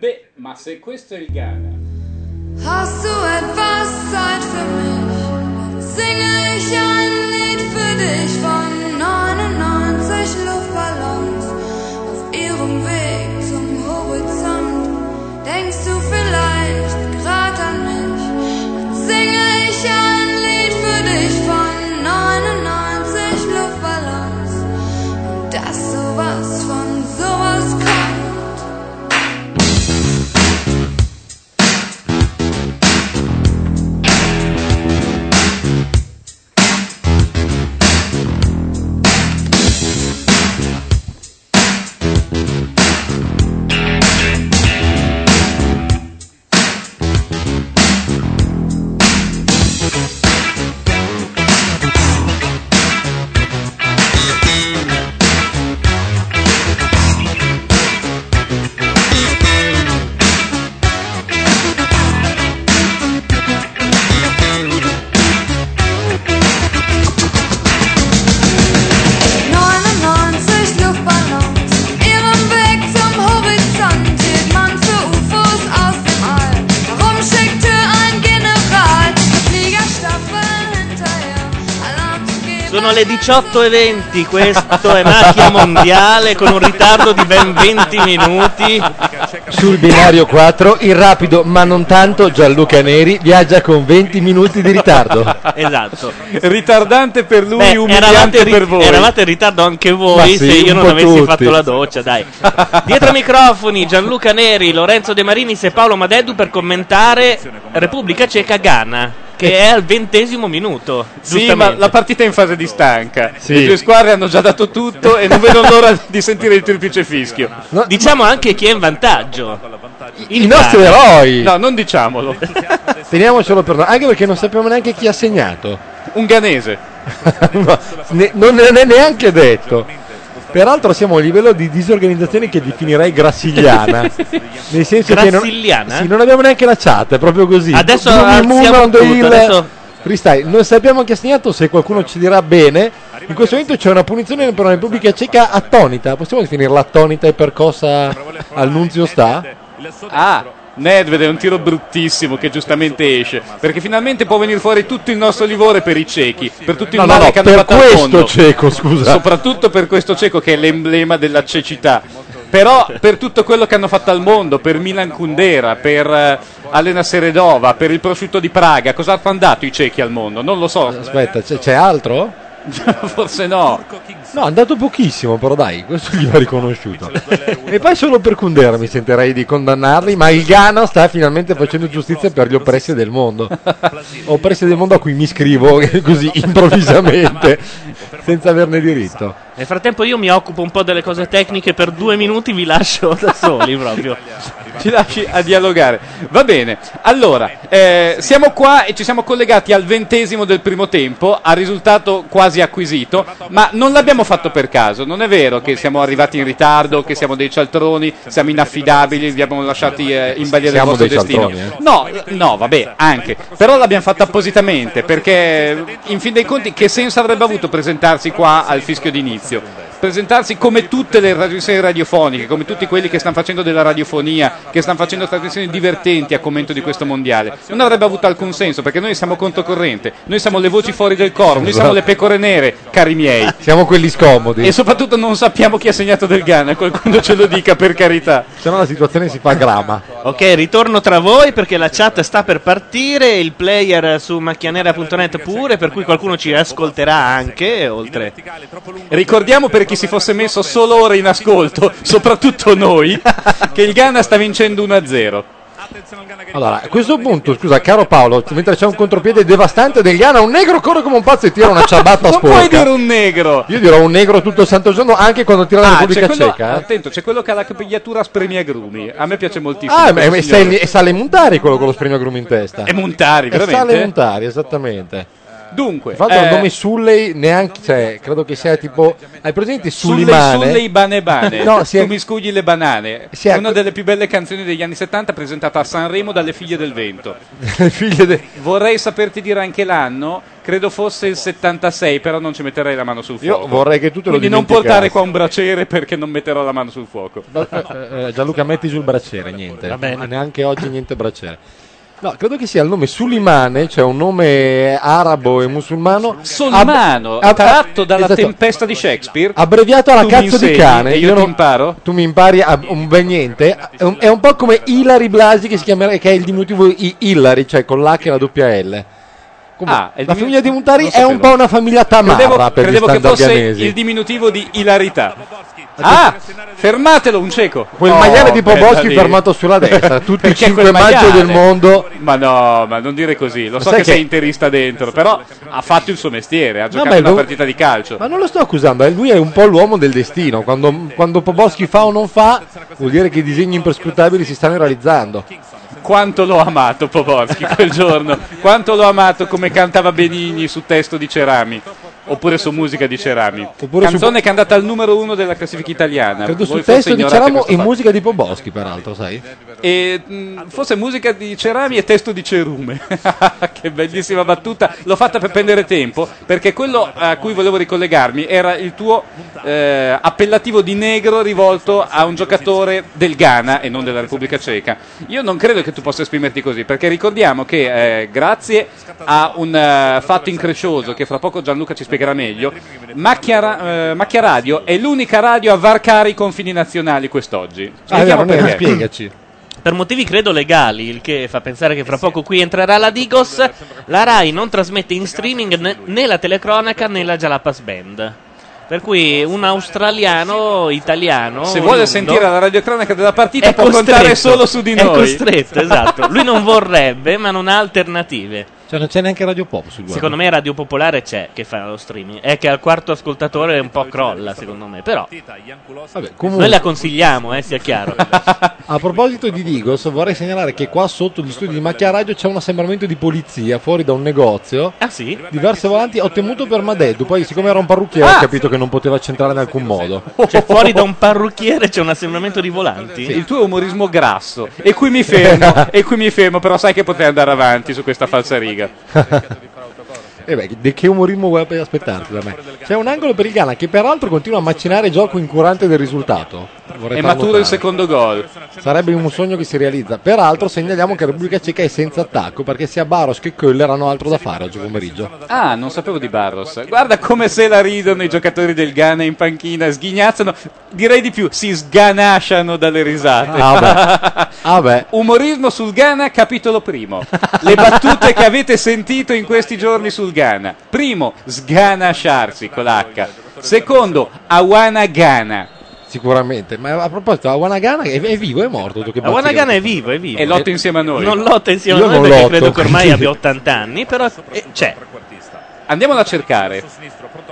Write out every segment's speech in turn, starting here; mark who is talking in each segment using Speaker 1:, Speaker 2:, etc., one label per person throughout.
Speaker 1: Beh, ma se questo è il Ghana,
Speaker 2: Hast du etwas Zeit für mich? Singe ich ein Lied für dich von 99 Luftballons auf ihrem Weg zum Horizont. Denkst du vielleicht grad an mich? Dann singe ich ein Lied für dich von 99 Luftballons und dass sowas von sowas kommt.
Speaker 3: Sono le e- 18.20, questo è Macchia Mondiale con un ritardo di ben 20 minuti.
Speaker 4: Sul binario 4 il rapido, ma non tanto, Gianluca Neri viaggia con 20 minuti di ritardo.
Speaker 3: Esatto.
Speaker 5: Ritardante per lui,
Speaker 3: Beh,
Speaker 5: umiliante
Speaker 3: eravate in ri-
Speaker 5: per voi.
Speaker 3: Eravate in ritardo anche
Speaker 5: Ma
Speaker 3: voi
Speaker 5: sì,
Speaker 3: se io
Speaker 5: un
Speaker 3: non
Speaker 5: po'
Speaker 3: avessi
Speaker 5: tutti.
Speaker 3: fatto la doccia, dai. Dietro ai microfoni Gianluca Neri, Lorenzo De Marinis e Paolo Madeddu per commentare Repubblica Ceca Ghana, che è al ventesimo minuto.
Speaker 5: Sì, ma
Speaker 3: Giustamente.
Speaker 5: la partita è in fase di stanca.
Speaker 3: Sì.
Speaker 5: Le due squadre hanno già dato tutto e non vedo l'ora di sentire il triplice fischio.
Speaker 3: diciamo anche chi è in vantaggio.
Speaker 4: I nostri eroi.
Speaker 5: No, non diciamolo.
Speaker 4: Teniamocelo per noi, anche perché non sappiamo neanche chi ha segnato.
Speaker 5: Un ghanese.
Speaker 4: No, ne- non ne è neanche detto. Peraltro siamo a un livello di disorganizzazione che definirei grassigliana. Nel senso che non,
Speaker 3: Grassigliana?
Speaker 4: Sì, non abbiamo neanche la chat, è proprio così.
Speaker 3: Adesso
Speaker 4: Zoom in
Speaker 3: alziamo
Speaker 4: uno,
Speaker 3: tutto,
Speaker 4: il-
Speaker 3: adesso-
Speaker 4: freestyle. Non sappiamo chi ha segnato, se qualcuno ci dirà bene. In questo momento c'è una punizione per una Repubblica Ceca attonita. Possiamo definirla attonita e percossa al Nunzio sta?
Speaker 5: Ah, Nedved è un tiro bruttissimo che giustamente esce. Perché finalmente può venire fuori tutto il nostro livore per i ciechi. Per tutto il
Speaker 4: No, no,
Speaker 5: male
Speaker 4: no,
Speaker 5: che hanno
Speaker 4: per
Speaker 5: fatto al
Speaker 4: questo
Speaker 5: mondo.
Speaker 4: cieco, scusa.
Speaker 5: Soprattutto per questo cieco che è l'emblema della cecità. Però per tutto quello che hanno fatto al mondo, per Milan Kundera, per eh, Alena Seredova, per il prosciutto di Praga, cosa hanno dato i ciechi al mondo? Non lo so.
Speaker 4: Aspetta, c'è, c'è altro?
Speaker 5: Forse no.
Speaker 4: No, è andato pochissimo, però dai, questo gli va riconosciuto. e poi solo per Kundera mi sentirei di condannarli, ma il Ghana sta finalmente facendo giustizia per gli oppressi del mondo. oppressi del mondo a cui mi iscrivo così improvvisamente, senza averne diritto.
Speaker 3: Nel frattempo io mi occupo un po' delle cose tecniche per due minuti, vi lascio da soli proprio.
Speaker 5: Ci lasci a dialogare. Va bene. Allora, eh, siamo qua e ci siamo collegati al ventesimo del primo tempo, a risultato quasi acquisito, ma non l'abbiamo fatto per caso. Non è vero che siamo arrivati in ritardo, che siamo dei cialtroni, siamo inaffidabili, vi abbiamo lasciati eh, in balia del
Speaker 4: Siamo
Speaker 5: vostro
Speaker 4: dei
Speaker 5: destino.
Speaker 4: cialtroni, eh.
Speaker 5: No, no, vabbè, anche. Però l'abbiamo fatta appositamente, perché in fin dei conti che senso avrebbe avuto presentarsi qua al fischio d'inizio? Presentarsi come tutte le trasmissioni radiofoniche, come tutti quelli che stanno facendo della radiofonia, che stanno facendo trasmissioni divertenti a commento di questo mondiale. Non avrebbe avuto alcun senso, perché noi siamo contocorrente, noi siamo le voci fuori del coro, noi siamo le pecore nere, cari miei.
Speaker 4: Siamo quelli scomodi.
Speaker 5: E soprattutto non sappiamo chi ha segnato del Ghana, qualcuno ce lo dica per carità.
Speaker 4: Se no la situazione si fa grama.
Speaker 3: Ok, ritorno tra voi perché la chat sta per partire, il player su macchianera.net pure, per cui qualcuno ci ascolterà anche, oltre.
Speaker 5: Ricordiamo per chi si fosse messo solo ora in ascolto, soprattutto noi, che il Ghana sta vincendo 1-0.
Speaker 4: Allora, a questo punto, scusa, caro Paolo, mentre c'è un contropiede devastante del Ghana, un negro corre come un pazzo e tira una ciabatta
Speaker 5: Non puoi dire
Speaker 4: sporca.
Speaker 5: un negro!
Speaker 4: Io dirò un negro tutto il santo giorno anche quando tira la
Speaker 5: Ah, c'è
Speaker 4: Repubblica
Speaker 5: quello,
Speaker 4: Ceca. eh.
Speaker 5: attento, c'è quello che ha la capigliatura spremiagrumi. A me piace moltissimo.
Speaker 4: Ah,
Speaker 5: questo
Speaker 4: ma- ma
Speaker 5: signore.
Speaker 4: sale, sale Montari quello con lo spremiagrumi in testa.
Speaker 5: È Montari,
Speaker 4: È sale
Speaker 5: veramente?
Speaker 4: Montari, esattamente.
Speaker 5: Dunque,
Speaker 4: Tra l'altro il
Speaker 5: eh,
Speaker 4: nome Sulley neanche, cioè, credo che sia tipo, hai presente
Speaker 5: sulle,
Speaker 4: Sullimane?
Speaker 5: sulle bane bane,
Speaker 4: No, si è-
Speaker 5: tu mi scugli le banane.
Speaker 4: Si è-
Speaker 5: Una delle più belle canzoni degli anni 70 presentata a Sanremo dalle figlie del vento.
Speaker 4: Le figlie de-
Speaker 5: Vorrei saperti dire anche l'anno, credo fosse il 76, però non ci metterei la mano sul fuoco.
Speaker 4: Io vorrei che tu te lo
Speaker 5: Quindi non
Speaker 4: dimenticassi.
Speaker 5: portare qua un braciere perché non metterò la mano sul fuoco.
Speaker 4: Eh, eh, Gianluca, metti sul braciere, niente. Neanche oggi niente braciere. No, credo che sia il nome Sulimane, cioè un nome arabo e musulmano.
Speaker 5: Solimano,
Speaker 4: Ab- ab-
Speaker 5: tratto dalla
Speaker 4: esatto.
Speaker 5: tempesta di Shakespeare.
Speaker 4: Abbreviato alla
Speaker 5: Tu mi
Speaker 4: cazzo di
Speaker 5: insegni
Speaker 4: cane.
Speaker 5: e io ti
Speaker 4: non-
Speaker 5: imparo?
Speaker 4: Tu mi impari a un bel niente. È un, è un po' come Ilari Blasi che si chiamerà, che è il diminutivo I- Ilari, cioè con l'H e la doppia L. Comunque,
Speaker 5: Ah, è il
Speaker 4: la
Speaker 5: diminu-
Speaker 4: famiglia di Montari
Speaker 5: non
Speaker 4: è un
Speaker 5: sapevo.
Speaker 4: po' una famiglia tamarra
Speaker 5: Credevo,
Speaker 4: per gli
Speaker 5: credevo che fosse
Speaker 4: standardianesi.
Speaker 5: il diminutivo di ilarità. Ah, fermatelo un cieco.
Speaker 4: Quel
Speaker 5: Oh,
Speaker 4: maiale di
Speaker 5: bella
Speaker 4: Poboschi
Speaker 5: lì.
Speaker 4: fermato sulla destra, tutti i
Speaker 5: Perché
Speaker 4: 5
Speaker 5: quel
Speaker 4: maggio
Speaker 5: maiale?
Speaker 4: del mondo
Speaker 5: Ma no, ma non dire così. Lo so
Speaker 4: sai
Speaker 5: che, sei
Speaker 4: che-
Speaker 5: interista dentro, però ha fatto il suo mestiere, ha giocato
Speaker 4: ma è
Speaker 5: una
Speaker 4: lui-
Speaker 5: partita di calcio.
Speaker 4: Ma non lo sto accusando, eh, lui è un po' l'uomo del destino. Quando, quando Poboschi fa o non fa, vuol dire che i disegni imperscrutabili si stanno realizzando.
Speaker 5: Ah, Quanto l'ho amato Povorski quel giorno. Quanto l'ho amato come cantava Benigni su testo di Cerami. Oppure su musica di Cerami.
Speaker 4: Oppure su-
Speaker 5: Canzone che è andata al numero uno della classifica italiana.
Speaker 4: Credo
Speaker 5: Voi
Speaker 4: sul
Speaker 5: forse
Speaker 4: testo di
Speaker 5: ignorate
Speaker 4: Ceramo
Speaker 5: questo
Speaker 4: e
Speaker 5: fatto.
Speaker 4: musica di Poboschi, peraltro, sai?
Speaker 5: E, mh, forse musica di Cerami e testo di Cerume. che bellissima battuta. L'ho fatta per prendere tempo, perché quello a cui volevo ricollegarmi era il tuo eh, appellativo di negro rivolto a un giocatore del Ghana e non della Repubblica Ceca. Io non credo che tu possa esprimerti così, perché ricordiamo che eh, grazie a un eh, fatto increscioso che fra poco Gianluca ci spiegherà meglio, Macchia, Ra- eh, Macchia Radio è l'unica radio a varcare i confini nazionali quest'oggi.
Speaker 4: Ah, è
Speaker 5: Spieghiamo
Speaker 4: vero, non è-
Speaker 5: perché.
Speaker 4: spiegaci.
Speaker 3: Per motivi credo legali, il che fa pensare che fra poco qui entrerà la Digos, la Rai non trasmette in streaming né, né la telecronaca né la Jalapas Band. Per cui un australiano italiano
Speaker 5: Se vuole
Speaker 3: Lundo,
Speaker 5: sentire la radiocronaca della partita,
Speaker 3: Oh, è
Speaker 5: può contare
Speaker 3: costretto-
Speaker 5: solo su di
Speaker 3: È
Speaker 5: noi.
Speaker 3: costretto, esatto. Lui non vorrebbe, ma non ha alternative.
Speaker 4: Cioè, non c'è neanche Radio Pop sul web.
Speaker 3: Secondo me Radio Popolare c'è che fa lo streaming. È che al quarto ascoltatore un po' crolla, secondo me, però noi
Speaker 4: Vabbè,
Speaker 3: la
Speaker 4: comunque,
Speaker 3: consigliamo, eh, sia chiaro.
Speaker 4: a proposito di Digos, vorrei segnalare che qua sotto gli studi di Macchia Radio c'è un assembramento di polizia fuori da un negozio.
Speaker 3: Ah sì?
Speaker 4: Diverse volanti ho temuto per Madeddu, poi siccome era un parrucchiere ho capito che non poteva centrare in alcun modo.
Speaker 3: Cioè fuori da un parrucchiere c'è un assembramento di volanti?
Speaker 5: Il tuo umorismo grasso. E qui mi fermo, e qui mi fermo, però sai che potrei andare avanti su questa falsa riga.
Speaker 4: E eh beh, di che umorismo vuoi aspettarti da me? C'è un angolo per il Ghana che peraltro continua a macinare gioco incurante del risultato. Vorrei
Speaker 5: È
Speaker 4: farlo
Speaker 5: maturo il
Speaker 4: notare.
Speaker 5: secondo gol.
Speaker 4: Sarebbe un sogno che si realizza. Peraltro segnaliamo che la Repubblica Ceca è senza attacco perché sia Baros che Köller hanno altro da fare oggi pomeriggio.
Speaker 5: Ah, non sapevo di Barros. Guarda come se la ridono i giocatori del Ghana in panchina, sghignazzano, direi di più, si sganasciano dalle risate.
Speaker 4: Ah beh, ah beh.
Speaker 5: Umorismo sul Ghana, capitolo primo. Le battute che avete sentito in questi giorni sul Ghana. Primo, sganasciarsi con l'H. Secondo, Awana Ghana.
Speaker 4: sicuramente. Ma a proposito, Awana Ghana è, è vivo, è morto. tu che
Speaker 3: La Ah, Wanagana
Speaker 4: bazzica.
Speaker 3: è vivo, è vivo.
Speaker 5: E lotta insieme a noi.
Speaker 3: Non lotta insieme
Speaker 4: Io
Speaker 3: a noi
Speaker 4: non
Speaker 3: perché
Speaker 4: lotto,
Speaker 3: credo che ormai
Speaker 4: quindi-
Speaker 3: abbia 80 anni, però eh, c'è.
Speaker 5: Andiamola a cercare.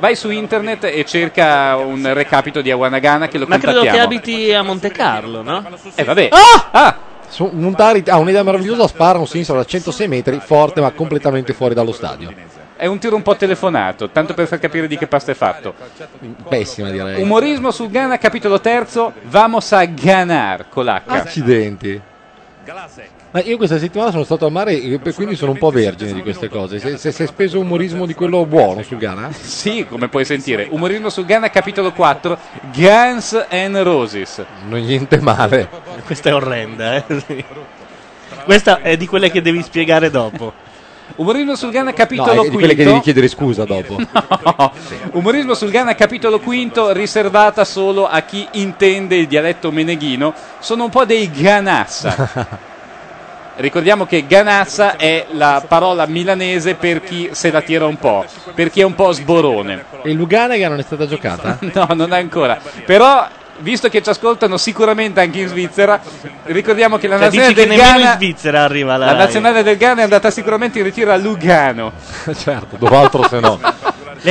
Speaker 5: Vai su internet e cerca un recapito di Awana Ghana che lo
Speaker 3: Ma credo che
Speaker 5: contattiamo.
Speaker 3: abiti a Monte Carlo, no?
Speaker 5: Eh vabbè.
Speaker 3: Ah!
Speaker 5: Ah!
Speaker 4: Su- Montari ha un'idea meravigliosa, spara un sinistro da 106 metri, forte ma completamente fuori dallo stadio.
Speaker 5: È un tiro un po' telefonato, tanto per far capire di che pasta è fatto.
Speaker 4: Pessima direi.
Speaker 5: Umorismo sul Ghana, capitolo terzo. Vamos a ganar con l'H.
Speaker 4: Accidenti. Ma io questa settimana sono stato al mare e per- quindi sono un po' vergine di queste cose. Se, se, se è speso umorismo di quello buono sul Ghana?
Speaker 5: Sì, come puoi sentire. Umorismo sul Ghana, capitolo 4. Guns and Roses.
Speaker 4: Non niente male.
Speaker 3: Questa è orrenda, eh. sì. Questa è di quelle che devi spiegare dopo.
Speaker 5: Umorismo sul Ghana,
Speaker 4: No,
Speaker 5: capitolo
Speaker 4: è di quelle che devi
Speaker 5: quinto.
Speaker 4: chiedere scusa dopo.
Speaker 5: Umorismo sul Ghana, capitolo quinto, riservata solo a chi intende il dialetto meneghino. Sono un po' dei Ghanassa. Ricordiamo che Ghanassa è la parola milanese per chi se la tira un po', per chi è un po' sborone.
Speaker 4: E Lugana che non è stata giocata?
Speaker 5: No, non ancora. Però, visto che ci ascoltano sicuramente anche in Svizzera, ricordiamo che la
Speaker 3: Cioè,
Speaker 5: nazionale
Speaker 3: dici che
Speaker 5: del
Speaker 3: nemmeno in
Speaker 5: Ghana...
Speaker 3: Svizzera arriva la
Speaker 5: La
Speaker 3: Rai.
Speaker 5: nazionale del Ghana è andata sicuramente in ritiro a Lugano.
Speaker 4: certo, dopo altro se no.
Speaker 3: Le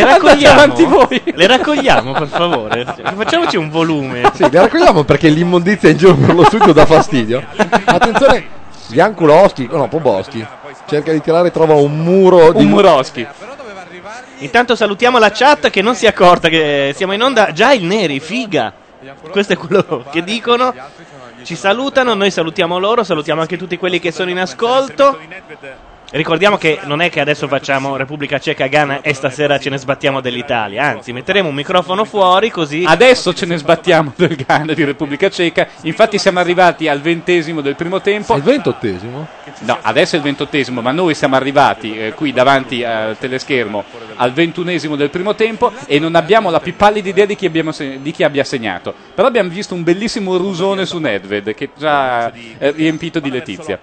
Speaker 5: Andate avanti
Speaker 3: raccogliamo?
Speaker 5: voi.
Speaker 3: Le raccogliamo, per favore. Cioè, Facciamoci un volume.
Speaker 4: Sì, le raccogliamo perché l'immondizia in giro per lo studio dà fastidio. Attenzione, oh Bianculoschi, no, Poboschi, cerca di tirare, trova un muro di
Speaker 5: Un Muroschi.
Speaker 3: Intanto salutiamo la chat che non si è accorta che siamo in onda. Già il Neri, figa. Questo è quello che dicono. Ci salutano, noi salutiamo loro, salutiamo anche tutti quelli che sono in ascolto. Ricordiamo che non è che adesso facciamo Repubblica Ceca Ghana e stasera ce ne sbattiamo dell'Italia, anzi metteremo un microfono fuori così...
Speaker 5: Adesso ce ne sbattiamo del Ghana di Repubblica Ceca. Infatti siamo arrivati al ventesimo del primo tempo.
Speaker 4: Il ventottesimo?
Speaker 5: No, adesso è il ventottesimo, ma noi siamo arrivati eh, qui davanti al teleschermo al ventunesimo del primo tempo e non abbiamo la più pallida idea di chi, abbiamo se- di chi abbia segnato. Però abbiamo visto un bellissimo rusone su Nedved che già eh, riempito di letizia.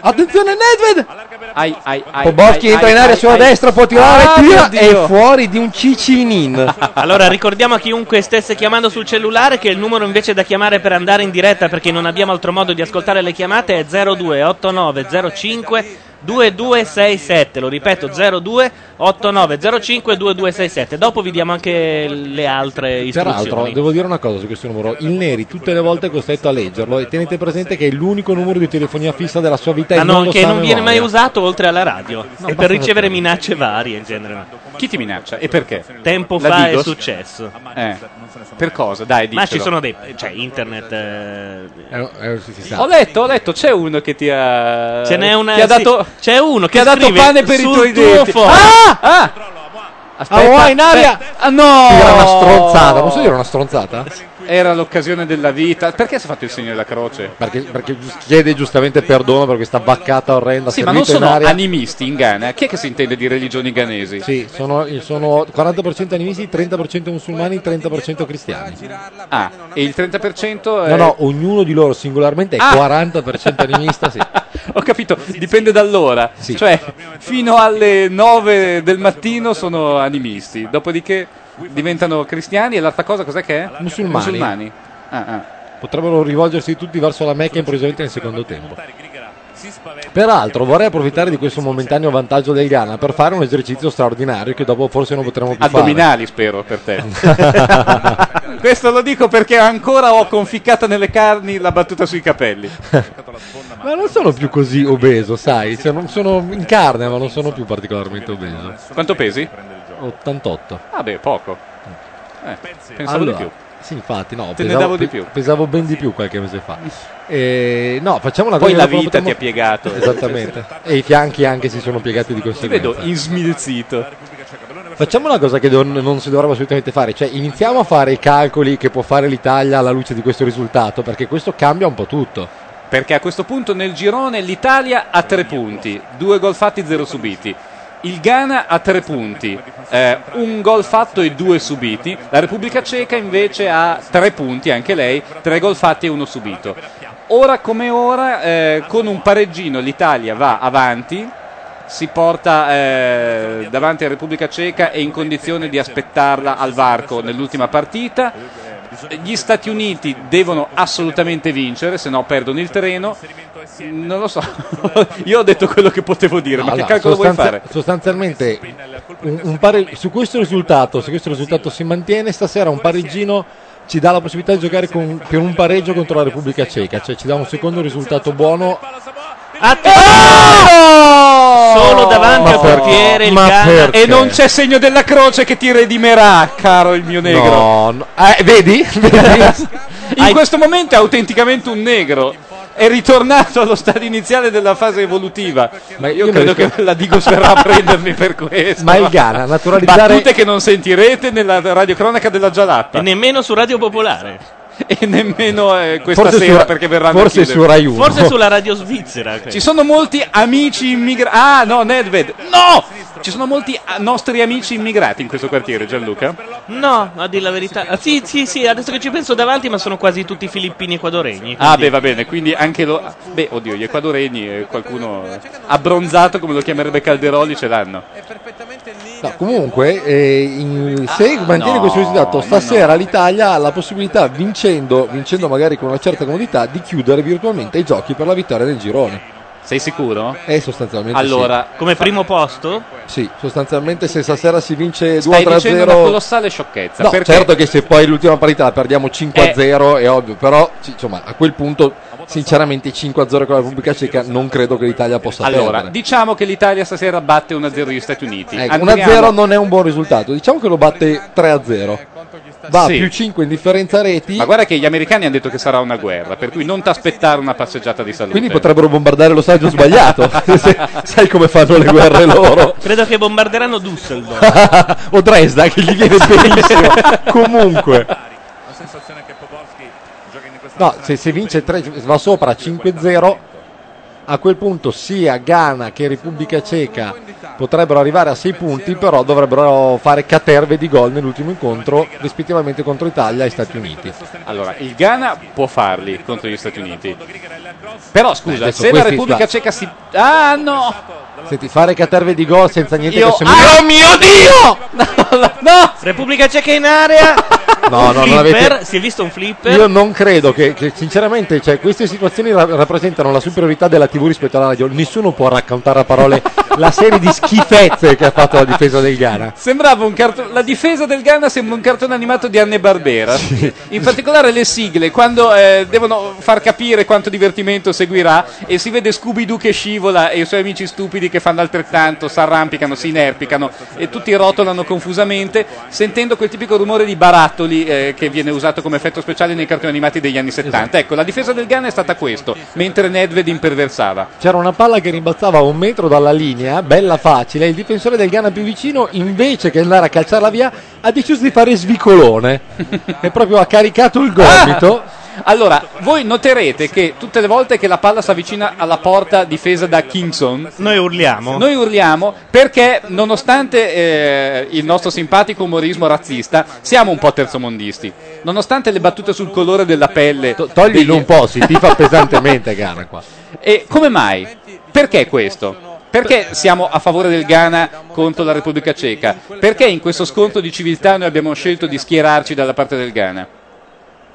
Speaker 4: Attenzione Nedved!
Speaker 5: Ai, ai, ai,
Speaker 4: Poboschi
Speaker 5: ai,
Speaker 4: entra
Speaker 5: ai,
Speaker 4: in area
Speaker 5: ai,
Speaker 4: sulla
Speaker 5: ai.
Speaker 4: destra, può tirare,
Speaker 5: Ah,
Speaker 4: tira
Speaker 5: mio
Speaker 4: e
Speaker 5: Dio.
Speaker 4: fuori di un cicinin.
Speaker 3: Allora ricordiamo a chiunque stesse chiamando sul cellulare che il numero invece da chiamare per andare in diretta perché non abbiamo altro modo di ascoltare le chiamate è 028905 2267, lo ripeto 028905 2267. Dopo vi diamo anche le altre
Speaker 4: Peraltro,
Speaker 3: istruzioni.
Speaker 4: devo dire una cosa su questo numero. Il Neri tutte le volte è costretto a leggerlo e tenete presente che è l'unico numero di telefonia fissa della sua vita
Speaker 3: Ma
Speaker 4: e
Speaker 3: non-
Speaker 4: non lo
Speaker 3: Ah, che
Speaker 4: sa a
Speaker 3: non viene mai
Speaker 4: memoria.
Speaker 3: usato oltre alla radio e per
Speaker 4: basta
Speaker 3: ricevere
Speaker 4: metterlo.
Speaker 3: minacce varie in genere.
Speaker 5: Chi ti minaccia e perché?
Speaker 3: Tempo
Speaker 5: La
Speaker 3: fa è
Speaker 5: Digos?
Speaker 3: successo.
Speaker 5: Eh, per cosa? Dai,
Speaker 3: Ma ci
Speaker 5: diccelo.
Speaker 3: sono dei cioè internet eh,
Speaker 4: Eh, eh, si- si sa.
Speaker 5: Ho letto, ho letto, c'è uno che ti ha.
Speaker 3: Ce n'è una,
Speaker 5: Che ha
Speaker 3: sì,
Speaker 5: dato,
Speaker 3: c'è uno che
Speaker 5: che ha dato
Speaker 3: scrive
Speaker 5: pane per i
Speaker 3: sul
Speaker 5: tuoi
Speaker 3: tuo
Speaker 5: denti.
Speaker 3: foglio.
Speaker 5: Ah! ah!
Speaker 4: Ah, oh, in aria!
Speaker 5: aspetta. Ah, no!
Speaker 4: Era una stronzata, posso dire una stronzata?
Speaker 5: Era l'occasione della vita. Perché si è fatto il segno della croce?
Speaker 4: Perché, perché chiede giustamente perdono per questa baccata orrenda
Speaker 5: Sì, ma non
Speaker 4: servita in
Speaker 5: sono
Speaker 4: aria.
Speaker 5: animisti in Ghana. Chi è che si intende di religioni ghanesi?
Speaker 4: Sì, sono, sono 40% animisti, 30% musulmani, 30% cristiani.
Speaker 5: Ah, e il 30% è...
Speaker 4: No, no, ognuno di loro singolarmente è
Speaker 5: Ah!
Speaker 4: 40% animista, sì.
Speaker 5: Ho capito, dipende dall'ora. Cioè, fino alle 9 del mattino sono animisti, dopodiché diventano cristiani e l'altra cosa cos'è che è?
Speaker 4: Musulmani.
Speaker 5: Musulmani. Ah, ah.
Speaker 4: Potrebbero rivolgersi tutti verso la Mecca improvvisamente nel secondo tempo. Peraltro vorrei approfittare di questo momentaneo vantaggio del Ghana per fare un esercizio straordinario che dopo forse non potremo più fare.
Speaker 5: Addominali spero per te. Questo lo dico perché ancora ho conficcata nelle carni la battuta sui capelli.
Speaker 4: Ma non sono più così obeso, sai? Cioè, non sono in carne, ma non sono più particolarmente obeso.
Speaker 5: Quanto pesi?
Speaker 4: 88.
Speaker 5: Vabbè, poco. Eh, pensavo di
Speaker 4: Allora,
Speaker 5: più.
Speaker 4: Sì, infatti, no,
Speaker 5: Te ne
Speaker 4: pesavo,
Speaker 5: davo di
Speaker 4: pe-
Speaker 5: più.
Speaker 4: pesavo ben di più qualche mese fa. E, no, facciamo una
Speaker 5: Poi
Speaker 4: cosa
Speaker 5: la
Speaker 4: che dopo
Speaker 5: vita ti ha
Speaker 4: potremmo-
Speaker 5: piegato.
Speaker 4: Esattamente. E i fianchi anche si sono piegati di
Speaker 5: Ti
Speaker 4: conseguenza.
Speaker 5: vedo insmilzito.
Speaker 4: Facciamo una cosa che don- non si dovrebbe assolutamente fare, cioè iniziamo a fare i calcoli che può fare l'Italia alla luce di questo risultato, perché questo cambia un po' tutto.
Speaker 5: Perché a questo punto nel girone l'Italia ha tre punti, due gol fatti, zero subiti. Il Ghana ha tre punti, eh, un gol fatto e due subiti. La Repubblica Ceca invece ha tre punti, anche lei, tre gol fatti e uno subito. Ora come ora, eh, con un pareggino l'Italia va avanti, si porta eh, davanti alla Repubblica Ceca e in condizione di aspettarla al varco nell'ultima partita. Gli Stati Uniti devono assolutamente vincere, se no perdono il terreno. Non lo so, io ho detto quello che potevo dire, ma
Speaker 4: Allora,
Speaker 5: che calcolo vuoi
Speaker 4: sostanzia-
Speaker 5: fare?
Speaker 4: Sostanzialmente, un- un pare- su questo risultato, se questo risultato si mantiene, stasera un pareggino ci dà la possibilità di giocare con- per un pareggio contro la Repubblica Ceca, cioè ci dà un secondo risultato buono.
Speaker 3: Attenzione! Solo davanti
Speaker 4: Ma
Speaker 3: al
Speaker 4: perché?
Speaker 3: portiere il
Speaker 4: Ma
Speaker 3: Ghana.
Speaker 4: perché?
Speaker 5: Ah! E non c'è segno della croce che ti redimerà, caro il mio negro.
Speaker 4: No, no. Eh, vedi?
Speaker 5: In questo momento è autenticamente un negro. È ritornato allo stadio iniziale della fase evolutiva. Ma io,
Speaker 4: io non
Speaker 5: credo
Speaker 4: riesco-
Speaker 5: che la Digos verrà a prendermi per questo.
Speaker 4: Ma il Ghana, naturalizzare
Speaker 5: Battute che non sentirete nella radiocronaca della Gialatta.
Speaker 3: E nemmeno su Radio Popolare.
Speaker 5: E nemmeno eh, questa sera perché verranno a
Speaker 4: forse
Speaker 5: chiudere.
Speaker 4: su Rai 1.
Speaker 3: Forse sulla Radio Svizzera.
Speaker 5: Ci sono molti amici immigrati. Ah, no, Nedved. No! Ci sono molti ah, nostri amici immigrati in questo quartiere, Gianluca.
Speaker 3: No, a dire la verità. Ah, Sì, sì, sì, adesso che ci penso davanti, ma sono quasi tutti filippini equadoregni.
Speaker 5: Ah, beh, va bene, quindi anche lo. Beh, oddio, gli equadoregni, eh, qualcuno eh, abbronzato come lo chiamerebbe Calderoli, ce l'hanno.
Speaker 4: No, comunque, eh, in- se mantiene
Speaker 5: Ah, no,
Speaker 4: questo risultato,
Speaker 5: no,
Speaker 4: stasera l'Italia ha la possibilità, vincendo, vincendo magari con una certa comodità, di chiudere virtualmente i giochi per la vittoria del girone.
Speaker 5: Sei sicuro?
Speaker 4: Eh, sostanzialmente
Speaker 5: Allora,
Speaker 4: sì.
Speaker 3: Come primo posto?
Speaker 4: Sì, sostanzialmente se stasera si vince 2-0...
Speaker 5: Stai dicendo una colossale sciocchezza.
Speaker 4: No,
Speaker 5: perché Eh.
Speaker 4: certo che se poi l'ultima parità la perdiamo 5-0 è ovvio, però sì, insomma a quel punto sinceramente 5-0 con la Repubblica Ceca non credo che l'Italia possa
Speaker 5: Allora,
Speaker 4: perdere.
Speaker 5: diciamo che l'Italia stasera batte 1-0 gli Stati Uniti.
Speaker 4: Ecco,
Speaker 5: Andiamo-
Speaker 4: 1-0 non è un buon risultato, diciamo che lo batte 3-0. Va
Speaker 5: Sì.
Speaker 4: più 5 in differenza reti,
Speaker 5: Ma guarda che gli americani hanno detto che sarà una guerra, per cui non ti aspettare una passeggiata di salute.
Speaker 4: quindi potrebbero bombardare lo stadio sbagliato. Se- sai come fanno le guerre loro.
Speaker 3: Credo che bombarderanno Düsseldorf.
Speaker 4: o Dresda che gli viene benissimo. Comunque. No, se si vince 3 va sopra 5-0 a quel punto sia Ghana che Repubblica Ceca potrebbero arrivare a 6 punti, però dovrebbero fare caterve di gol nell'ultimo incontro, rispettivamente contro Italia e Stati Uniti.
Speaker 5: Allora, il Ghana può farli contro gli Stati Uniti. Però scusa,
Speaker 4: adesso
Speaker 5: se la
Speaker 4: questi-
Speaker 5: Repubblica Ceca si Ah no!
Speaker 4: Senti, fare caterve di gol senza niente
Speaker 5: Io-
Speaker 4: che assomigli-
Speaker 5: Ah, mio Dio! No!
Speaker 3: Repubblica Ceca in area.
Speaker 4: No, no, non
Speaker 3: Flipper,
Speaker 4: avete-
Speaker 3: Si è visto un flipper.
Speaker 4: Io non credo che, che sinceramente, cioè, queste situazioni ra- rappresentano la superiorità della TV rispetto alla radio. Nessuno può raccontare a parole la serie di schifezze che ha fatto la difesa del Ghana.
Speaker 5: Sembrava un cartone. La difesa del Ghana sembra un cartone animato di Anne Barbera. In particolare le sigle, quando eh, devono far capire quanto divertimento seguirà, e si vede Scooby-Doo che scivola e i suoi amici stupidi che fanno altrettanto, si arrampicano, si inerpicano e tutti rotolano confusamente, sentendo quel tipico rumore di barattoli eh, che viene usato come effetto speciale nei cartoni animati degli anni 70. Ecco, la difesa del Ghana è stata questo, mentre Nedved imperversava.
Speaker 4: C'era una palla che rimbalzava a un metro dalla linea, bella facile. Il difensore del Ghana più vicino, invece che andare a calciarla via, ha deciso di fare svicolone. e proprio ha caricato il gomito.
Speaker 5: Ah!
Speaker 3: Ah!
Speaker 5: Allora, voi noterete che tutte le volte che la palla si avvicina alla porta difesa da Kingston,
Speaker 3: Noi urliamo.
Speaker 5: noi urliamo perché, nonostante eh, il nostro simpatico umorismo razzista, siamo un po' terzomondisti. Nonostante le battute sul colore della pelle, degli-
Speaker 4: Toglilo un po', si tifa pesantemente Ghana qua.
Speaker 5: E come mai? Perché questo? Perché siamo a favore del Ghana contro la Repubblica Ceca? Perché in questo scontro di civiltà noi abbiamo scelto di schierarci dalla parte del Ghana?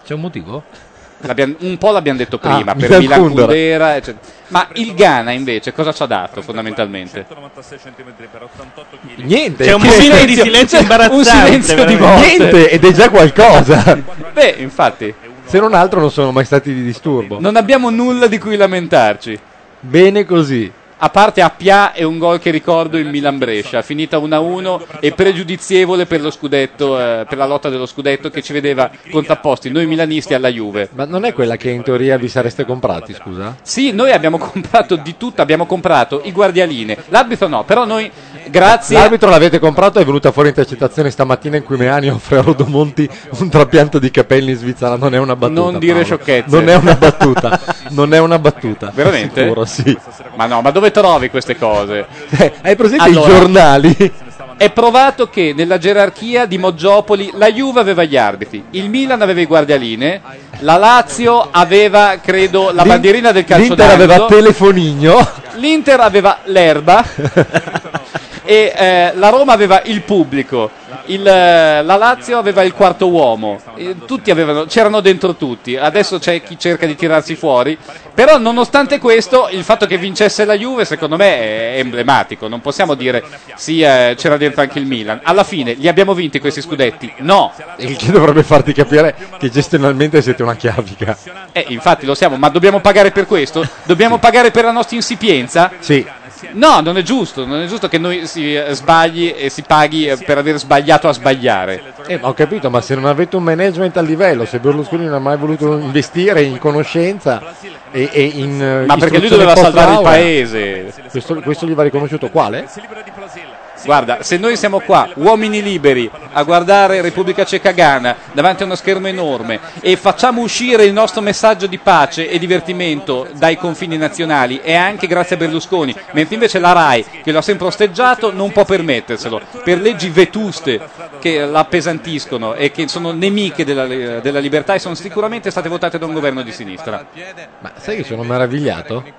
Speaker 4: C'è un motivo?
Speaker 5: L'abbiam- un po' l'abbiamo detto
Speaker 4: Ah,
Speaker 5: prima per
Speaker 4: Milan
Speaker 5: Milan
Speaker 4: Kundera.
Speaker 5: Kundera, eccetera. ma il Ghana invece cosa ci ha dato fondamentalmente?
Speaker 4: Niente.
Speaker 3: C'è un
Speaker 4: che-
Speaker 3: momento di
Speaker 5: silenzio,
Speaker 3: silenzio
Speaker 5: un
Speaker 3: imbarazzante.
Speaker 5: silenzio di
Speaker 3: veramente.
Speaker 5: morte.
Speaker 4: Niente, ed è già qualcosa.
Speaker 5: Beh, infatti,
Speaker 4: Se non altro non sono mai stati di disturbo.
Speaker 5: non abbiamo nulla di cui lamentarci.
Speaker 4: Bene così.
Speaker 5: A parte Appia e un gol che ricordo in Milan-Brescia, finita 1-1 e pregiudizievole per lo scudetto, eh, per la lotta dello scudetto che ci vedeva contrapposti noi milanisti alla Juve.
Speaker 4: Ma non è quella che in teoria vi sareste comprati, scusa?
Speaker 5: Sì, noi abbiamo comprato di tutto, abbiamo comprato i guardialine, l'arbitro no, però noi grazie
Speaker 4: L'arbitro l'avete comprato, è venuta fuori intercettazione stamattina in cui Meani offre a Rodomonti un trapianto di capelli in Svizzera. Non è una battuta.
Speaker 5: Non dire
Speaker 4: Paolo.
Speaker 5: sciocchezze.
Speaker 4: Non è una battuta. Non è una battuta.
Speaker 5: Veramente?
Speaker 4: Sicuro, sì.
Speaker 5: Ma no, ma dove trovi queste cose?
Speaker 4: Eh, hai presente
Speaker 5: Allora.
Speaker 4: i giornali?
Speaker 5: È provato che nella gerarchia di Moggiopoli la Juve aveva gli arbitri, il Milan aveva i guardialine, la Lazio aveva, credo, la
Speaker 4: L'In-
Speaker 5: bandierina del calcio
Speaker 4: L'Inter aveva
Speaker 5: d'angolo,
Speaker 4: telefonino.
Speaker 5: l'Inter aveva l'erba e eh, la Roma aveva il pubblico, il, eh, la Lazio aveva il quarto uomo, eh, tutti avevano, c'erano dentro tutti, adesso c'è chi cerca di tirarsi fuori, però nonostante questo il fatto che vincesse la Juve secondo me è emblematico, non possiamo dire sì eh, c'era dentro anche il Milan, alla fine li abbiamo vinti questi scudetti? No,
Speaker 4: Il che dovrebbe farti capire che gestionalmente siete una chiavica.
Speaker 5: eh, infatti lo siamo, ma dobbiamo pagare per questo? Dobbiamo pagare per la nostra insipienza?
Speaker 4: Sì.
Speaker 5: No, non è giusto, non è giusto che noi si eh, sbagli e si paghi eh, per aver sbagliato a sbagliare.
Speaker 4: Eh, ma ho capito, ma se non avete un management a livello, se Berlusconi non ha mai voluto investire in conoscenza e, e in eh,
Speaker 5: Ma perché lui
Speaker 4: istruzione
Speaker 5: doveva salvare il
Speaker 4: post-laurea,
Speaker 5: paese.
Speaker 4: Questo, questo gli va riconosciuto quale?
Speaker 5: Guarda, se noi siamo qua, uomini liberi, a guardare Repubblica Ceca Ghana davanti a uno schermo enorme e facciamo uscire il nostro messaggio di pace e divertimento dai confini nazionali e anche grazie a Berlusconi, mentre invece la RAI, che lo ha sempre osteggiato, non può permetterselo, per leggi vetuste che la appesantiscono e che sono nemiche della, della libertà e sono sicuramente state votate da un governo di sinistra.
Speaker 4: Ma sai che sono meravigliato? Cioè,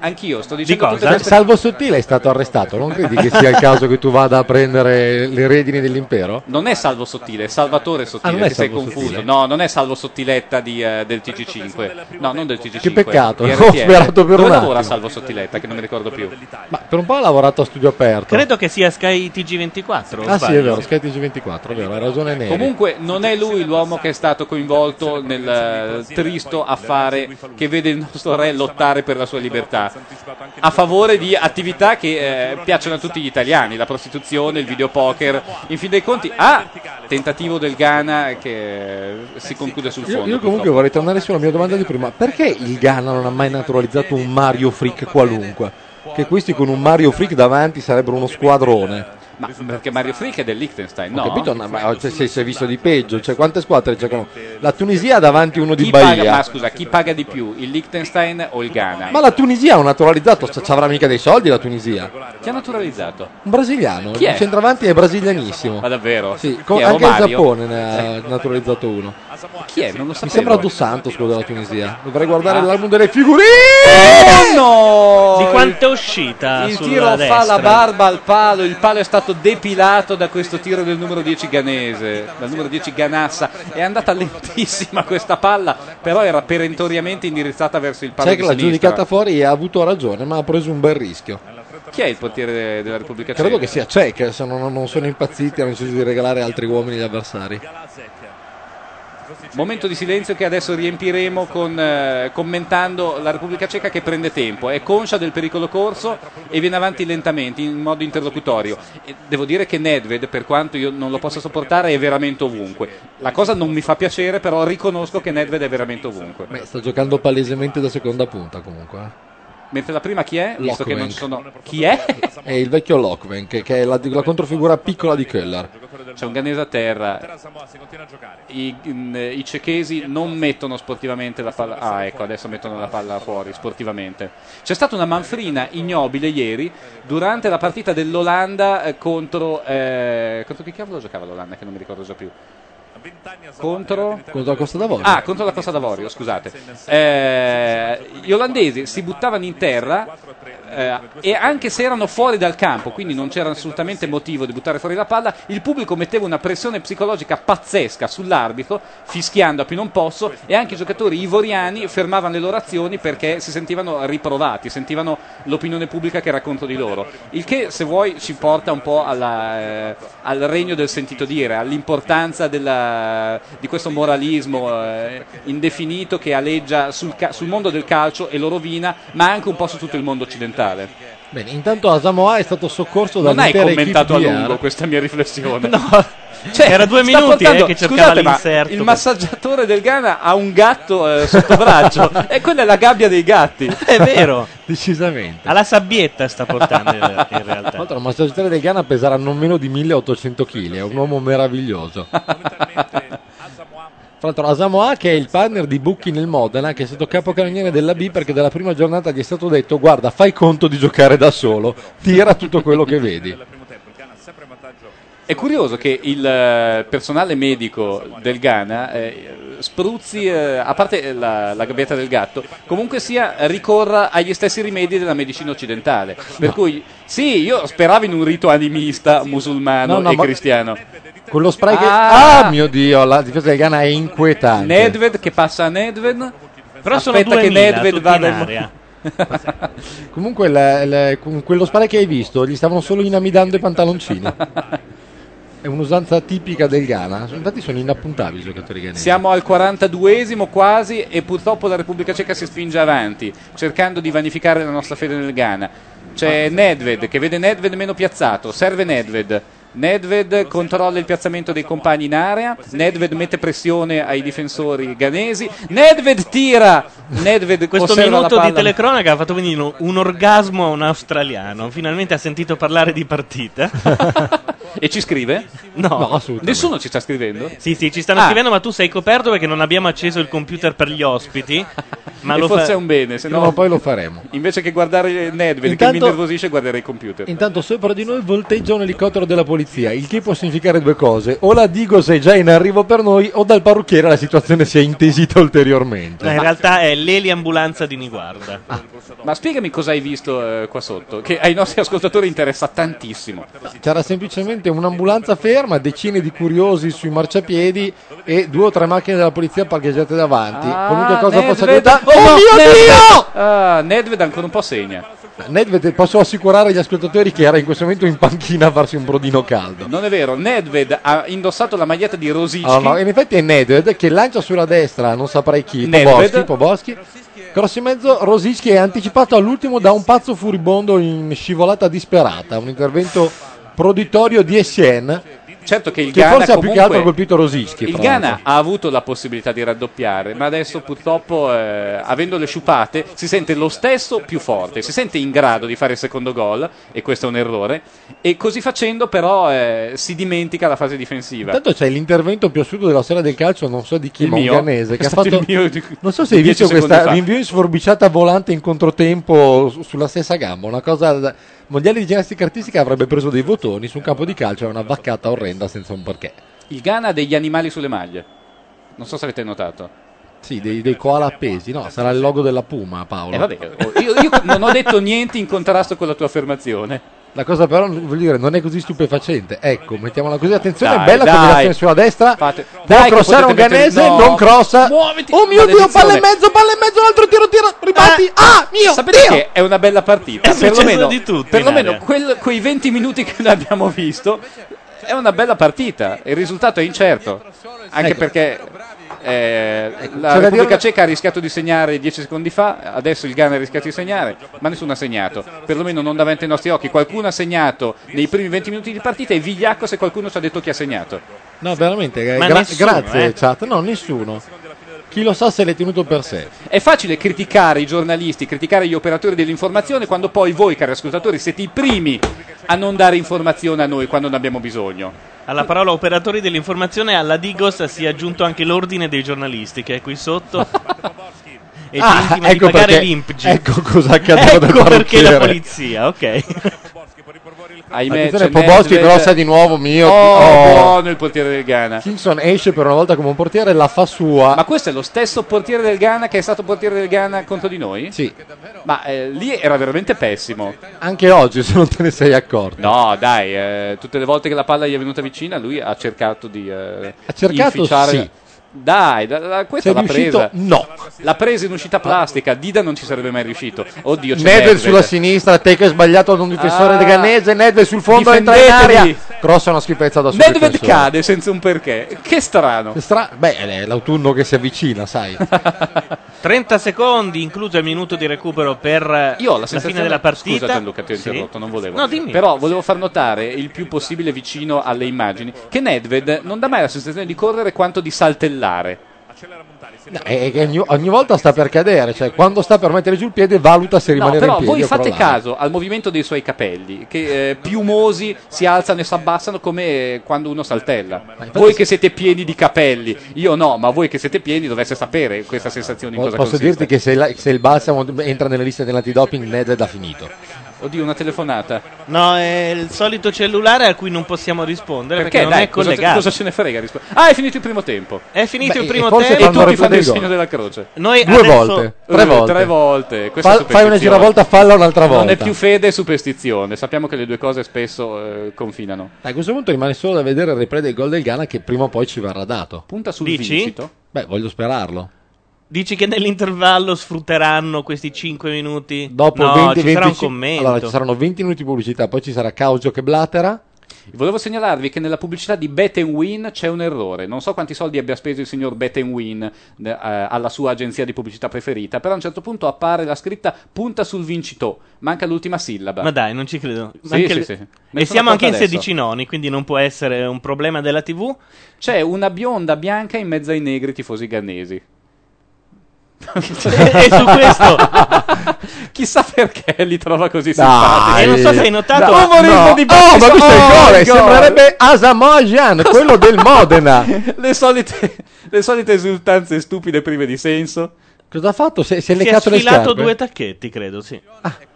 Speaker 5: Anch'io sto dicendo
Speaker 3: Di cosa?
Speaker 5: tutte queste
Speaker 4: Salvo Sottile è stato arrestato, non credi che sia il caso che tu vada a prendere le redini dell'impero?
Speaker 5: Non è Salvo Sottile, è Salvatore Sottile,
Speaker 4: Ah, non è
Speaker 5: ti sei
Speaker 4: Salvo
Speaker 5: confuso.
Speaker 4: Sottile.
Speaker 5: No, non è Salvo Sottiletta di, eh, del TG5. No, non del TG5.
Speaker 4: Che peccato,
Speaker 5: di
Speaker 4: ho
Speaker 5: RTL.
Speaker 4: sperato per
Speaker 5: eh, Dove
Speaker 4: un
Speaker 5: lavora
Speaker 4: attimo.
Speaker 5: Salvo Sottiletta, che non mi ricordo più.
Speaker 4: Ma per un po' ha lavorato a studio aperto.
Speaker 3: Credo che sia Sky TG24. o
Speaker 4: ah sì,
Speaker 3: sbaglio?
Speaker 4: è vero, Sky TG24, è vero, hai ragione Neri.
Speaker 5: Comunque non è lui l'uomo che è stato coinvolto nel eh, tristo affare che vede il nostro re lottare per la sua libertà a favore di attività che eh, piacciono a tutti gli italiani, la prostituzione, il videopoker, in fin dei conti ah, tentativo del Ghana che eh, si conclude sul
Speaker 4: Io,
Speaker 5: fondo.
Speaker 4: io comunque vorrei tornare sulla mia domanda di prima. Perché il Ghana non ha mai naturalizzato un Mario Freak qualunque? Che questi con un Mario Freak davanti sarebbero uno squadrone.
Speaker 5: Ma perché Mario Frick è del Liechtenstein, no?
Speaker 4: Ho capito? No, ma cioè, se si è visto di peggio. Cioè, quante squadre c'è? con- La Tunisia ha davanti uno di
Speaker 5: Chi paga, ma
Speaker 4: Bahia.
Speaker 5: scusa, chi paga di più, il Liechtenstein o il Ghana?
Speaker 4: Ma la Tunisia ha un naturalizzato, ci avrà mica dei soldi la Tunisia.
Speaker 5: Chi ha naturalizzato?
Speaker 4: Un brasiliano,
Speaker 5: Chi è?
Speaker 4: il centravanti è brasilianissimo.
Speaker 5: Ma davvero?
Speaker 4: Sì,
Speaker 5: Chi
Speaker 4: co-
Speaker 5: è,
Speaker 4: anche il
Speaker 5: Romario? Eh.
Speaker 4: Giappone ne ha naturalizzato uno.
Speaker 5: Chi è? Non lo sapevo.
Speaker 4: Mi sembra Dos Santos quello della Tunisia.
Speaker 5: Ah.
Speaker 4: Dovrei guardare l'album delle figurine.
Speaker 5: Eh,
Speaker 4: Eh,
Speaker 5: no!
Speaker 3: Di quanto è uscita
Speaker 5: Il
Speaker 3: sulla
Speaker 5: tiro fa
Speaker 3: destra?
Speaker 5: la barba al palo, il palo è stato depilato da questo tiro del numero 10 ghanese, dal numero 10 ganassa. È andata lentissima questa palla, però era perentoriamente indirizzata verso il palo
Speaker 4: C'è
Speaker 5: di
Speaker 4: che l'ha
Speaker 5: sinistra.
Speaker 4: giudicata fuori e ha avuto ragione, ma ha preso un bel rischio.
Speaker 5: Chi è il portiere della Repubblica
Speaker 4: Credo
Speaker 5: Ceca?
Speaker 4: che sia Cech, se non, non sono impazziti hanno deciso di regalare altri uomini agli avversari.
Speaker 5: Momento di silenzio che adesso riempiremo con, eh, commentando la Repubblica Ceca che prende tempo, è conscia del pericolo corso e viene avanti lentamente in modo interlocutorio. E devo dire che Nedved, per quanto io non lo possa sopportare, è veramente ovunque. La cosa non mi fa piacere, però riconosco che Nedved è veramente ovunque.
Speaker 4: Beh, sta giocando palesemente da seconda punta comunque. eh.
Speaker 5: Mentre la prima chi è? Visto che non ci sono... Chi è?
Speaker 4: È il vecchio Lockman, che, che è la, la controfigura piccola di Keller.
Speaker 5: C'è un ganese a terra. I, in- eh, i cecchesi non mettono sportivamente la palla. Ah, ecco, adesso mettono la palla fuori sportivamente. C'è stata una manfrina ignobile ieri durante la partita dell'Olanda eh, contro. eh, contro chi cavolo giocava l'Olanda? Che non mi ricordo già più. Contro.
Speaker 4: Contro la Costa d'Avorio.
Speaker 5: Ah, contro la Costa d'Avorio, scusate. Eh, gli olandesi si buttavano in terra eh, e anche se erano fuori dal campo, quindi non c'era assolutamente motivo di buttare fuori la palla, il pubblico metteva una pressione psicologica pazzesca sull'arbitro, fischiando a più non posso e anche i giocatori ivoriani fermavano le loro azioni perché si sentivano riprovati, sentivano l'opinione pubblica che era contro di loro. Il che, se vuoi, ci porta un po' alla, eh, al regno del sentito dire, all'importanza della- di questo moralismo eh, indefinito che aleggia sul, ca- sul mondo del calcio e lo rovina, ma anche un po' su tutto il mondo occidentale.
Speaker 4: Bene, intanto Asamoah è stato soccorso
Speaker 5: Non hai
Speaker 4: dall'intera equipe
Speaker 5: commentato a
Speaker 4: di
Speaker 5: lungo
Speaker 4: Ara.
Speaker 5: questa mia riflessione.
Speaker 3: Cioè, era due
Speaker 5: sta
Speaker 3: minuti eh,
Speaker 5: portando-
Speaker 3: che cercava
Speaker 5: scusate, ma
Speaker 3: l'inserto.
Speaker 5: Il massaggiatore del Ghana ha un gatto eh, sotto braccio e quella è la gabbia dei gatti.
Speaker 3: È vero,
Speaker 4: Decisamente.
Speaker 3: alla sabbietta sta portando in in realtà.
Speaker 4: Tra l'altro, la massaggiatore del Ghana peserà non meno di 1800 kg. È un uomo meraviglioso. Tra l'altro, Asamoah, che è il partner di Bucchi nel Modena, che è stato capocannoniere della B perché dalla prima giornata gli è stato detto: Guarda, fai conto di giocare da solo, tira tutto quello che vedi.
Speaker 5: È curioso che il eh, personale medico del Ghana eh, spruzzi, eh, a parte eh, la, la gabbietta del gatto, comunque sia ricorra agli stessi rimedi della medicina occidentale. Per cui, sì, io speravo in un rito animista musulmano
Speaker 4: No, no,
Speaker 5: e
Speaker 4: ma-
Speaker 5: cristiano.
Speaker 4: Quello spray che.
Speaker 5: Ah!
Speaker 4: Ah, mio dio, la difesa del Ghana è inquietante.
Speaker 5: Nedved che passa a Nedved.
Speaker 3: Però sono
Speaker 5: Aspetta che
Speaker 3: 2000
Speaker 5: Nedved
Speaker 3: tutti in
Speaker 5: vada in-
Speaker 3: area.
Speaker 4: Comunque, il- il- con quello spray che hai visto, gli stavano solo inamidando i pantaloncini. È un'usanza tipica del Ghana. Infatti, sono inappuntabili i giocatori ghanesi.
Speaker 5: Siamo al 42esimo quasi e purtroppo la Repubblica Ceca si spinge avanti, cercando di vanificare la nostra fede nel Ghana.
Speaker 3: Ah.
Speaker 5: C'è Nedved che vede Nedved meno piazzato, serve Nedved. Nedved controlla il piazzamento dei compagni in area, Nedved mette pressione ai difensori ghanesi, Nedved tira, Nedved
Speaker 3: Questo
Speaker 5: osserva la
Speaker 3: minuto
Speaker 5: palla.
Speaker 3: di telecronaca ha fatto venire un- un orgasmo a un australiano. Finalmente ha sentito parlare di partita.
Speaker 5: e ci scrive?
Speaker 3: No,
Speaker 4: No, assolutamente.
Speaker 5: Nessuno ci sta scrivendo?
Speaker 3: Sì, sì, ci stanno
Speaker 5: Ah.
Speaker 3: scrivendo, ma tu sei coperto perché non abbiamo acceso il computer per gli ospiti.
Speaker 5: e forse è un bene, se
Speaker 4: Prima
Speaker 5: no
Speaker 4: o poi lo faremo.
Speaker 5: invece che guardare Nedved che mi
Speaker 4: Intanto-
Speaker 5: nervosisce guarderei il computer.
Speaker 4: Intanto sopra di noi volteggia un elicottero della polizia, il che può significare due cose: o la Digos è già in arrivo per noi, o dal parrucchiere la situazione si è intesita ulterioriamente.
Speaker 3: No, in realtà è l'eliambulanza di Niguarda.
Speaker 5: Ma spiegami cosa hai visto eh, qua sotto, che ai nostri ascoltatori interessa tantissimo.
Speaker 4: C'era semplicemente un'ambulanza ferma, decine di curiosi sui marciapiedi e due o tre macchine della polizia parcheggiate davanti. Qualunque cosa fosse
Speaker 5: Nedved-
Speaker 4: capitata- Ah, Oh mio Dio!
Speaker 5: Ah, Nedved ancora un po' segna.
Speaker 4: Nedved, posso assicurare gli ascoltatori che era in questo momento in panchina a farsi un brodino caldo.
Speaker 5: Non è vero, Nedved ha indossato la maglietta di Rosicchi.
Speaker 4: Ah, no, in effetti è Nedved che lancia sulla destra, non saprei chi,
Speaker 5: Nedved.
Speaker 4: Poboschi, Poboschi. Cross in mezzo, Rosicchi è anticipato all'ultimo da un pazzo furibondo in scivolata disperata, un intervento proditorio di Essien
Speaker 5: Certo che il
Speaker 4: che
Speaker 5: Ghana
Speaker 4: forse ha più
Speaker 5: comunque-
Speaker 4: che altro colpito eh, Rosicchi.
Speaker 5: Il
Speaker 4: fra
Speaker 5: Ghana
Speaker 4: l'altro.
Speaker 5: ha avuto la possibilità di raddoppiare, ma adesso purtroppo, eh, avendole sciupate, si sente lo stesso più forte, si sente in grado di fare il secondo gol, e questo è un errore, e così facendo però eh, si dimentica la fase difensiva.
Speaker 4: Intanto c'è l'intervento più assurdo della storia del calcio, non so di chi,
Speaker 5: Il
Speaker 4: ma un
Speaker 5: mio.
Speaker 4: ghanese che
Speaker 5: È
Speaker 4: ha
Speaker 5: stato
Speaker 4: fatto...
Speaker 5: il mio di-
Speaker 4: Non so se hai
Speaker 5: di dieci
Speaker 4: visto
Speaker 5: secondi
Speaker 4: questa
Speaker 5: fa.
Speaker 4: rinvio in sforbiciata volante in controtempo su- sulla stessa gamba, una cosa... da- Mondiale di ginnastica artistica avrebbe preso dei votoni su un campo di calcio, è una vaccata orrenda senza un perché.
Speaker 5: Il Ghana ha degli animali sulle maglie, non so se avete notato.
Speaker 4: Sì, dei, dei koala appesi, no? Sarà il logo della Puma, Paolo.
Speaker 5: E vabbè, oh, io, io non ho detto niente in contrasto con la tua affermazione.
Speaker 4: La cosa però, voglio dire, non è così stupefacente. Ecco, mettiamola così, attenzione,
Speaker 5: Dai,
Speaker 4: bella
Speaker 5: dai.
Speaker 4: combinazione sulla destra.
Speaker 5: Fate-
Speaker 4: Può
Speaker 5: dai che
Speaker 4: crossare un
Speaker 5: potete mettere-
Speaker 4: ganese,
Speaker 5: no.
Speaker 4: non crossa.
Speaker 5: Muoviti,
Speaker 4: oh mio Dio,
Speaker 5: maledizione. Eh,
Speaker 4: palla in mezzo, palla in mezzo, un altro tiro, tiro, ribatti. Ah, mio
Speaker 5: Sapete
Speaker 4: Dio!
Speaker 5: che è una bella partita.
Speaker 3: È successo
Speaker 5: perlomeno,
Speaker 3: di tutto in
Speaker 5: perlomeno
Speaker 3: area.
Speaker 5: quel- quei 20 minuti che noi abbiamo visto è una bella partita. Il risultato è incerto. Anche
Speaker 4: Ecco.
Speaker 5: perché eh, la
Speaker 4: c'è da dire
Speaker 5: Repubblica
Speaker 4: una-
Speaker 5: Ceca ha rischiato di segnare 10 secondi fa, adesso il Ghana ha rischiato di segnare, ma nessuno ha segnato. Perlomeno non davanti ai nostri occhi. Qualcuno ha segnato nei primi 20 minuti di partita e vigliacco se qualcuno ci ha detto chi ha segnato.
Speaker 4: No, veramente,
Speaker 3: Ma
Speaker 4: gra-
Speaker 3: nessuno,
Speaker 4: grazie
Speaker 3: eh.
Speaker 4: chat. No, nessuno. Chi lo sa se l'è tenuto per sé.
Speaker 5: È facile criticare i giornalisti, criticare gli operatori dell'informazione quando poi voi, cari ascoltatori, siete i primi a non dare informazione a noi quando ne abbiamo bisogno.
Speaker 3: Alla parola operatori dell'informazione, alla Digos si è aggiunto anche l'ordine dei giornalisti, che è qui sotto. e
Speaker 5: Ah,
Speaker 3: ci intima di pagare l'Impgi.
Speaker 4: Ah, Ecco cosa accadeva dal
Speaker 3: Ecco perché la
Speaker 4: parrucchiere.
Speaker 3: polizia, ok.
Speaker 5: Ahimè,
Speaker 4: Attenzione,
Speaker 5: c'è
Speaker 4: Poboschi
Speaker 5: Nedved.
Speaker 4: crossa di nuovo, mio.
Speaker 5: Oh,
Speaker 4: Dio.
Speaker 5: buono il portiere del Ghana.
Speaker 4: Simpson esce per una volta come un portiere, la fa sua.
Speaker 5: Ma questo è lo stesso portiere del Ghana che è stato portiere del Ghana contro di noi?
Speaker 4: Sì,
Speaker 5: Ma eh, lì era veramente pessimo.
Speaker 4: anche oggi se non te ne sei accorto.
Speaker 5: No, dai, eh, tutte le volte che la palla gli è venuta vicina, lui ha cercato di eh,
Speaker 4: Ha cercato,
Speaker 5: inficiare-
Speaker 4: sì.
Speaker 5: Dai, da- da- questa
Speaker 4: Sei
Speaker 5: l'ha
Speaker 4: riuscito?
Speaker 5: presa.
Speaker 4: No.
Speaker 5: L'ha presa in uscita plastica. Dida non ci sarebbe mai riuscito. Oddio, c'è
Speaker 4: Nedved
Speaker 5: Nedved.
Speaker 4: sulla sinistra, take sbagliato ad un difensore
Speaker 5: Ah.
Speaker 4: del Ganese, Nedved sul fondo entra in
Speaker 5: Difendetevi.
Speaker 4: aria. Crossa una schifezza da solo.
Speaker 5: Nedved cade senza un perché. Che strano.
Speaker 4: Beh, è l'autunno che si avvicina, sai.
Speaker 3: 30 secondi, incluso il minuto di recupero per
Speaker 5: Io ho la,
Speaker 3: la
Speaker 5: sensazione-
Speaker 3: fine della partita.
Speaker 5: Scusa Gianluca, ti ho
Speaker 3: Sì.
Speaker 5: interrotto, non volevo.
Speaker 3: No, dimmi.
Speaker 5: Però volevo far notare il più possibile vicino alle immagini che Nedved non dà mai la sensazione di correre quanto di saltellare.
Speaker 4: No, è che ogni, ogni volta sta per cadere, cioè quando sta per mettere giù il piede valuta se
Speaker 5: No,
Speaker 4: rimanere
Speaker 5: però
Speaker 4: in piedi.
Speaker 5: voi
Speaker 4: o
Speaker 5: fate
Speaker 4: crollare.
Speaker 5: caso al movimento dei suoi capelli, che eh, piumosi si alzano e si abbassano come eh, quando uno saltella. Voi che siete pieni di capelli, io no, ma voi che siete pieni dovreste sapere questa sensazione in
Speaker 4: Po-
Speaker 5: cosa
Speaker 4: Posso
Speaker 5: consiste.
Speaker 4: dirti che se, la- se il balsamo entra nella lista dell'antidoping, Nedved ha finito.
Speaker 5: Oddio, una telefonata.
Speaker 3: No, è il solito cellulare a cui non possiamo rispondere perché, non
Speaker 5: Dai,
Speaker 3: è
Speaker 5: cosa-
Speaker 3: collegato.
Speaker 5: Cosa ce ne frega? rispo- Ah, è finito il primo tempo.
Speaker 3: È finito
Speaker 4: Beh,
Speaker 3: il primo
Speaker 4: e forse
Speaker 5: E
Speaker 4: Quando
Speaker 3: tempo.
Speaker 5: tutti fanno
Speaker 4: ripete
Speaker 5: il
Speaker 4: il gol.
Speaker 5: segno della croce.
Speaker 3: Noi
Speaker 4: Due
Speaker 3: adesso-
Speaker 4: volte, tre
Speaker 5: Eh,
Speaker 4: volte.
Speaker 5: Tre volte. Questa
Speaker 4: Fa-
Speaker 5: è
Speaker 4: fai una
Speaker 5: superstizione.
Speaker 4: giravolta, falla un'altra volta.
Speaker 5: Non è più fede e superstizione. Sappiamo che le due cose spesso eh, confinano.
Speaker 4: A questo punto rimane solo da vedere il replay del gol del Ghana che prima o poi ci verrà dato.
Speaker 5: Punta sul
Speaker 3: Dici?
Speaker 5: vincito.
Speaker 4: Beh, voglio sperarlo.
Speaker 3: Dici che nell'intervallo sfrutteranno questi 5 minuti?
Speaker 4: Dopo
Speaker 3: no, ci
Speaker 4: 20,
Speaker 3: sarà un
Speaker 4: 25
Speaker 3: commento.
Speaker 4: Allora, ci saranno 20 minuti di pubblicità, poi ci sarà Caugio che blatera.
Speaker 5: Volevo segnalarvi che nella pubblicità di Bet Win c'è un errore. Non so quanti soldi abbia speso il signor Bet Win eh, alla sua agenzia di pubblicità preferita, però a un certo punto appare la scritta punta sul vincito. Manca l'ultima sillaba.
Speaker 3: Ma dai, non ci credo.
Speaker 5: Sì,
Speaker 3: Anche
Speaker 5: sì,
Speaker 3: le-
Speaker 5: sì. Me ne sono
Speaker 3: E siamo anche in
Speaker 5: accorto
Speaker 3: 16 noni, quindi non può essere un problema della TV.
Speaker 5: C'è una bionda bianca in mezzo ai negri tifosi gannesi.
Speaker 3: e su questo,
Speaker 5: Chissà perché li trova così
Speaker 3: e
Speaker 5: simpatici.
Speaker 3: non so se hai notato,
Speaker 5: Dai. Oh, morendo di
Speaker 4: oh, ma
Speaker 5: Battistuta.
Speaker 4: questo è il
Speaker 5: Oh,
Speaker 4: gol!
Speaker 5: il gol.
Speaker 4: Sembrerebbe Asamoah quello del Modena.
Speaker 5: le solite, le solite esultanze stupide prive di senso.
Speaker 4: Cosa ha fatto? Si è, si è
Speaker 3: Si è
Speaker 4: leccato le
Speaker 3: sfilato
Speaker 4: scarpe?
Speaker 3: due tacchetti, credo, sì.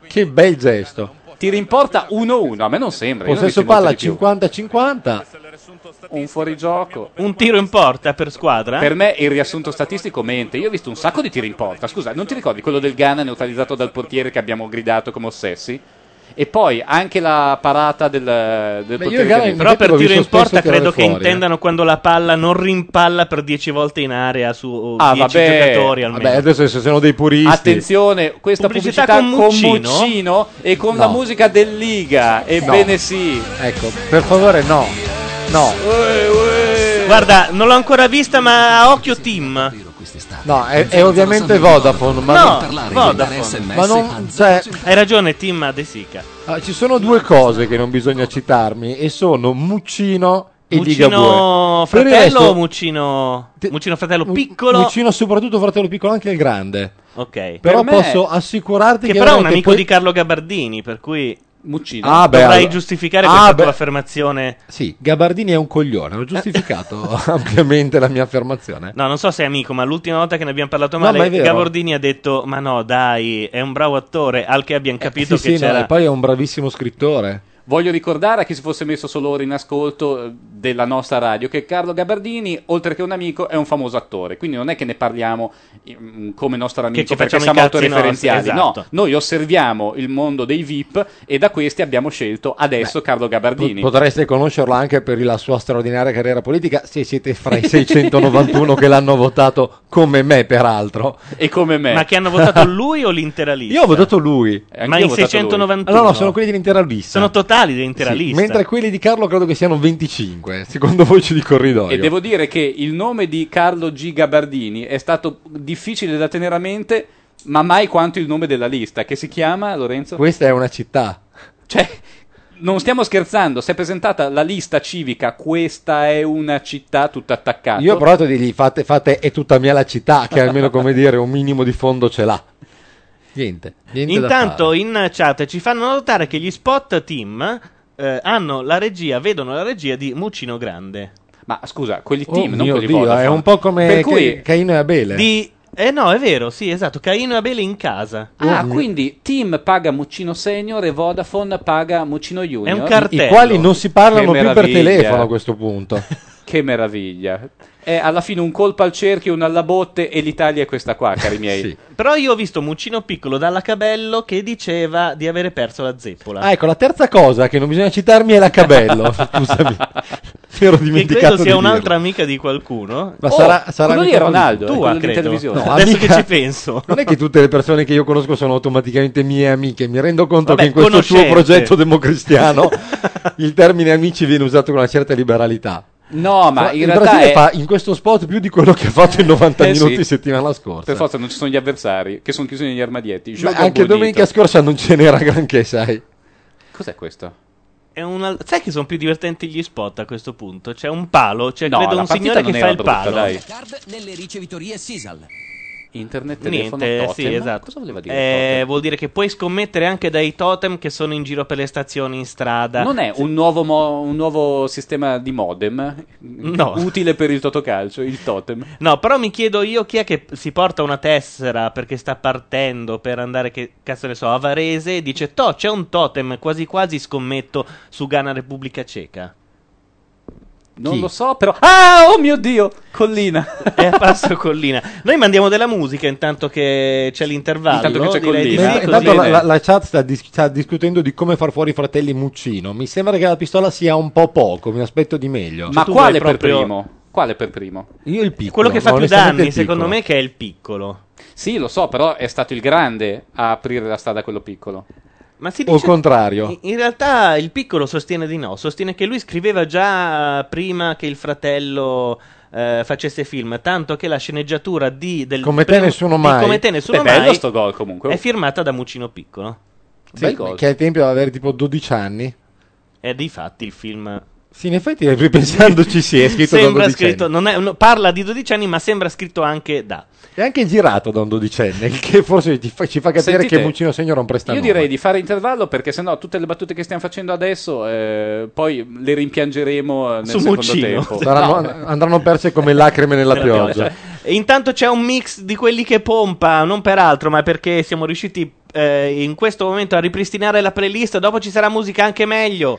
Speaker 4: Che bel gesto.
Speaker 5: Tiri in porta 1-1, a me non sembra. io ne ho
Speaker 4: Possesso
Speaker 5: visti molti
Speaker 4: palla
Speaker 5: di più.
Speaker 4: 50-50.
Speaker 5: Un fuorigioco.
Speaker 3: Un tiro in porta per squadra.
Speaker 5: Per me il riassunto statistico mente. Io ho visto un sacco di tiri in porta. Scusa, non ti ricordi quello del Ghana neutralizzato dal portiere che abbiamo gridato come ossessi? E poi anche la parata del, del
Speaker 4: io
Speaker 5: portiere.
Speaker 4: il Ghana
Speaker 5: tedesco.
Speaker 3: Però per tiro in porta credo che
Speaker 4: eh.
Speaker 3: intendano quando la palla non rimpalla per 10 volte in area su 10
Speaker 5: Ah, vabbè.
Speaker 3: giocatori almeno.
Speaker 4: Beh, adesso se sono dei puristi.
Speaker 5: Attenzione, questa
Speaker 3: Pubblicità
Speaker 5: pubblicità,
Speaker 3: con
Speaker 5: con
Speaker 3: Muccino?
Speaker 5: Muccino, e con
Speaker 4: No.
Speaker 5: la musica del Liga. Ebbene sì.
Speaker 4: Ecco, per favore no. No,
Speaker 3: Guarda, non l'ho ancora vista, ma a occhio team.
Speaker 4: no, è, è ovviamente Vodafone, ma
Speaker 3: No, Vodafone.
Speaker 4: Ma non, cioè,
Speaker 3: Hai ragione, team De Sica.
Speaker 4: ah, ci sono due cose che non bisogna citarmi e sono Muccino e
Speaker 3: Muccino
Speaker 4: Ligabue. Per il
Speaker 3: fratello o
Speaker 4: resto-
Speaker 3: Muccino,
Speaker 4: Te-
Speaker 3: Muccino fratello
Speaker 4: Mu-
Speaker 3: piccolo?
Speaker 4: Muccino soprattutto fratello piccolo anche il grande.
Speaker 3: ok.
Speaker 4: Però
Speaker 5: me-
Speaker 4: posso assicurarti
Speaker 3: che
Speaker 4: che,
Speaker 3: però è un
Speaker 4: veramente
Speaker 3: amico
Speaker 4: poi-
Speaker 3: di Carlo Gabardini, per cui
Speaker 5: Muccino.
Speaker 4: Ah, beh,
Speaker 3: dovrai
Speaker 4: allora-
Speaker 3: giustificare
Speaker 4: Ah,
Speaker 3: questa
Speaker 4: beh.
Speaker 3: tua affermazione.
Speaker 4: Sì, Gabardini è un coglione, ho giustificato ampiamente la mia affermazione.
Speaker 3: No, non so se è amico, ma l'ultima volta che ne abbiamo parlato
Speaker 4: No,
Speaker 3: male,
Speaker 4: ma è vero.
Speaker 3: Gabardini ha detto: Ma no, dai, è un bravo attore. Al che abbiamo capito
Speaker 4: Eh, sì,
Speaker 3: che
Speaker 4: sì, no,
Speaker 3: c'era.
Speaker 4: e poi è un bravissimo scrittore.
Speaker 5: Voglio ricordare a chi si fosse messo solo ora in ascolto eh, della nostra radio che Carlo Gabardini, oltre che un amico, è un famoso attore. Quindi non è che ne parliamo mm, come nostro amico
Speaker 3: ci
Speaker 5: perché
Speaker 3: facciamo i
Speaker 5: siamo
Speaker 3: cazzi
Speaker 5: autoreferenziali.
Speaker 3: nostri, esatto.
Speaker 5: No, noi osserviamo il mondo dei VIP e da questi abbiamo scelto adesso Carlo Gabardini.
Speaker 4: Potreste conoscerlo anche per la sua straordinaria carriera politica, se siete fra i 691 che l'hanno votato come me, peraltro.
Speaker 5: e come me.
Speaker 3: Ma che hanno votato lui o l'intera lista?
Speaker 4: Io ho votato lui.
Speaker 5: Anch'io
Speaker 3: ma
Speaker 5: ho
Speaker 3: in
Speaker 5: votato lui.
Speaker 3: 691.
Speaker 4: Ah, no, no, sono quelli dell'intera lista.
Speaker 3: Sono totali dell'intera
Speaker 4: Sì,
Speaker 3: lista.
Speaker 4: Mentre quelli di Carlo credo che siano 25, secondo voci di corridoio.
Speaker 5: E devo dire che il nome di Carlo G. Gabardini è stato difficile da tenere a mente, ma mai quanto il nome della lista, che si chiama Lorenzo.
Speaker 4: Questa è una città.
Speaker 5: Cioè, non stiamo scherzando, si è presentata la lista civica, questa è una città tutta attaccata.
Speaker 4: Io ho provato a dirgli fate, fate è tutta mia la città, che almeno come dire un minimo di fondo ce l'ha. Niente. niente da
Speaker 3: Intanto
Speaker 4: fare.
Speaker 3: in chat ci fanno notare che gli spot team eh, hanno la regia, vedono la regia di Muccino Grande.
Speaker 5: Ma scusa, quelli
Speaker 4: Oh
Speaker 5: team, non
Speaker 4: mio
Speaker 5: quelli
Speaker 4: Dio,
Speaker 5: Vodafone.
Speaker 4: è un po' come
Speaker 5: Per cui-
Speaker 4: Ca- Caino e Abele.
Speaker 3: Di... Eh no, è vero, sì, esatto. Caino e Abele in casa.
Speaker 5: Ah, quindi team paga Muccino Senior e Vodafone paga Muccino Junior.
Speaker 3: È un cartello.
Speaker 4: I quali non si parlano
Speaker 5: Che
Speaker 4: più per
Speaker 5: meraviglia. Esatto.
Speaker 4: telefono a questo punto.
Speaker 5: Che meraviglia. È alla fine un colpo al cerchio, una alla botte e l'Italia è questa qua, cari miei.
Speaker 4: Sì.
Speaker 3: Però io ho visto Muccino Piccolo dalla Cabello che diceva di avere perso la zeppola.
Speaker 4: Ah, ecco, la terza cosa che non bisogna citarmi è la Cabello. Scusami, mi ero
Speaker 3: che
Speaker 4: dimenticato.
Speaker 3: credo
Speaker 4: di
Speaker 3: sia
Speaker 4: dirlo.
Speaker 3: un'altra amica di qualcuno.
Speaker 4: Ma
Speaker 5: Oh,
Speaker 4: sarà, sarà
Speaker 5: quello lì
Speaker 4: mica
Speaker 5: è Ronaldo,
Speaker 4: Ronaldo.
Speaker 5: eh,
Speaker 3: Tua,
Speaker 5: quello in
Speaker 3: Ah, credo.
Speaker 5: televisione.
Speaker 4: No, ah,
Speaker 3: Adesso
Speaker 4: amica-
Speaker 3: che ci penso.
Speaker 4: Non è che tutte le persone che io conosco sono automaticamente mie amiche. Mi rendo conto
Speaker 3: Vabbè,
Speaker 4: che in questo suo
Speaker 3: conoscente.
Speaker 4: progetto democristiano il termine amici viene usato con una certa liberalità.
Speaker 5: No, ma
Speaker 4: Fra-
Speaker 5: in
Speaker 4: il
Speaker 5: realtà
Speaker 4: Brasile
Speaker 5: è...
Speaker 4: fa in questo spot più di quello che ha fatto in 90
Speaker 5: Eh sì.
Speaker 4: minuti settimana scorsa.
Speaker 5: Per forza non ci sono gli avversari, che sono chiusi negli armadietti.
Speaker 4: Ma
Speaker 5: Gioca
Speaker 4: anche
Speaker 5: Bonito.
Speaker 4: domenica scorsa non ce n'era granché, sai.
Speaker 5: Cos'è questo?
Speaker 3: È un al- Sai che sono più divertenti gli spot a questo punto? C'è un palo, c'è
Speaker 5: No,
Speaker 3: credo
Speaker 5: la
Speaker 3: un
Speaker 5: partita
Speaker 3: signore che
Speaker 5: non
Speaker 3: fa
Speaker 5: era
Speaker 3: il
Speaker 5: brutta,
Speaker 3: palo.
Speaker 5: dai.
Speaker 6: Card nelle ricevitorie Sisal.
Speaker 5: Internet, telefono,
Speaker 3: Niente,
Speaker 5: totem.
Speaker 3: sì, esatto.
Speaker 5: Cosa voleva dire
Speaker 3: Eh,
Speaker 5: totem?
Speaker 3: vuol dire che puoi scommettere anche dai totem che sono in giro per le stazioni in strada.
Speaker 5: Non è un nuovo, mo- un nuovo sistema di modem
Speaker 3: No.
Speaker 5: utile per il totocalcio, il totem.
Speaker 3: No, però mi chiedo io chi è che si porta una tessera perché sta partendo per andare, che cazzo ne so, a Varese e dice: Toh, c'è un totem, quasi quasi scommetto su Ghana Repubblica Ceca.
Speaker 5: Non
Speaker 4: Chi?
Speaker 5: lo so, però... Ah, oh mio Dio! Collina!
Speaker 3: È a passo collina. Noi mandiamo della musica intanto che c'è l'intervallo.
Speaker 5: Intanto che c'è
Speaker 3: direi di
Speaker 5: collina.
Speaker 3: sì,
Speaker 4: Mentre-
Speaker 5: così.
Speaker 4: intanto la,
Speaker 5: Bene.
Speaker 4: la- la chat sta, dis- sta discutendo di come far fuori i fratelli Muccino. Mi sembra che la pistola sia un po' poco, mi aspetto di meglio.
Speaker 5: ma
Speaker 3: cioè, tu
Speaker 5: quale
Speaker 3: vuoi
Speaker 5: per
Speaker 3: proprio-
Speaker 5: primo? Quale per primo?
Speaker 4: io il piccolo.
Speaker 3: Quello che fa
Speaker 4: no,
Speaker 3: più
Speaker 4: onestamente
Speaker 3: danni,
Speaker 4: il piccolo.
Speaker 3: secondo me, che è il piccolo.
Speaker 5: Sì, lo so, però è stato il grande a aprire la strada a quello piccolo.
Speaker 3: Ma si
Speaker 4: O
Speaker 3: dice
Speaker 4: il contrario.
Speaker 3: In- In realtà il piccolo sostiene di no, sostiene che lui scriveva già prima che il fratello eh, facesse film, tanto che la sceneggiatura di del
Speaker 4: Come te
Speaker 3: primo-
Speaker 4: nessuno
Speaker 3: di
Speaker 4: mai.
Speaker 3: Come te nessuno
Speaker 5: È
Speaker 3: mai
Speaker 5: bello sto gol comunque. Oh,
Speaker 3: è firmata da Mucino Piccolo.
Speaker 4: Sì,
Speaker 5: Bel gol.
Speaker 4: che ai tempi doveva avere tipo 12 anni.
Speaker 3: E di fatti il film
Speaker 4: Sì, in effetti, ripensandoci, sì, è scritto da un
Speaker 3: Sembra
Speaker 4: dodicenne.
Speaker 3: scritto, non è- no, parla di dodicenni, ma sembra scritto anche da.
Speaker 4: È anche girato da un dodicenne, il che forse ti fa- ci fa capire
Speaker 5: Sentite,
Speaker 4: che Muccino Segno era un
Speaker 5: Io
Speaker 4: prestanome.
Speaker 5: direi di fare intervallo perché sennò tutte le battute che stiamo facendo adesso eh, poi le rimpiangeremo eh, nel
Speaker 3: Su
Speaker 5: secondo
Speaker 3: Muccino.
Speaker 5: tempo.
Speaker 4: Saranno- Andranno perse come lacrime nella pioggia.
Speaker 3: E intanto c'è un mix di quelli che pompa, non per altro, ma perché siamo riusciti eh, in questo momento a ripristinare la playlist. Dopo ci sarà musica anche meglio.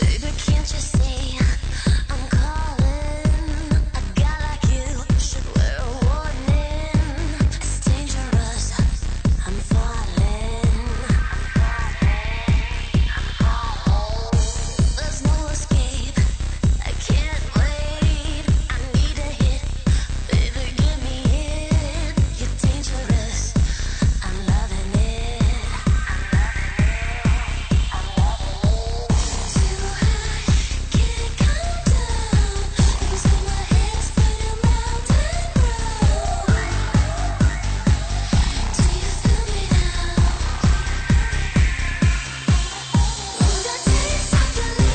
Speaker 7: Baby, can't you see I'm calling? A guy like you should wear a warning. It's dangerous. I'm falling. There's no escape. I can't wait. I need a hit. Baby, give me it. You're dangerous. I'm loving it. I'm loving it. I'm loving it. Too high, can't come down. Cause my head's but a mountain road. Do you feel me now? All the days I believed that I'm alright. Your touch sick, I'm slipping under mountains of a place I'm paradise. I'm addicted to you, don't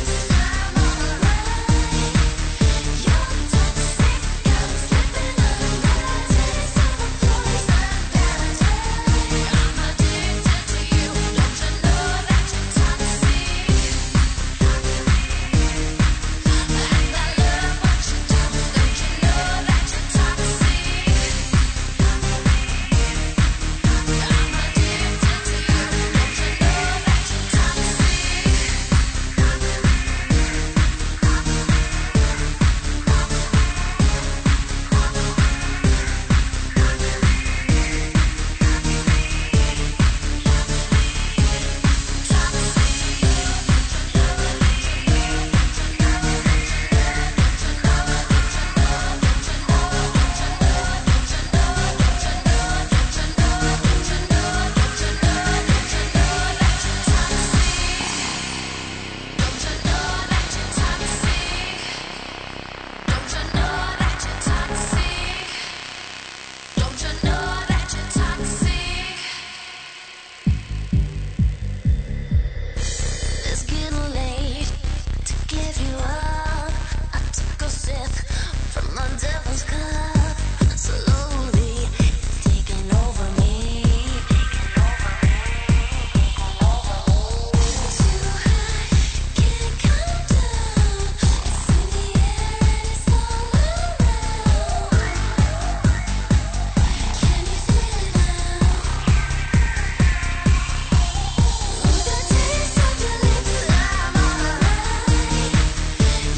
Speaker 7: you know that you're toxic? And I love what you do, don't you know that you're toxic? I'm addicted to you, don't you know that you're toxic? It's getting late to give you up. I took a sip from the devil's cup. Slowly, it's taking over me. Taking over me. Taking over me. Too high, can't come down. It's in the air and it's all around. Can you feel it now? All the days I believed that I'm alright. Your touch sick, I'm slipping under.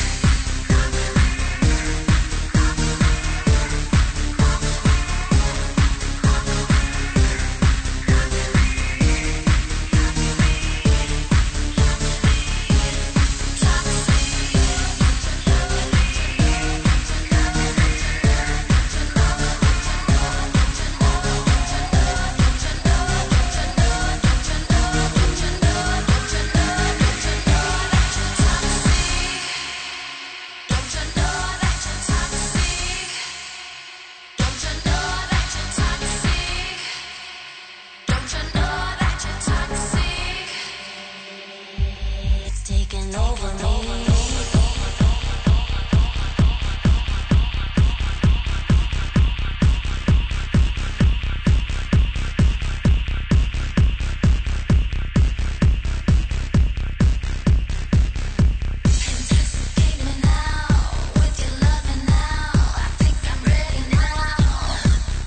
Speaker 7: Taste of a poison paradise. I'm addicted to you. Don't you know that you're toxic? And I love what you do. Don't you know that you're toxic? I'm addicted to you. Don't you know that you're toxic? It's taking over me. Intoxicate me now with your loving now. I think I'm ready now.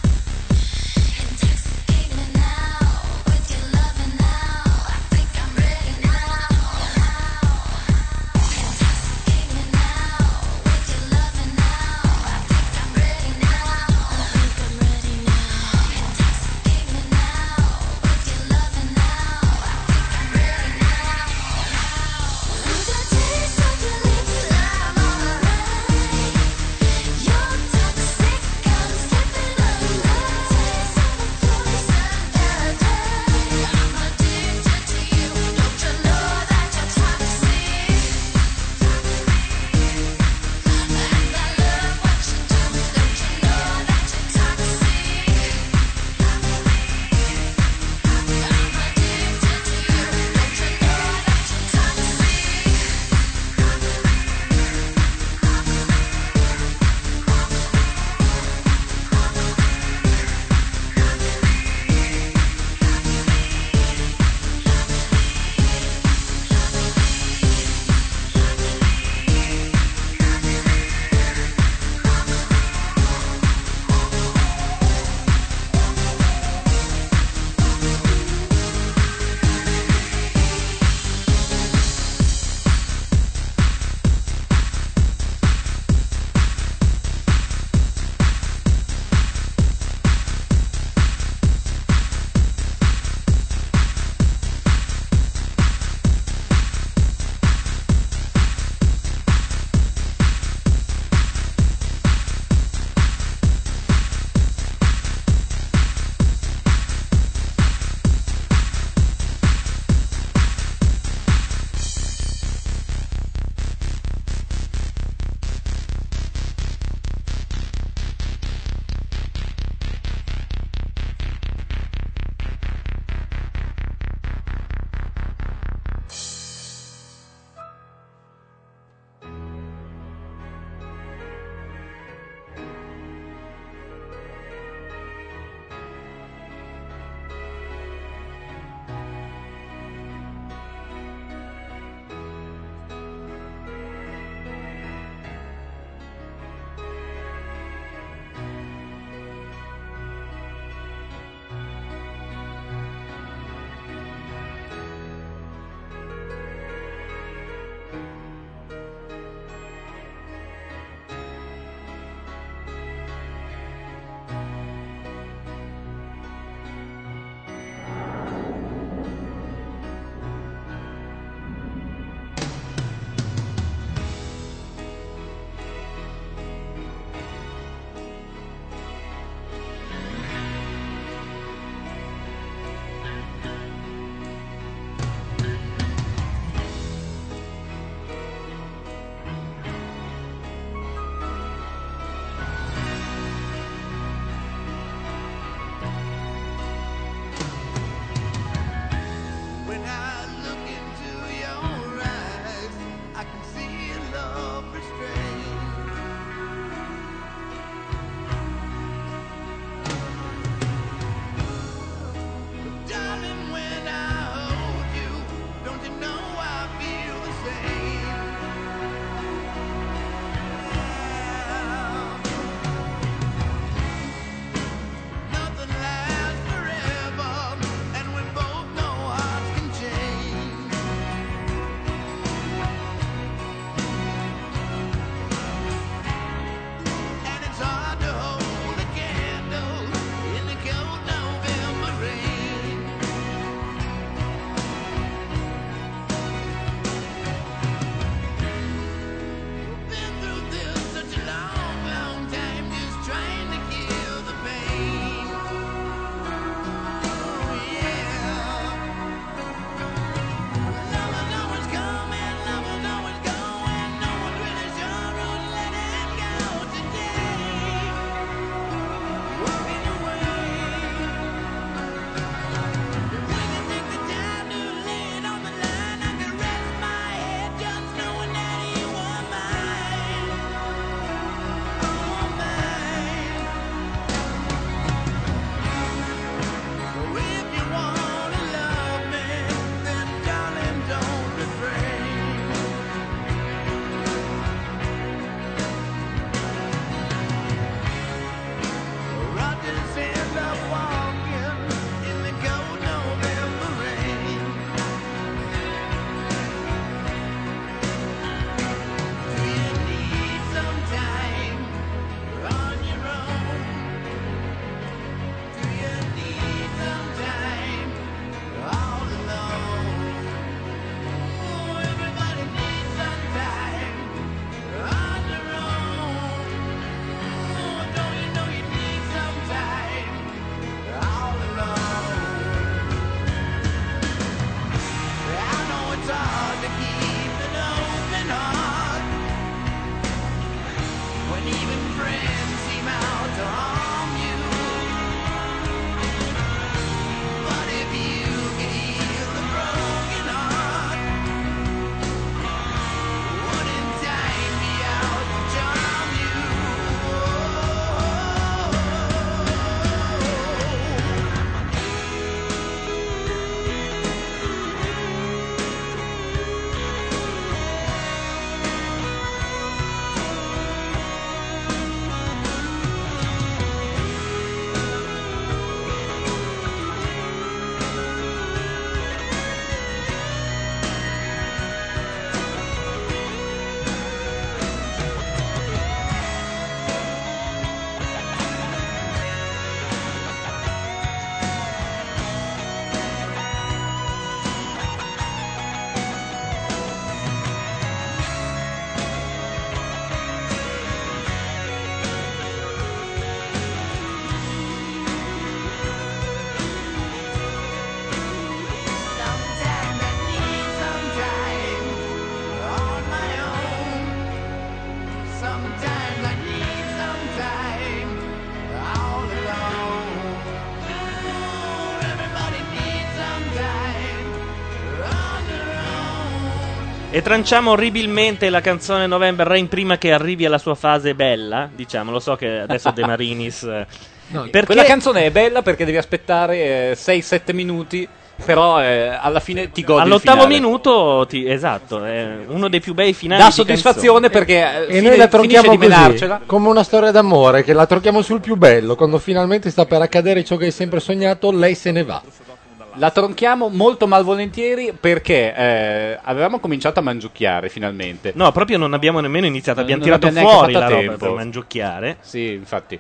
Speaker 8: Oh,
Speaker 3: E tranciamo orribilmente la canzone November Rain prima che arrivi alla sua fase bella. Diciamo, lo so che adesso De Marinis. eh, perché-
Speaker 9: Quella canzone è bella perché devi aspettare eh, 6-7 minuti, però eh, alla fine ti godi il
Speaker 3: All'ottavo
Speaker 9: finale.
Speaker 3: minuto, ti- esatto, è uno dei più bei finali.
Speaker 9: Dà
Speaker 3: di
Speaker 9: soddisfazione
Speaker 3: canzone.
Speaker 5: eh,
Speaker 9: perché
Speaker 4: E noi la tronchiamo così, come una storia d'amore, che la tronchiamo sul più bello, quando finalmente sta per accadere ciò che hai sempre sognato, lei se ne va.
Speaker 5: La tronchiamo molto malvolentieri perché eh, avevamo cominciato a mangiucchiare finalmente.
Speaker 3: No, proprio non abbiamo nemmeno iniziato, abbiamo
Speaker 5: Non
Speaker 3: tirato
Speaker 5: abbiamo neanche
Speaker 3: fuori la
Speaker 5: fatto
Speaker 3: roba
Speaker 5: tempo.
Speaker 3: per mangiucchiare.
Speaker 5: Sì, infatti.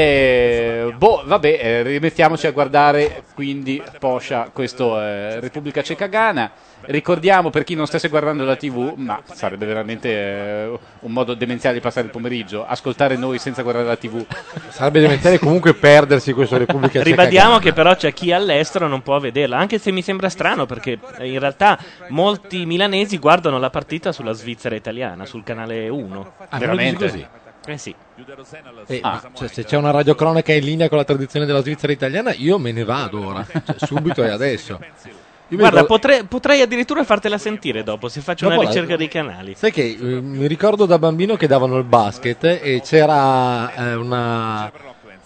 Speaker 5: Eh, boh, vabbè, eh, rimettiamoci a guardare quindi Poscia, questo eh, Repubblica Ceca Ghana. Ricordiamo per chi non stesse guardando la TV, ma sarebbe veramente eh, un modo demenziale di passare il pomeriggio, ascoltare noi senza guardare la TV.
Speaker 4: Sarebbe demenziale comunque perdersi questo Repubblica Ceca
Speaker 3: Ribadiamo
Speaker 4: Ghana.
Speaker 3: che però c'è chi all'estero non può vederla, anche se mi sembra strano perché eh, in realtà molti milanesi guardano la partita sulla Svizzera italiana, sul canale 1.
Speaker 4: Ah, me lo dici così?
Speaker 3: Eh sì.
Speaker 4: Eh, ma, cioè, se c'è una radiocronaca in linea con la tradizione della Svizzera italiana, io me ne vado ora, Cioè, subito e adesso. Io mi
Speaker 3: Guarda,
Speaker 4: ricordo-
Speaker 3: potrei, potrei addirittura fartela sentire dopo, se faccio una
Speaker 4: Dopo la-
Speaker 3: ricerca dei canali.
Speaker 4: Sai che eh, mi ricordo da bambino che davano il basket eh, e c'era eh, una.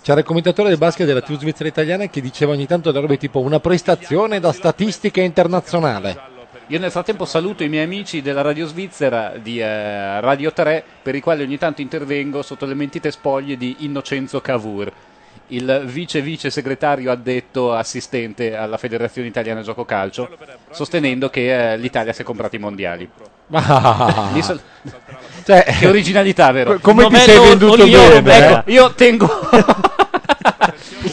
Speaker 4: C'era il commentatore del basket della TV svizzera italiana che diceva ogni tanto delle robe tipo una prestazione da statistica internazionale.
Speaker 5: Io nel frattempo saluto i miei amici della Radio Svizzera di eh, Radio 3, per i quali ogni tanto intervengo sotto le mentite spoglie di Innocenzo Cavour, il vice vice segretario addetto assistente alla Federazione Italiana Gioco Calcio, sostenendo che eh, l'Italia si è comprata i mondiali.
Speaker 4: Ah.
Speaker 5: Li sal-
Speaker 4: Cioè,
Speaker 5: che originalità, vero?
Speaker 4: co- come ti sei
Speaker 3: Novello
Speaker 4: venduto
Speaker 3: Oliero,
Speaker 4: bene?
Speaker 3: Becca.
Speaker 4: eh?
Speaker 5: Io tengo.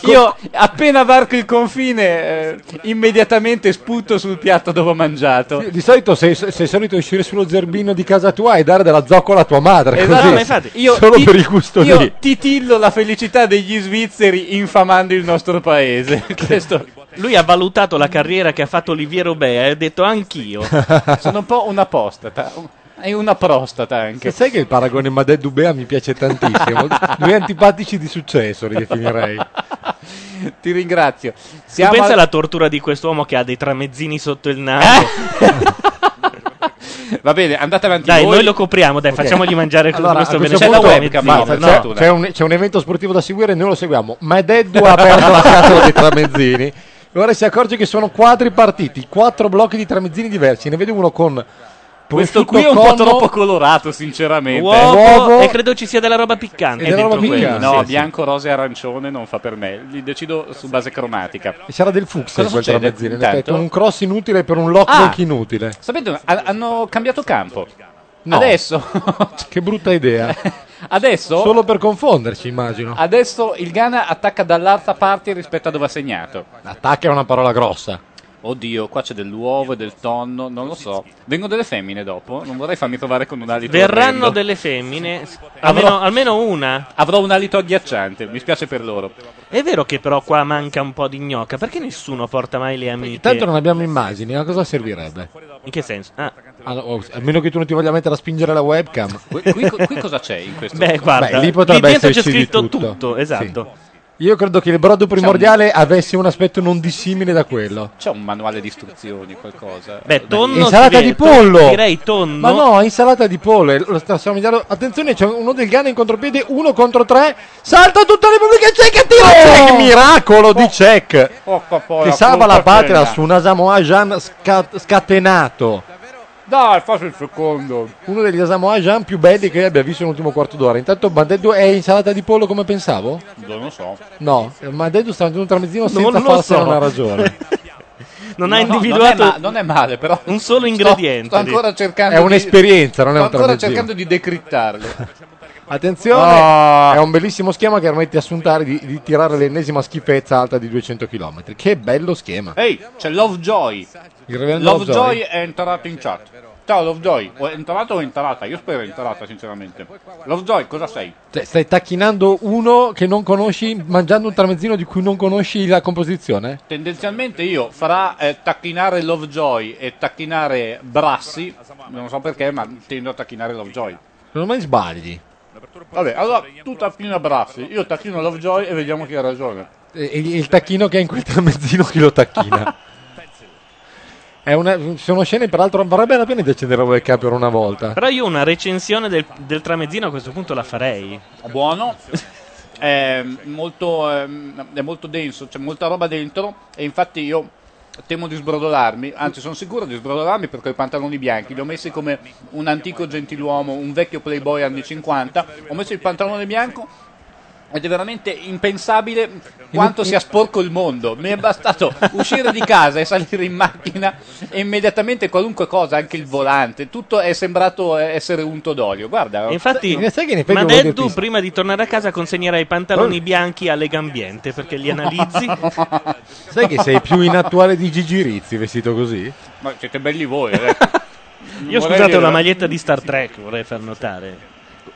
Speaker 5: Io appena varco il confine, eh, immediatamente sputo sul piatto dove ho mangiato.
Speaker 4: Di solito sei, sei solito uscire sullo zerbino di casa tua e dare della zoccola a tua madre.
Speaker 5: Esatto,
Speaker 4: così,
Speaker 3: no, ma infatti,
Speaker 5: Io
Speaker 4: solo
Speaker 5: ti-
Speaker 4: per il gusto
Speaker 5: io
Speaker 4: lì.
Speaker 5: titillo la felicità degli svizzeri infamando il nostro paese. Questo-
Speaker 3: Lui ha valutato la carriera che ha fatto Oliviero Bea e ha detto anch'io.
Speaker 5: sono un po' un apostata. un- E una prostata anche.
Speaker 4: Che sai che il paragone Madè Dubea mi piace tantissimo. Due antipatici di successo, li definirei.
Speaker 5: Ti ringrazio.
Speaker 3: Tu
Speaker 5: Siamo
Speaker 3: pensa
Speaker 5: al-
Speaker 3: alla tortura di quest'uomo che ha dei tramezzini sotto il naso.
Speaker 4: Eh?
Speaker 5: Va bene, andate avanti.
Speaker 3: Dai,
Speaker 5: voi.
Speaker 3: noi lo copriamo, dai, facciamogli mangiare
Speaker 4: Allora, a
Speaker 3: questo
Speaker 4: questo
Speaker 3: benedetto
Speaker 4: punto-
Speaker 5: C'è
Speaker 3: tramezzino.
Speaker 5: la webcam,
Speaker 4: Basta,
Speaker 5: per
Speaker 4: c'è-
Speaker 5: fortuna.
Speaker 4: c'è, un, c'è un evento sportivo da seguire e noi lo seguiamo. Ma Deddu ha aperto la scatola dei tramezzini. E ora si accorge che sono quadri partiti, quattro blocchi di tramezzini diversi. Ne vede uno con
Speaker 5: Questo
Speaker 4: prosciutto
Speaker 5: qui è un po'
Speaker 4: conno
Speaker 5: troppo colorato, sinceramente.
Speaker 3: Uovo,
Speaker 4: Uovo.
Speaker 3: e credo ci sia della roba piccante
Speaker 4: E della roba
Speaker 3: dentro quello.
Speaker 4: piccante.
Speaker 5: No,
Speaker 4: Sì, sì.
Speaker 5: bianco, rosa e arancione non fa per me. Li decido su base cromatica.
Speaker 4: e c'era del fucsia
Speaker 5: Cosa
Speaker 4: in quel
Speaker 5: succede
Speaker 4: tramezzino. in
Speaker 5: intanto?
Speaker 4: effetti, un cross inutile per un lock
Speaker 5: Ah!
Speaker 4: lock inutile.
Speaker 5: Sapete, ha- hanno cambiato campo.
Speaker 4: No.
Speaker 5: Adesso, Cioè,
Speaker 4: Che brutta idea.
Speaker 5: adesso
Speaker 4: Solo per confonderci, immagino.
Speaker 5: Ah. Adesso il Ghana attacca dall'altra parte rispetto a dove ha segnato.
Speaker 4: Attacca è una parola grossa.
Speaker 5: Oddio, qua c'è dell'uovo e del tonno, non lo so. Vengono delle femmine dopo, non vorrei farmi trovare con un alito.
Speaker 3: Verranno
Speaker 5: orrendo.
Speaker 3: delle femmine,
Speaker 5: Avrò-
Speaker 3: almeno, almeno una.
Speaker 5: Avrò un alito agghiacciante, mi spiace per loro.
Speaker 3: È vero che però qua manca un po' di gnocca, perché nessuno porta mai le amiche?
Speaker 4: Intanto non abbiamo immagini, a cosa servirebbe?
Speaker 3: In che senso? Ah,
Speaker 4: Allora, o- a meno che tu non ti voglia mettere a spingere la webcam.
Speaker 5: Qui, qui- qui cosa c'è in questo?
Speaker 3: beh, guarda,
Speaker 4: Beh, lì potrebbe
Speaker 3: dentro c'è
Speaker 4: esserci di
Speaker 3: scritto
Speaker 4: tutto.
Speaker 3: esatto.
Speaker 4: Io credo che il brodo primordiale avesse un aspetto non dissimile da quello.
Speaker 5: C'è un manuale di istruzioni, qualcosa.
Speaker 3: Beh, tonno
Speaker 4: Insalata
Speaker 3: direi-
Speaker 4: di pollo!
Speaker 3: Direi tonno.
Speaker 4: Ma no, insalata di pollo. eh, lo sta somigliando- Attenzione, c'è uno del Ghana in contropiede, uno contro tre. Salta tutta la Repubblica Ceca, tiro! Cech, miracolo di Cech!
Speaker 5: Porca porra,
Speaker 4: Che salva la
Speaker 5: porca
Speaker 4: patria
Speaker 5: pena.
Speaker 4: su un Asamoah scat- scatenato.
Speaker 5: Dai, faccio il secondo.
Speaker 4: Uno degli Asamoah Jean più belli che abbia visto nell'ultimo quarto d'ora. Intanto Bandeddu è insalata di pollo come pensavo?
Speaker 5: Non lo so.
Speaker 4: No, Bandeddu sta mangiando un tramezzino
Speaker 3: lo
Speaker 4: senza farsene
Speaker 3: so.
Speaker 4: una ragione.
Speaker 3: non ha
Speaker 5: No, no,
Speaker 3: individuato
Speaker 5: non, è ma- non è male, però.
Speaker 3: un solo
Speaker 5: Sto-
Speaker 3: ingrediente.
Speaker 5: Sto, ancora cercando
Speaker 4: È
Speaker 5: di...
Speaker 4: un'esperienza, non è
Speaker 5: Sto
Speaker 4: un
Speaker 5: ancora
Speaker 4: tramezzino.
Speaker 5: cercando di decrittarlo.
Speaker 4: Attenzione, è un bellissimo schema che permette a Suntari di, di tirare l'ennesima schifezza alta di 200 km. Che bello schema.
Speaker 5: Ehi, c'è Lovejoy.
Speaker 4: Il reverendo
Speaker 5: Lovejoy
Speaker 4: Joy.
Speaker 5: è entrato in chat. Ciao Lovejoy, o è entrato o è entrata? Io spero è entrata sinceramente. Lovejoy, cosa sei?
Speaker 4: Cioè, stai tacchinando uno che non conosci mangiando un tramezzino di cui non conosci la composizione?
Speaker 5: Tendenzialmente io farà eh, tacchinare Lovejoy e tacchinare Brassi, non so perché, ma tendo a tacchinare Lovejoy.
Speaker 4: Non mai sbagli.
Speaker 5: Vabbè, allora tu tacchina Brassi, io tacchino Lovejoy e vediamo chi ha ragione.
Speaker 4: E- e il tacchino che ha in quel tramezzino chi lo tacchina? È una- sono scene, peraltro, varrebbe la pena di accendere la webcam per una volta.
Speaker 3: Però io una recensione del, del tramezzino a questo punto la farei.
Speaker 5: buono. È molto, ehm, è molto denso, c'è molta roba dentro e infatti io temo di sbrodolarmi, anzi sono sicuro di sbrodolarmi perché ho i pantaloni bianchi, li ho messi come un antico gentiluomo, un vecchio playboy anni 50, ho messo il pantalone bianco ed è veramente impensabile quanto sia sporco il mondo. Mi è bastato uscire di casa e salire in macchina e immediatamente qualunque cosa, anche il volante, tutto è sembrato eh, essere unto d'olio. Guarda,
Speaker 3: E infatti,
Speaker 5: Ma
Speaker 3: Madeddu prima di tornare a casa consegnerà i pantaloni
Speaker 5: Oh.
Speaker 3: bianchi alle Gambiente perché li analizzi.
Speaker 4: Sai che sei più inattuale di Gigi Rizzi vestito così?
Speaker 5: Ma siete belli voi. adesso. Vorrei
Speaker 3: Io scusate, ho
Speaker 5: dire-
Speaker 3: una maglietta di Star Trek, vorrei far notare.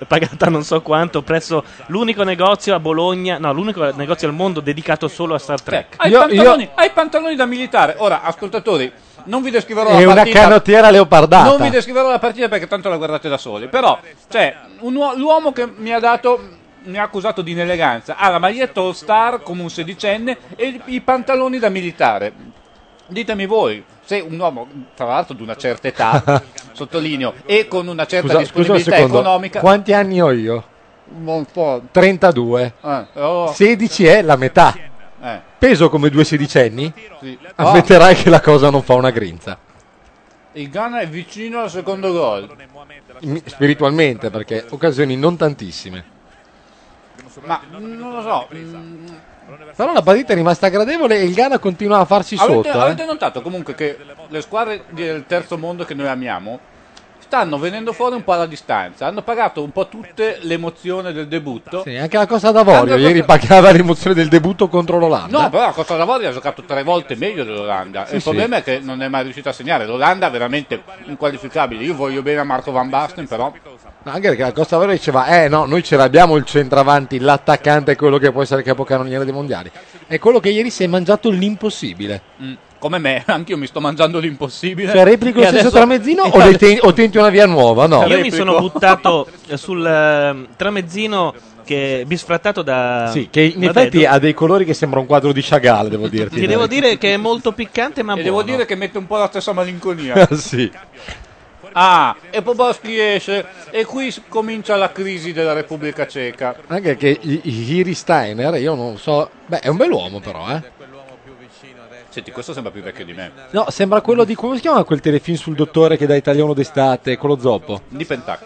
Speaker 3: Pagata non so quanto presso l'unico negozio a Bologna, no, l'unico negozio al mondo dedicato solo a Star Trek.
Speaker 4: Ecco,
Speaker 5: Cioè, Hai, pantaloni, hai pantaloni da militare. Ora, ascoltatori, non vi descriverò
Speaker 4: È
Speaker 5: la
Speaker 4: una
Speaker 5: partita.
Speaker 4: canottiera leopardata.
Speaker 5: Non vi descriverò la partita perché tanto la guardate da soli. Però, cioè, un uo- l'uomo che mi ha dato. Mi ha accusato di ineleganza. Ha la maglietta all star come un sedicenne e i- i pantaloni da militare. Ditemi voi, se un uomo, tra l'altro di una certa età, sottolineo, e con una certa
Speaker 4: Scusa, scusa un
Speaker 5: disponibilità
Speaker 4: secondo.
Speaker 5: economica.
Speaker 4: Quanti anni ho io?
Speaker 5: Un po'.
Speaker 4: 32.
Speaker 5: Eh, oh,
Speaker 4: 16 è la metà.
Speaker 5: eh,
Speaker 4: Peso come due sedicenni?
Speaker 5: sì.
Speaker 4: Ah,
Speaker 5: Oh.
Speaker 4: Ammetterai che la cosa non fa una grinza.
Speaker 5: Il Ghana è vicino al secondo gol.
Speaker 4: Mi- Spiritualmente, perché occasioni non tantissime.
Speaker 5: Ma non lo so. mm,
Speaker 4: Però la partita è rimasta gradevole e il Ghana continua a farsi
Speaker 5: avete,
Speaker 4: sotto. eh.
Speaker 5: avete notato comunque che le squadre del terzo mondo che noi amiamo stanno venendo fuori un po' alla distanza. Hanno pagato un po' tutte l'emozione del debutto.
Speaker 4: Sì, anche la Costa d'Avorio
Speaker 5: Anche la
Speaker 4: ieri
Speaker 5: Costa-
Speaker 4: pagava l'emozione del debutto contro l'Olanda.
Speaker 5: No, però la Costa d'Avorio ha giocato tre volte meglio dell'Olanda.
Speaker 4: Sì,
Speaker 5: il
Speaker 4: sì.
Speaker 5: problema è che non è mai riuscita a segnare. L'Olanda è veramente inqualificabile. Io voglio bene a Marco Van Basten, però
Speaker 4: Ma Anche perché la Costa d'Avorio diceva, eh no, noi ce l'abbiamo il centravanti, l'attaccante è quello che può essere il capocannoniere dei mondiali. È quello che ieri si è mangiato l'impossibile.
Speaker 5: mm, come me, anch'io mi sto mangiando l'impossibile.
Speaker 4: Cioè replico
Speaker 5: E
Speaker 4: lo stesso
Speaker 5: adesso-
Speaker 4: tramezzino o, le ten- o tenti una via nuova? No.
Speaker 3: Io mi sono buttato eh, sul eh, tramezzino che bisfrattato da
Speaker 4: Sì, che in
Speaker 3: da
Speaker 4: effetti
Speaker 3: Dedo.
Speaker 4: ha dei colori che sembra un quadro di Chagall, devo dirti.
Speaker 3: Ti devo dire che è molto piccante, ma
Speaker 5: E devo
Speaker 3: buono.
Speaker 5: dire che mette un po' la stessa malinconia.
Speaker 4: sì.
Speaker 5: Ah, e Poborski esce e qui s- comincia la crisi della Repubblica Ceca.
Speaker 4: Anche che i- i- Iri Steiner, io non so... Beh, è un bell'uomo però, eh.
Speaker 5: Senti, questo sembra più vecchio di me.
Speaker 4: No, sembra quello di... Come si chiama quel telefilm sul dottore che da italiano d'estate, con lo zoppo?
Speaker 5: Di Pentac.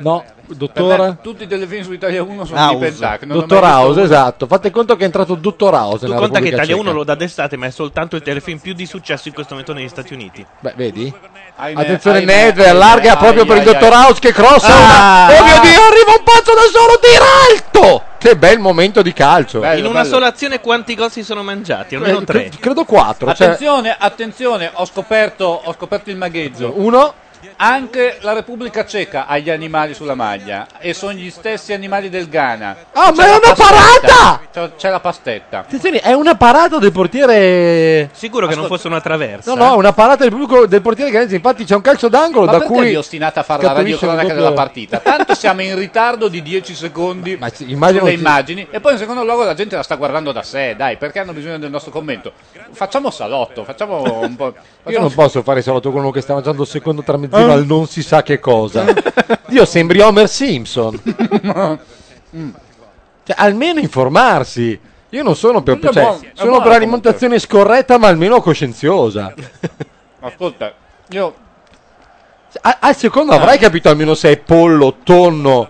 Speaker 4: No,
Speaker 5: Per
Speaker 4: dottore...
Speaker 5: me tutti i telefilm su Italia 1 sono di
Speaker 4: House.
Speaker 5: Pentac. non ho
Speaker 4: Dottor
Speaker 5: mai visto
Speaker 4: House,
Speaker 5: uno.
Speaker 4: esatto. Fate conto che è entrato Dottor House
Speaker 3: Tu
Speaker 4: nella
Speaker 3: conta che
Speaker 4: Repubblica
Speaker 3: Italia 1
Speaker 4: Ceca.
Speaker 3: lo dà d'estate, ma è soltanto il telefilm più di successo in questo momento negli Stati Uniti.
Speaker 4: Beh, vedi?
Speaker 5: Ahimè,
Speaker 4: Attenzione,
Speaker 5: ahimè,
Speaker 4: Nedved
Speaker 5: ahimè,
Speaker 4: allarga proprio
Speaker 5: ahimè,
Speaker 4: per il
Speaker 5: ahimè.
Speaker 4: Dottor House che crossa.
Speaker 3: Ah!
Speaker 4: una- Oh mio Dio, arriva un pazzo da solo, tira alto! Che bel momento di calcio.
Speaker 5: Bello,
Speaker 3: in una
Speaker 5: bello.
Speaker 3: sola azione quanti gol si sono mangiati?
Speaker 4: Eh,
Speaker 3: Almeno tre.
Speaker 4: cre- credo 4. Cioè,
Speaker 5: Attenzione, attenzione, ho scoperto, ho scoperto il magheggio.
Speaker 4: uno,
Speaker 5: Anche la Repubblica Ceca ha gli animali sulla maglia e sono gli stessi animali del Ghana.
Speaker 4: Ah, ma
Speaker 5: C'è
Speaker 4: è
Speaker 5: la
Speaker 4: una
Speaker 5: pastetta.
Speaker 4: parata!
Speaker 5: C'è- C'è la pastetta.
Speaker 4: attenzione, è una parata del portiere.
Speaker 3: Sicuro che non
Speaker 5: Ascolta-
Speaker 3: fosse una traversa.
Speaker 4: No, no, è una parata del, pubblico, del portiere Grenzi. Infatti, c'è un calcio d'angolo
Speaker 5: Ma
Speaker 4: da
Speaker 5: perché
Speaker 4: cui.
Speaker 5: vi ostinate a fare la
Speaker 4: scaturisce il
Speaker 5: radiocronaca
Speaker 4: doppio-
Speaker 5: della partita? Tanto siamo in ritardo di 10 secondi
Speaker 4: Ma sì, immagino
Speaker 5: sulle
Speaker 4: che-
Speaker 5: immagini e poi in secondo luogo la gente la sta guardando da sé, dai, perché hanno bisogno del nostro commento. Facciamo salotto, facciamo un po'...
Speaker 4: Io
Speaker 5: facciamo-
Speaker 4: non posso fare salotto con uno che sta mangiando il secondo
Speaker 5: Eh?
Speaker 4: tramezzino al non si sa che cosa. Dio, sembri Homer Simpson. Mm. Cioè, almeno informarsi. Io non sono per,
Speaker 5: Quello è
Speaker 4: cioè,
Speaker 5: buono, è
Speaker 4: sono
Speaker 5: buono
Speaker 4: per l'alimentazione scorretta, ma almeno coscienziosa.
Speaker 5: Ascolta, io...
Speaker 4: A- al
Speaker 5: Ah.
Speaker 4: secondo avrai capito almeno se è pollo, tonno,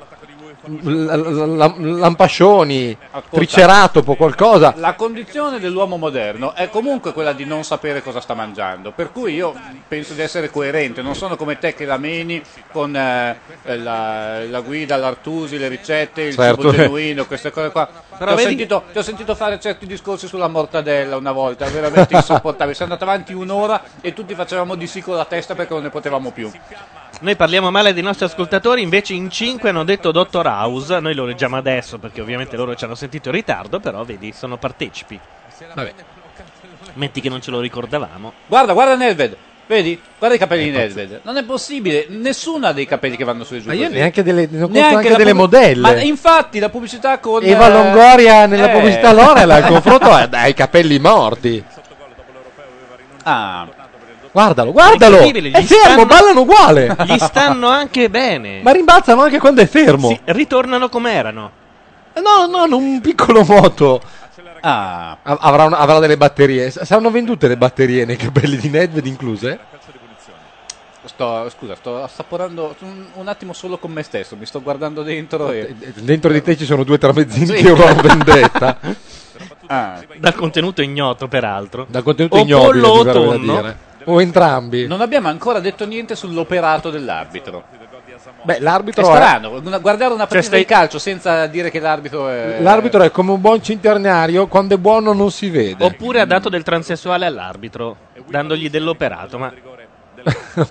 Speaker 4: l- l- l- lampascioni, triceratopo, qualcosa.
Speaker 5: La condizione dell'uomo moderno è comunque quella di non sapere cosa sta mangiando, per cui io penso di essere coerente, non sono come te che la meni con eh, la, la guida, l'Artusi, le ricette, il
Speaker 4: Certo.
Speaker 5: cibo genuino, queste cose qua. Ti ho,
Speaker 3: vedi-
Speaker 5: sentito, ti ho sentito fare certi discorsi sulla mortadella una volta, veramente insopportabile. Siamo andati avanti un'ora e tutti facevamo di sì con la testa perché non ne potevamo più.
Speaker 3: Noi parliamo male dei nostri ascoltatori, invece in cinque hanno detto Dottor House. Noi lo leggiamo adesso perché ovviamente loro ci hanno sentito in ritardo, però vedi, sono partecipi.
Speaker 4: Vabbè.
Speaker 3: Metti che non ce lo ricordavamo.
Speaker 5: Guarda, guarda Nedved, vedi? Guarda i capelli di Nedved. Non è possibile, nessuno ha dei capelli che vanno su e giù
Speaker 4: Ma io
Speaker 5: così.
Speaker 4: neanche delle, non conto
Speaker 5: Neanche
Speaker 4: anche
Speaker 5: la
Speaker 4: delle
Speaker 5: pub-
Speaker 4: modelle.
Speaker 5: Ma infatti la pubblicità con
Speaker 4: Eva
Speaker 5: eh,
Speaker 4: Longoria nella
Speaker 5: eh.
Speaker 4: pubblicità L'Orela il confronto è dai capelli morti.
Speaker 5: Ah.
Speaker 4: Guardalo, guardalo!
Speaker 3: Incredibile,
Speaker 4: È
Speaker 3: gli
Speaker 4: fermo,
Speaker 3: stanno-
Speaker 4: ballano uguale!
Speaker 3: Gli stanno anche bene.
Speaker 4: Ma rimbalzano anche quando è fermo.
Speaker 3: Sì, ritornano come erano.
Speaker 4: No, no, non un piccolo moto.
Speaker 10: Ah.
Speaker 4: Av- Avrà, un- avrà delle batterie. S- Saranno vendute le batterie nei capelli di Nedved incluse?
Speaker 5: Sto, scusa, sto assaporando un, un attimo solo con me stesso, mi sto guardando dentro e...
Speaker 4: Eh, Dentro di te ci sono due tramezzini
Speaker 5: Sì.
Speaker 4: che urlano vendetta.
Speaker 3: Dal contenuto ignoto, peraltro.
Speaker 4: Dal contenuto
Speaker 3: O
Speaker 4: ignobile,
Speaker 3: pollo
Speaker 4: mi
Speaker 3: o
Speaker 4: verrebbe da
Speaker 3: tonno.
Speaker 4: dire. O entrambi.
Speaker 5: Non abbiamo ancora detto niente sull'operato dell'arbitro.
Speaker 4: Beh,
Speaker 5: È
Speaker 4: l'arbitro è,
Speaker 5: strano, una- guardare una partita
Speaker 3: Cioè, stai-
Speaker 5: di calcio senza dire che l'arbitro è...
Speaker 4: l'arbitro è come un buon cinternario, quando è buono non si vede.
Speaker 3: Oppure ha dato del transessuale all'arbitro, dandogli dell'operato. Ma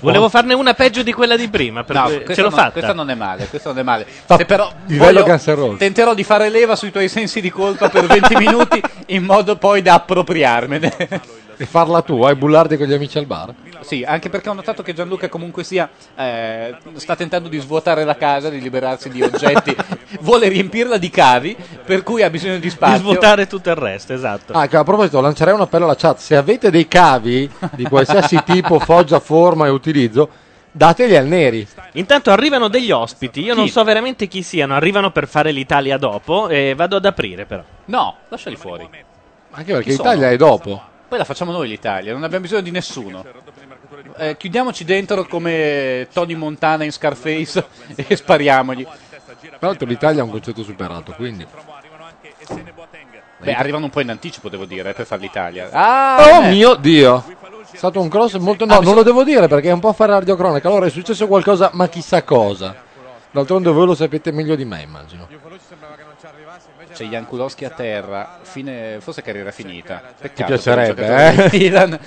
Speaker 3: volevo farne una peggio di quella di prima. Per
Speaker 5: No,
Speaker 3: cui-
Speaker 5: questa
Speaker 3: ce l'ho
Speaker 5: no-
Speaker 3: fatta.
Speaker 5: Questa non è male, questa non è male.
Speaker 4: Sta-
Speaker 5: Se però
Speaker 4: livello
Speaker 5: voglio-
Speaker 4: Guns N' Roses.
Speaker 5: tenterò di fare leva sui tuoi sensi di colpa per 20 minuti in modo poi da appropriarmene.
Speaker 4: E farla tua e bullarti con gli amici al bar.
Speaker 5: sì, anche perché ho notato che Gianluca comunque sia eh, sta tentando di svuotare la casa, di liberarsi di oggetti, vuole riempirla di cavi, per cui ha bisogno di
Speaker 3: Di
Speaker 5: spazio.
Speaker 3: svuotare tutto il resto, esatto.
Speaker 4: Ah, che a proposito, lancerei un appello alla chat. Se avete dei cavi di qualsiasi tipo, foggia, forma e utilizzo, dateli al Neri.
Speaker 3: Intanto arrivano degli ospiti, io non so veramente chi siano, arrivano per fare l'Italia dopo e vado ad aprire però.
Speaker 5: No, lasciali fuori.
Speaker 4: Anche perché
Speaker 5: Chi sono?
Speaker 4: l'Italia è dopo.
Speaker 5: Poi la facciamo noi l'Italia, non abbiamo bisogno di nessuno. Eh, chiudiamoci dentro come Tony Montana in Scarface e spariamogli.
Speaker 4: Tra l'altro l'Italia ha un concetto superato, quindi...
Speaker 5: Beh, arrivano un po' in anticipo, devo dire, eh, per fare l'Italia. Ah,
Speaker 4: Oh
Speaker 5: eh.
Speaker 4: mio Dio! È stato un cross molto... No, non lo devo dire perché è un po' a fare radiocronaca. Allora è successo qualcosa, ma chissà cosa. D'altronde voi lo sapete meglio di me, immagino.
Speaker 5: C'è Cioè, Jankulowski a terra, fine- forse carriera finita. Peccato per il
Speaker 4: piacerebbe,
Speaker 5: giocatore
Speaker 4: eh?
Speaker 5: del Milan.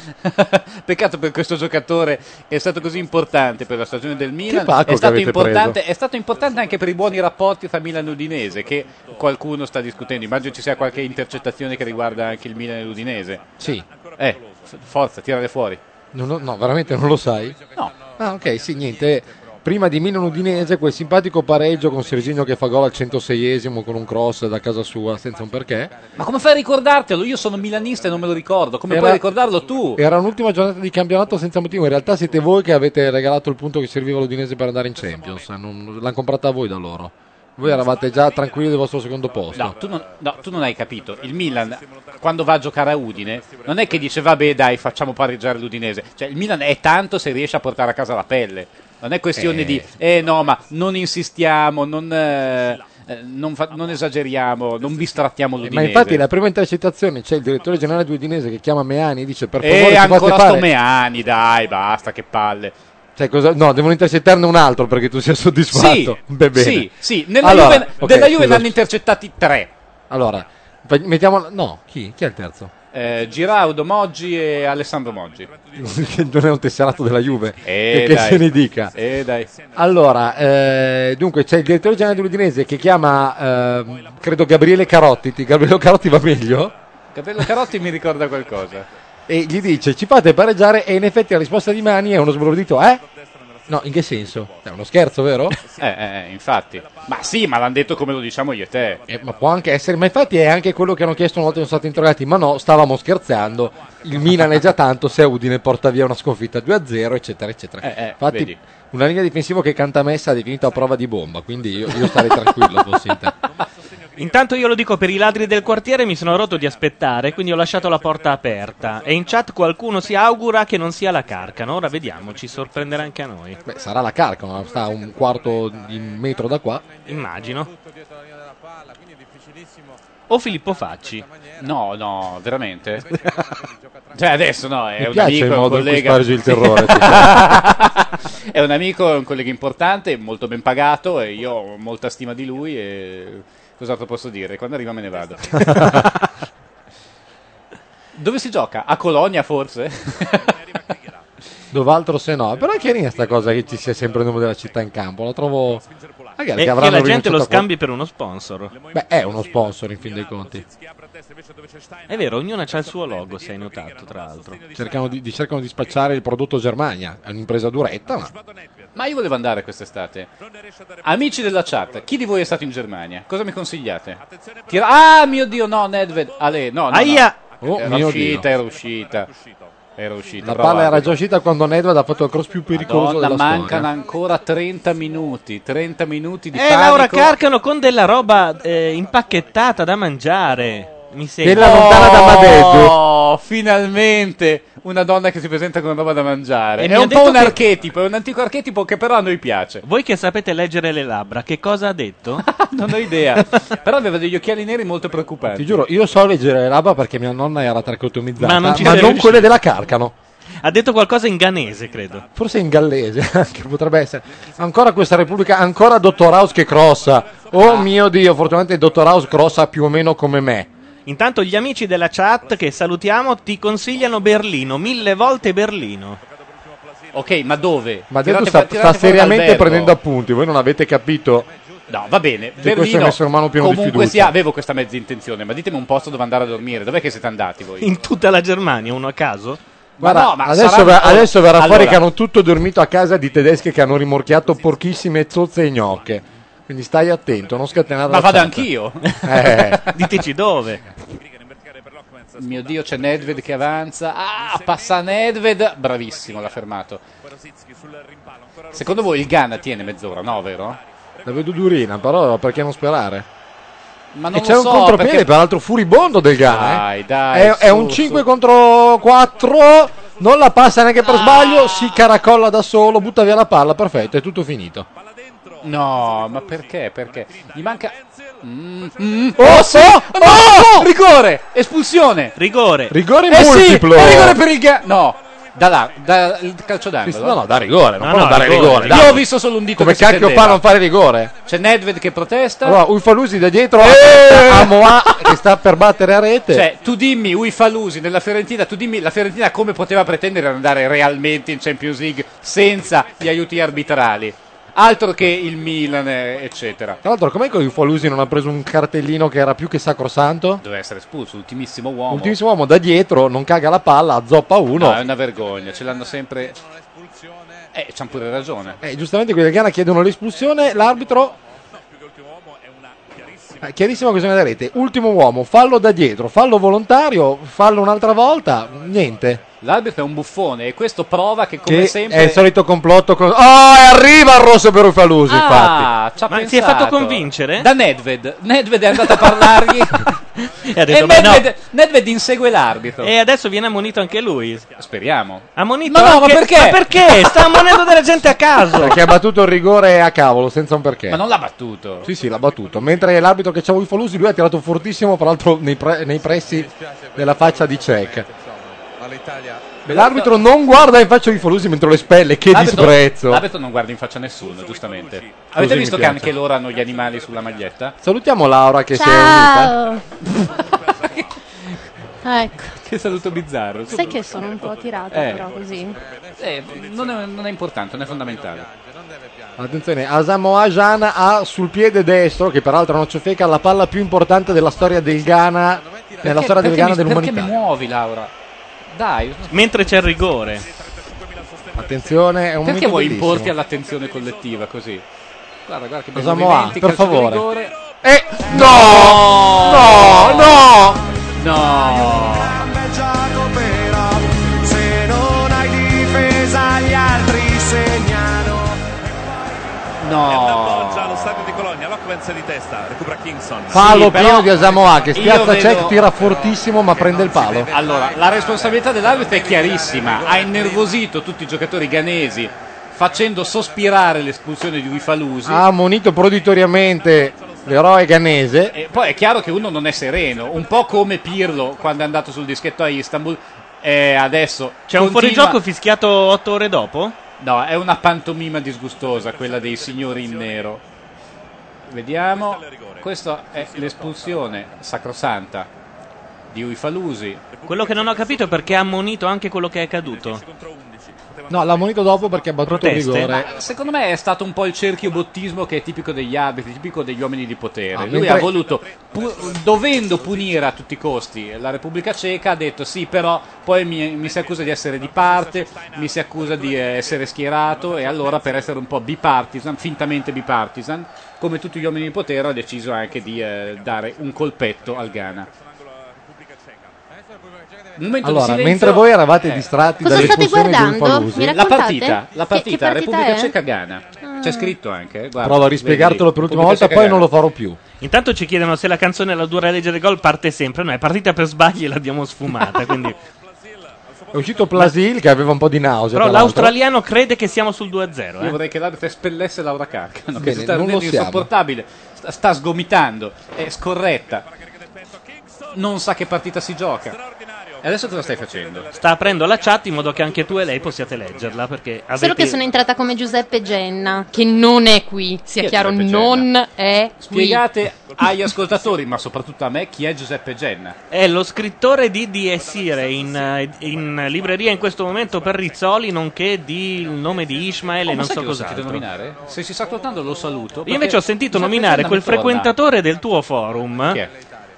Speaker 5: Peccato per questo giocatore che è stato così importante per la stagione del Milan.
Speaker 4: pacco che
Speaker 5: È stato,
Speaker 4: avete
Speaker 5: importante, è stato importante anche per i buoni rapporti tra Milan e Udinese, che qualcuno sta discutendo. Immagino ci sia qualche intercettazione che riguarda anche il Milan e l'Udinese.
Speaker 4: Sì.
Speaker 5: Eh, f- forza, tirale fuori.
Speaker 4: Non lo- no, veramente non lo sai?
Speaker 5: No.
Speaker 4: Ah, ok, sì, niente. Prima di Milan Udinese, quel simpatico pareggio con Serginio che fa gol al 106esimo con un cross da casa sua senza un perché.
Speaker 5: Ma come fai a ricordartelo? Io sono milanista e non me lo ricordo. Come
Speaker 4: Era-
Speaker 5: puoi ricordarlo tu?
Speaker 4: Era un'ultima giornata di campionato senza motivo. In realtà siete voi che avete regalato il punto che serviva all'Udinese per andare in Champions. Non- l'hanno comprata voi da loro. Voi eravate già tranquilli del vostro secondo posto.
Speaker 5: No tu, non, no, tu non hai capito. Il Milan, quando va a giocare a Udine, non è che dice vabbè dai facciamo pareggiare l'Udinese. Cioè il Milan è tanto se riesce a portare a casa la pelle. Non è questione
Speaker 4: Eh.
Speaker 5: di eh no ma non insistiamo, non, eh, eh, non fa- non esageriamo, non bistrattiamo l'Udinese.
Speaker 4: Ma infatti la prima intercettazione c'è il direttore generale di Udinese che chiama Meani e dice per favore
Speaker 5: E
Speaker 4: ci
Speaker 5: Eh, ancora
Speaker 4: fate
Speaker 5: sto
Speaker 4: fare...
Speaker 5: Meani, dai basta che palle.
Speaker 4: Cioè, cosa- No, devono intercettarne un altro perché tu sia soddisfatto.
Speaker 5: Sì,
Speaker 4: Beh, bene.
Speaker 5: sì, sì, nella
Speaker 4: Allora,
Speaker 5: Juve,
Speaker 4: ok,
Speaker 5: della Juve ne
Speaker 4: scusa.
Speaker 5: hanno intercettati tre.
Speaker 4: Allora, fa- mettiamo. No, chi? Chi è il terzo?
Speaker 5: Eh, Giraudo, Moggi e Alessandro Moggi.
Speaker 4: Che non è un tesserato della Juve.
Speaker 5: Eh,
Speaker 4: che che
Speaker 5: dai.
Speaker 4: se ne dica.
Speaker 5: Eh dai.
Speaker 4: Allora, eh, dunque c'è il direttore generale dell'Udinese che chiama, ehm, credo, Gabriele Carotti. Ti- Gabriele Carotti va meglio.
Speaker 5: Capello Carotti mi ricorda qualcosa.
Speaker 4: E gli dice: Ci fate pareggiare? E in effetti la risposta di Mani è uno sbalordito, eh? No, in che senso? È uno scherzo, vero?
Speaker 5: Eh, eh, eh, infatti. Ma sì, ma l'hanno detto come lo diciamo io e te.
Speaker 4: Eh, ma può anche essere, ma infatti è anche quello che hanno chiesto una volta che sono stati interrogati. Ma no, stavamo scherzando. Il Milan è già tanto. Se Udine porta via una sconfitta 2-0, eccetera, eccetera.
Speaker 5: Eh, eh,
Speaker 4: infatti,
Speaker 5: vedi.
Speaker 4: una linea difensiva che Cantamessa ha definito a prova di bomba. Quindi io, io starei tranquillo. fossi in te.
Speaker 3: Intanto io lo dico per i ladri del quartiere mi sono rotto di aspettare, quindi ho lasciato la porta aperta e in chat qualcuno si augura che non sia la carcano, ora vediamo, ci sorprenderà anche a noi,
Speaker 4: Beh, sarà la carca, ma sta a un quarto di metro da qua.
Speaker 3: immagino. O Filippo Facci.
Speaker 5: No, no, veramente. cioè, adesso no, è
Speaker 4: Mi
Speaker 5: un
Speaker 4: piace
Speaker 5: amico,
Speaker 4: il
Speaker 5: è un
Speaker 4: modo in cui
Speaker 5: collega.
Speaker 4: spargi il terrore.
Speaker 5: è un amico, è un collega importante, molto ben pagato e io ho molta stima di lui e cos'altro posso dire? Quando arriva me ne vado. Dove si gioca? A Colonia forse?
Speaker 4: Dov'altro se no. Però è carina sta cosa che ci sia sempre il nome della città in campo. La trovo. Magari
Speaker 3: E
Speaker 4: che
Speaker 3: che
Speaker 4: avranno
Speaker 3: la gente
Speaker 4: rinunciato
Speaker 3: lo
Speaker 4: a qual-
Speaker 3: scambi per uno sponsor.
Speaker 4: Beh, è uno sponsor in fin dei conti.
Speaker 3: È vero, ognuna ha il suo logo, se hai notato, tra l'altro.
Speaker 4: Cercano di, di- cercano di spacciare il prodotto Germania. È un'impresa duretta, ma
Speaker 5: Ma io volevo andare quest'estate. Amici della chat, chi di voi è stato in Germania? Cosa mi consigliate? Tira- ah, mio Dio, no, Nedved. Ale, no, no, no.
Speaker 3: Aia!
Speaker 4: Oh,
Speaker 5: era
Speaker 4: mio
Speaker 5: uscita,
Speaker 4: Dio.
Speaker 5: era uscita. Era uscita.
Speaker 4: La
Speaker 5: Bravo,
Speaker 4: palla era
Speaker 5: Abel.
Speaker 4: già uscita quando Nedved ha fatto il cross più pericoloso
Speaker 5: Madonna,
Speaker 4: della
Speaker 5: mancano
Speaker 4: storia.
Speaker 5: ancora 30 minuti. 30 minuti di
Speaker 3: Eh, Laura
Speaker 5: panico.
Speaker 3: Carcano con della roba eh, impacchettata da mangiare. Mi sembra.
Speaker 4: Della lontana da Madeddu.
Speaker 5: Oh, finalmente una donna che si presenta con roba da mangiare.
Speaker 3: E mi
Speaker 5: è
Speaker 3: ha
Speaker 5: un
Speaker 3: detto
Speaker 5: po' un
Speaker 3: che-
Speaker 5: archetipo, è un antico archetipo che però a noi piace.
Speaker 3: Voi che sapete leggere le labbra, che cosa ha detto?
Speaker 5: Non ho idea. però aveva degli occhiali neri molto preoccupanti.
Speaker 4: Ti giuro, io so leggere le labbra perché mia nonna era tracheotomizzata,
Speaker 3: Ma
Speaker 4: ma
Speaker 3: non
Speaker 4: non,
Speaker 3: ci sei riuscito.
Speaker 4: quelle della Carcano.
Speaker 3: ha detto qualcosa in ganese, credo.
Speaker 4: Forse in gallese, anche potrebbe essere. Ancora questa Repubblica, ancora Dottor House che crossa. Oh mio Dio, fortunatamente Dottor House crossa più o meno come me.
Speaker 3: Intanto gli amici della chat che salutiamo ti consigliano Berlino, mille volte Berlino.
Speaker 5: Ok, ma dove? Tirate
Speaker 4: Ma Dedo
Speaker 5: fu-
Speaker 4: sta,
Speaker 5: tirate
Speaker 4: sta
Speaker 5: fuori
Speaker 4: seriamente
Speaker 5: l'albergo.
Speaker 4: prendendo appunti, voi non avete capito.
Speaker 5: No, va bene.
Speaker 4: questo
Speaker 5: Berlino,
Speaker 4: è un essere umano pieno di
Speaker 5: comunque
Speaker 4: fiducia.
Speaker 5: sia, avevo questa mezza intenzione, ma ditemi un posto dove andare a dormire. Dov'è che siete andati voi?
Speaker 3: In tutta la Germania, uno a caso?
Speaker 5: Ma
Speaker 4: Guarda,
Speaker 5: no, ma
Speaker 4: adesso,
Speaker 5: saranno-
Speaker 4: ver- adesso verrà fuori
Speaker 5: Allora.
Speaker 4: che hanno tutto dormito a casa di tedesche che hanno rimorchiato porchissime zozze e gnocche. Quindi stai attento, non scatenare
Speaker 5: Ma
Speaker 4: la
Speaker 5: vado
Speaker 4: chat.
Speaker 5: anch'io.
Speaker 4: Eh.
Speaker 3: Diteci dove.
Speaker 5: Mio Dio, c'è Nedved che avanza. Ah, passa Nedved. Bravissimo, l'ha fermato. Secondo voi il Ghana tiene mezz'ora? No, vero?
Speaker 4: La vedo durina, però perché non sperare?
Speaker 5: Ma non
Speaker 4: E
Speaker 5: lo
Speaker 4: c'è un
Speaker 5: so,
Speaker 4: contropiede,
Speaker 5: perché-
Speaker 4: peraltro furibondo del Ghana.
Speaker 5: Dai,
Speaker 4: eh.
Speaker 5: dai.
Speaker 4: è, è
Speaker 5: su,
Speaker 4: un
Speaker 5: su. Ah.
Speaker 4: 5 contro 4. Non la passa neanche per sbaglio. Si caracolla da solo, butta via la palla. Perfetto, è tutto finito.
Speaker 5: No, ma perché? Perché? Gli manca. Mm, mm.
Speaker 4: Oh, sì!
Speaker 5: Oh, rigore! Espulsione!
Speaker 3: Rigore.
Speaker 4: Rigore
Speaker 5: Eh sì,
Speaker 4: multiplo.
Speaker 5: è rigore per il Ghana. No, da là, da il calcio d'angolo.
Speaker 4: No, no, da rigore. Non
Speaker 3: No,
Speaker 4: può
Speaker 3: no,
Speaker 4: dare
Speaker 3: rigore,
Speaker 4: rigore.
Speaker 3: rigore.
Speaker 4: dai.
Speaker 5: Io ho visto solo un dito
Speaker 4: Come
Speaker 5: che si
Speaker 4: cacchio
Speaker 5: tendeva.
Speaker 4: fa a non fare rigore?
Speaker 5: C'è Nedved che protesta.
Speaker 4: Allora, Ulfalusi da dietro aspetta a Moa che sta per battere a rete.
Speaker 5: Eh! Cioè, tu dimmi Uifalusi nella Fiorentina, tu dimmi la Fiorentina come poteva pretendere di andare realmente in Champions League senza gli aiuti arbitrali. Altro che il Milan, eh, eccetera.
Speaker 4: Tra l'altro, com'è che Ulfalusi non ha preso un cartellino che era più che sacrosanto?
Speaker 5: Doveva essere espulso, ultimissimo uomo.
Speaker 4: Ultimissimo uomo da dietro, non caga la palla, azzoppa uno.
Speaker 5: No, Ah, è una vergogna, ce l'hanno sempre. Eh, c'hanno pure ragione.
Speaker 4: Eh, giustamente quelli del Ghana chiedono l'espulsione, l'arbitro... Eh, Chiarissima questione da rete, ultimo uomo, fallo da dietro, fallo volontario, fallo un'altra volta, niente.
Speaker 5: L'arbitro è un buffone e questo prova che, come
Speaker 4: Che
Speaker 5: sempre.
Speaker 4: è il solito complotto con... Oh, e arriva il rosso per Ufalusi, infatti.
Speaker 5: Ah, ci ha
Speaker 3: Ma
Speaker 5: pensato.
Speaker 3: si è fatto convincere?
Speaker 5: Da Nedved. Nedved è andato a parlargli.
Speaker 3: E, ha
Speaker 5: e
Speaker 3: detto, "Beh, no."
Speaker 5: Nedved, Nedved insegue l'arbitro.
Speaker 3: E adesso viene ammonito anche lui.
Speaker 5: Speriamo.
Speaker 3: Ammonito
Speaker 5: Ma no, ma
Speaker 3: anche-
Speaker 5: perché?
Speaker 3: Ma perché? Sta ammonendo della gente a caso.
Speaker 4: Perché ha battuto il rigore a cavolo, senza un perché.
Speaker 5: Ma non l'ha battuto.
Speaker 4: Eh. Sì, sì, l'ha battuto. Mentre l'arbitro che c'ha Ufalusi, lui ha tirato fortissimo, peraltro nei, pre- nei pressi della faccia di Cech. L'arbitro non guarda in faccia Ufalusi mentre lo espelle, che
Speaker 5: L'arbitro-
Speaker 4: disprezzo.
Speaker 5: L'arbitro non guarda in faccia a nessuno, giustamente. Avete
Speaker 4: mi
Speaker 5: visto che
Speaker 4: piace.
Speaker 5: anche loro hanno gli animali sulla maglietta?
Speaker 4: Salutiamo Laura che si è unita.
Speaker 8: Ciao! ecco,
Speaker 5: Che saluto bizzarro.
Speaker 8: sai che sono un po' tirata
Speaker 5: Eh.
Speaker 8: però così.
Speaker 5: Eh, non, è, non è importante, non è fondamentale.
Speaker 4: Attenzione, Asamo Ajan ha sul piede destro, che peraltro non ci feca, la palla più importante della storia del Ghana, nella
Speaker 5: Perché-
Speaker 4: storia del
Speaker 5: perché
Speaker 4: Ghana
Speaker 5: mi- Perché
Speaker 4: dell'umanità.
Speaker 5: mi muovi, Laura? Dai,
Speaker 3: Mentre c'è il rigore.
Speaker 4: Attenzione, è un
Speaker 5: perché
Speaker 4: momento
Speaker 5: vuoi
Speaker 4: bellissimo.
Speaker 5: importi all'attenzione collettiva così? Guarda, guarda che bei
Speaker 4: Cosa mo
Speaker 5: movimenti,
Speaker 4: ha? Per
Speaker 5: calcio di
Speaker 4: favore.
Speaker 5: rigore.
Speaker 4: Eh, no! No, no!
Speaker 5: No! No!
Speaker 11: allo stadio di Cologna, Lockwens di testa, recupera Kingston.
Speaker 4: Palo
Speaker 5: Sì, però-
Speaker 4: pieno di Asamoah che spiazza
Speaker 5: Io vedo-
Speaker 4: Cech, tira fortissimo ma prende il palo.
Speaker 5: Allora, la responsabilità dell'arbitro è chiarissima, ha innervosito tutti i giocatori ghanesi facendo sospirare l'espulsione di Wifalusi.
Speaker 4: Ha ammonito proditoriamente l'eroe ghanese.
Speaker 5: E poi è chiaro che uno non è sereno, un po' come Pirlo quando è andato sul dischetto a Istanbul. E adesso
Speaker 3: C'è un
Speaker 5: continua-
Speaker 3: fuorigioco fischiato otto ore dopo?
Speaker 5: No, è una pantomima disgustosa quella dei signori in nero. Vediamo. Questa è l'espulsione sacrosanta di Uifalusi.
Speaker 3: Quello che non ho capito è perché ha ammonito anche quello che è caduto.
Speaker 4: No, l'ha ammonito dopo perché ha battuto il
Speaker 3: Proteste?
Speaker 4: rigore.
Speaker 5: Ma secondo me è stato un po' il cerchio bottismo che è tipico degli arbitri, tipico degli uomini di potere.
Speaker 4: Ah,
Speaker 5: Lui
Speaker 4: mentre-
Speaker 5: ha voluto, pu- dovendo punire a tutti i costi la Repubblica Ceca, ha detto sì, però poi mi, mi si accusa di essere di parte, mi si accusa di eh, essere schierato e allora per essere un po' bipartisan, fintamente bipartisan, come tutti gli uomini di potere ha deciso anche di eh, dare un colpetto al Ghana. momento di
Speaker 4: Allora,
Speaker 5: silenzio-
Speaker 4: mentre voi eravate
Speaker 5: Eh.
Speaker 4: distratti
Speaker 12: Cosa
Speaker 4: dalle
Speaker 12: state
Speaker 4: funzioni del
Speaker 12: guardando?
Speaker 4: Palusi,
Speaker 12: Mi
Speaker 5: La
Speaker 12: raccontate?
Speaker 5: partita, la
Speaker 12: Che- che
Speaker 5: partita,
Speaker 12: partita
Speaker 5: Repubblica
Speaker 12: è? Ah.
Speaker 5: Ceca Ghana. C'è scritto anche, eh, guarda.
Speaker 4: Prova a rispiegartelo per l'ultima volta,
Speaker 5: Repubblica
Speaker 4: poi
Speaker 5: Ceca
Speaker 4: non lo farò più.
Speaker 3: Intanto ci chiedono se la canzone La dura legge del gol parte sempre. No, è partita per sbaglio e l'abbiamo sfumata. quindi-
Speaker 4: È uscito Plasil che aveva un po' di nausea.
Speaker 3: Però
Speaker 4: tra l'altro.
Speaker 3: l'australiano crede che siamo sul 2-0.
Speaker 5: Io
Speaker 3: Eh.
Speaker 5: vorrei che l'arbitro espellesse Laura Carcano, che
Speaker 4: Bene,
Speaker 5: si sta
Speaker 4: non lo
Speaker 5: rendendo
Speaker 4: siamo.
Speaker 5: insopportabile, sta, sta sgomitando, è scorretta, non sa che partita si gioca. E adesso cosa stai facendo?
Speaker 3: Sta aprendo la chat in modo che anche tu e lei possiate leggerla. Perché avete...
Speaker 12: Solo che sono entrata come Giuseppe Genna, che non è qui, sia
Speaker 5: Chi è
Speaker 12: chiaro,
Speaker 5: Giuseppe
Speaker 12: non è qui.
Speaker 5: Spiegate agli ascoltatori, ma soprattutto a me, chi è Giuseppe Genna.
Speaker 3: È lo scrittore di Die Sire in, eh, in libreria in questo momento per Rizzoli, nonché di Il nome di Ishmael
Speaker 5: Oh,
Speaker 3: e
Speaker 5: ma
Speaker 3: non
Speaker 5: sai
Speaker 3: so
Speaker 5: che l'ho sentito
Speaker 3: cos'altro. Io
Speaker 5: nominare? Se si sta ascoltando lo saluto. perché
Speaker 3: invece ho sentito
Speaker 5: Giuseppe
Speaker 3: nominare
Speaker 5: Genna
Speaker 3: quel
Speaker 5: mi torna.
Speaker 3: frequentatore del tuo forum
Speaker 5: Chi è?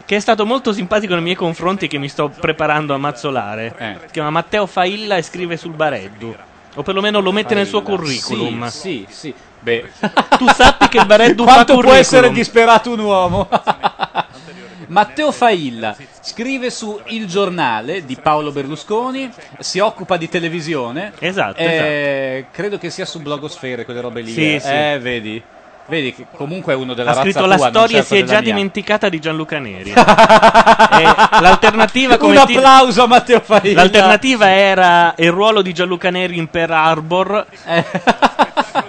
Speaker 3: che è stato molto simpatico nei miei confronti e che mi sto preparando a mazzolare.
Speaker 5: Eh.
Speaker 3: Si chiama Matteo Failla e scrive sul Bareddu. O perlomeno lo mette nel suo curriculum.
Speaker 5: Sì, sì, sì. Beh,
Speaker 3: Tu sappi che il Bareddu fa
Speaker 5: Quanto può
Speaker 3: curriculum.
Speaker 5: essere disperato un uomo? Matteo Failla scrive su Il giornale di Paolo Berlusconi, si occupa di televisione.
Speaker 3: Esatto,
Speaker 5: Eh, Credo che sia su Blogosfere, quelle robe lì.
Speaker 3: Sì,
Speaker 5: eh.
Speaker 3: sì.
Speaker 5: Eh, vedi. Vedi che comunque è uno della
Speaker 3: Ha
Speaker 5: razza
Speaker 3: scritto la
Speaker 5: tua, non
Speaker 3: storia
Speaker 5: certo
Speaker 3: si è
Speaker 5: della
Speaker 3: già
Speaker 5: mia."
Speaker 3: dimenticata di Gianluca Neri. E l'alternativa come
Speaker 5: Un
Speaker 3: ti-
Speaker 5: applauso a Matteo Failla.
Speaker 3: L'alternativa era il ruolo di Gianluca Neri in Pearl Harbor,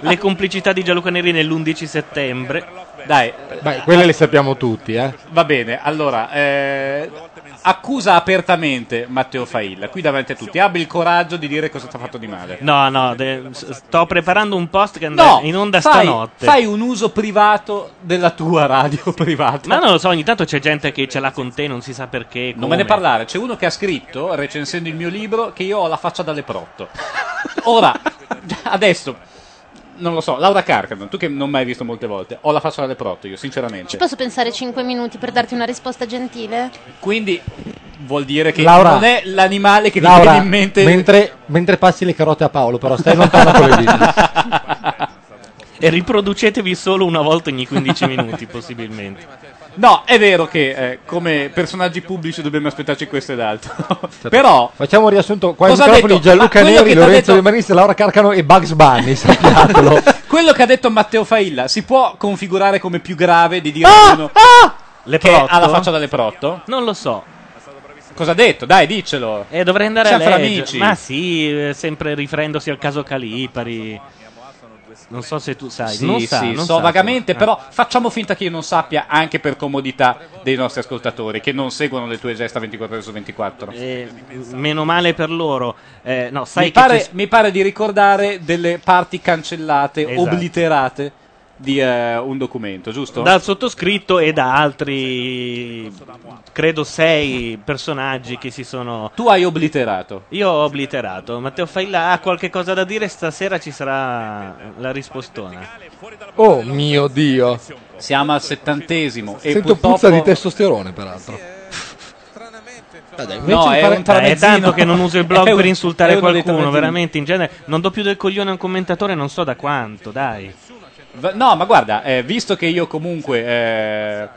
Speaker 3: le complicità di Gianluca Neri nell'11 settembre.
Speaker 5: Dai,
Speaker 4: Beh, quelle le sappiamo tutti, eh.
Speaker 5: Va bene, allora eh, accusa apertamente Matteo Failla qui davanti a tutti. Abbia il coraggio di dire cosa ti ha fatto di male.
Speaker 3: No, no, de- s- sto preparando un post che andrà
Speaker 5: No,
Speaker 3: in onda
Speaker 5: fai,
Speaker 3: stanotte.
Speaker 5: Fai un uso privato della tua radio privata.
Speaker 3: Ma non lo so, ogni tanto c'è gente che ce l'ha con te, non si sa perché.
Speaker 5: Non
Speaker 3: come.
Speaker 5: me ne parlare, c'è uno che ha scritto, recensendo il mio libro, che io ho la faccia da leprotto. Ora, adesso, non lo so, Laura Carcano, tu che non mi hai visto molte volte, ho la faccia da leprotto io,
Speaker 12: Ci
Speaker 5: sinceramente.
Speaker 12: posso pensare 5 minuti per darti una risposta gentile?
Speaker 5: Quindi vuol dire che
Speaker 4: Laura.
Speaker 5: non è l'animale che mi
Speaker 4: Laura,
Speaker 5: viene in mente...
Speaker 4: mentre, mentre passi le carote a Paolo, però stai lontano con le dita.
Speaker 3: E riproducetevi solo una volta ogni 15 minuti, possibilmente.
Speaker 5: No, è vero che eh, come personaggi pubblici dobbiamo aspettarci questo ed altro. Però
Speaker 4: Facciamo un riassunto. Qua ai
Speaker 5: Cosa ha
Speaker 4: microfoni
Speaker 5: detto?
Speaker 4: Gianluca
Speaker 5: Ma quello
Speaker 4: Neri,
Speaker 5: che t'ha
Speaker 4: Lorenzo
Speaker 5: detto-
Speaker 4: De Maris, Laura Carcano e Bugs Bunny, sappiatelo.
Speaker 5: quello che ha detto Matteo Failla si può configurare come più grave di dire a uno che
Speaker 3: Leprotto?
Speaker 5: ha la faccia da leprotto?
Speaker 3: Non lo so.
Speaker 5: Cosa ha detto? Dai, diccelo.
Speaker 3: E dovrei andare
Speaker 5: Siamo
Speaker 3: a
Speaker 5: fra
Speaker 3: leggere.
Speaker 5: amici.
Speaker 3: Ma sì, eh, sempre riferendosi al caso Calipari. Non so se tu sai.
Speaker 5: Sì,
Speaker 3: non
Speaker 5: sì,
Speaker 3: sa, non
Speaker 5: so
Speaker 3: sa.
Speaker 5: vagamente,
Speaker 3: Ah.
Speaker 5: però facciamo finta che io non sappia anche per comodità dei nostri ascoltatori che non seguono le tue gesta 24 ore su 24.
Speaker 3: Eh, meno male per loro. Eh, no, sai
Speaker 5: mi,
Speaker 3: che
Speaker 5: pare,
Speaker 3: c'è-
Speaker 5: mi pare di ricordare delle parti cancellate,
Speaker 3: Esatto.
Speaker 5: obliterate di eh, un documento, giusto?
Speaker 3: dal sottoscritto e da altri, credo, sei personaggi che si sono.
Speaker 5: Tu hai obliterato.
Speaker 3: Io ho obliterato. Matteo Failla ha qualche cosa da dire. Stasera ci sarà la rispostona.
Speaker 4: Oh mio dio.
Speaker 5: Siamo al settantesimo e
Speaker 4: Sento
Speaker 5: purtroppo...
Speaker 4: puzza di testosterone, peraltro.
Speaker 5: No,
Speaker 4: Invece di
Speaker 5: è
Speaker 4: fare-
Speaker 5: un
Speaker 3: Ah, è
Speaker 5: tramezzino.
Speaker 3: tanto che non uso il blog
Speaker 5: È un-
Speaker 3: per
Speaker 5: è
Speaker 3: insultare
Speaker 5: uno dei
Speaker 3: qualcuno.
Speaker 5: tramezzini.
Speaker 3: Veramente, in genere, non do più del coglione a un commentatore. Non so da quanto, dai.
Speaker 5: Va- No, ma guarda, eh, visto che io comunque eh,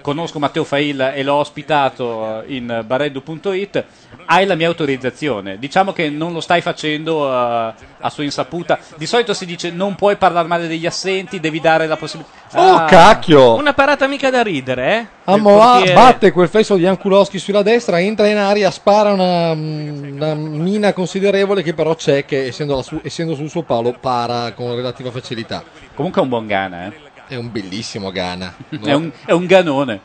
Speaker 5: conosco Matteo Failla e l'ho ospitato eh, in bareddu.it, hai la mia autorizzazione. Diciamo che non lo stai facendo eh, a sua insaputa. Di solito si dice non puoi parlare male degli assenti, devi dare la possibilità...
Speaker 4: Oh
Speaker 5: Ah,
Speaker 4: cacchio!
Speaker 3: Una parata mica da ridere, eh?
Speaker 4: A
Speaker 3: Del
Speaker 4: Moa
Speaker 3: portiere.
Speaker 4: ah, batte quel fesso di Ankulowski sulla destra, entra in aria, spara una, mm, una mina considerevole che però c'è che essendo, la su- essendo sul suo palo para con relativa facilità.
Speaker 5: Ah, Comunque è un buon Ghana, eh.
Speaker 4: È un bellissimo Ghana. No?
Speaker 5: è, un, è un ganone.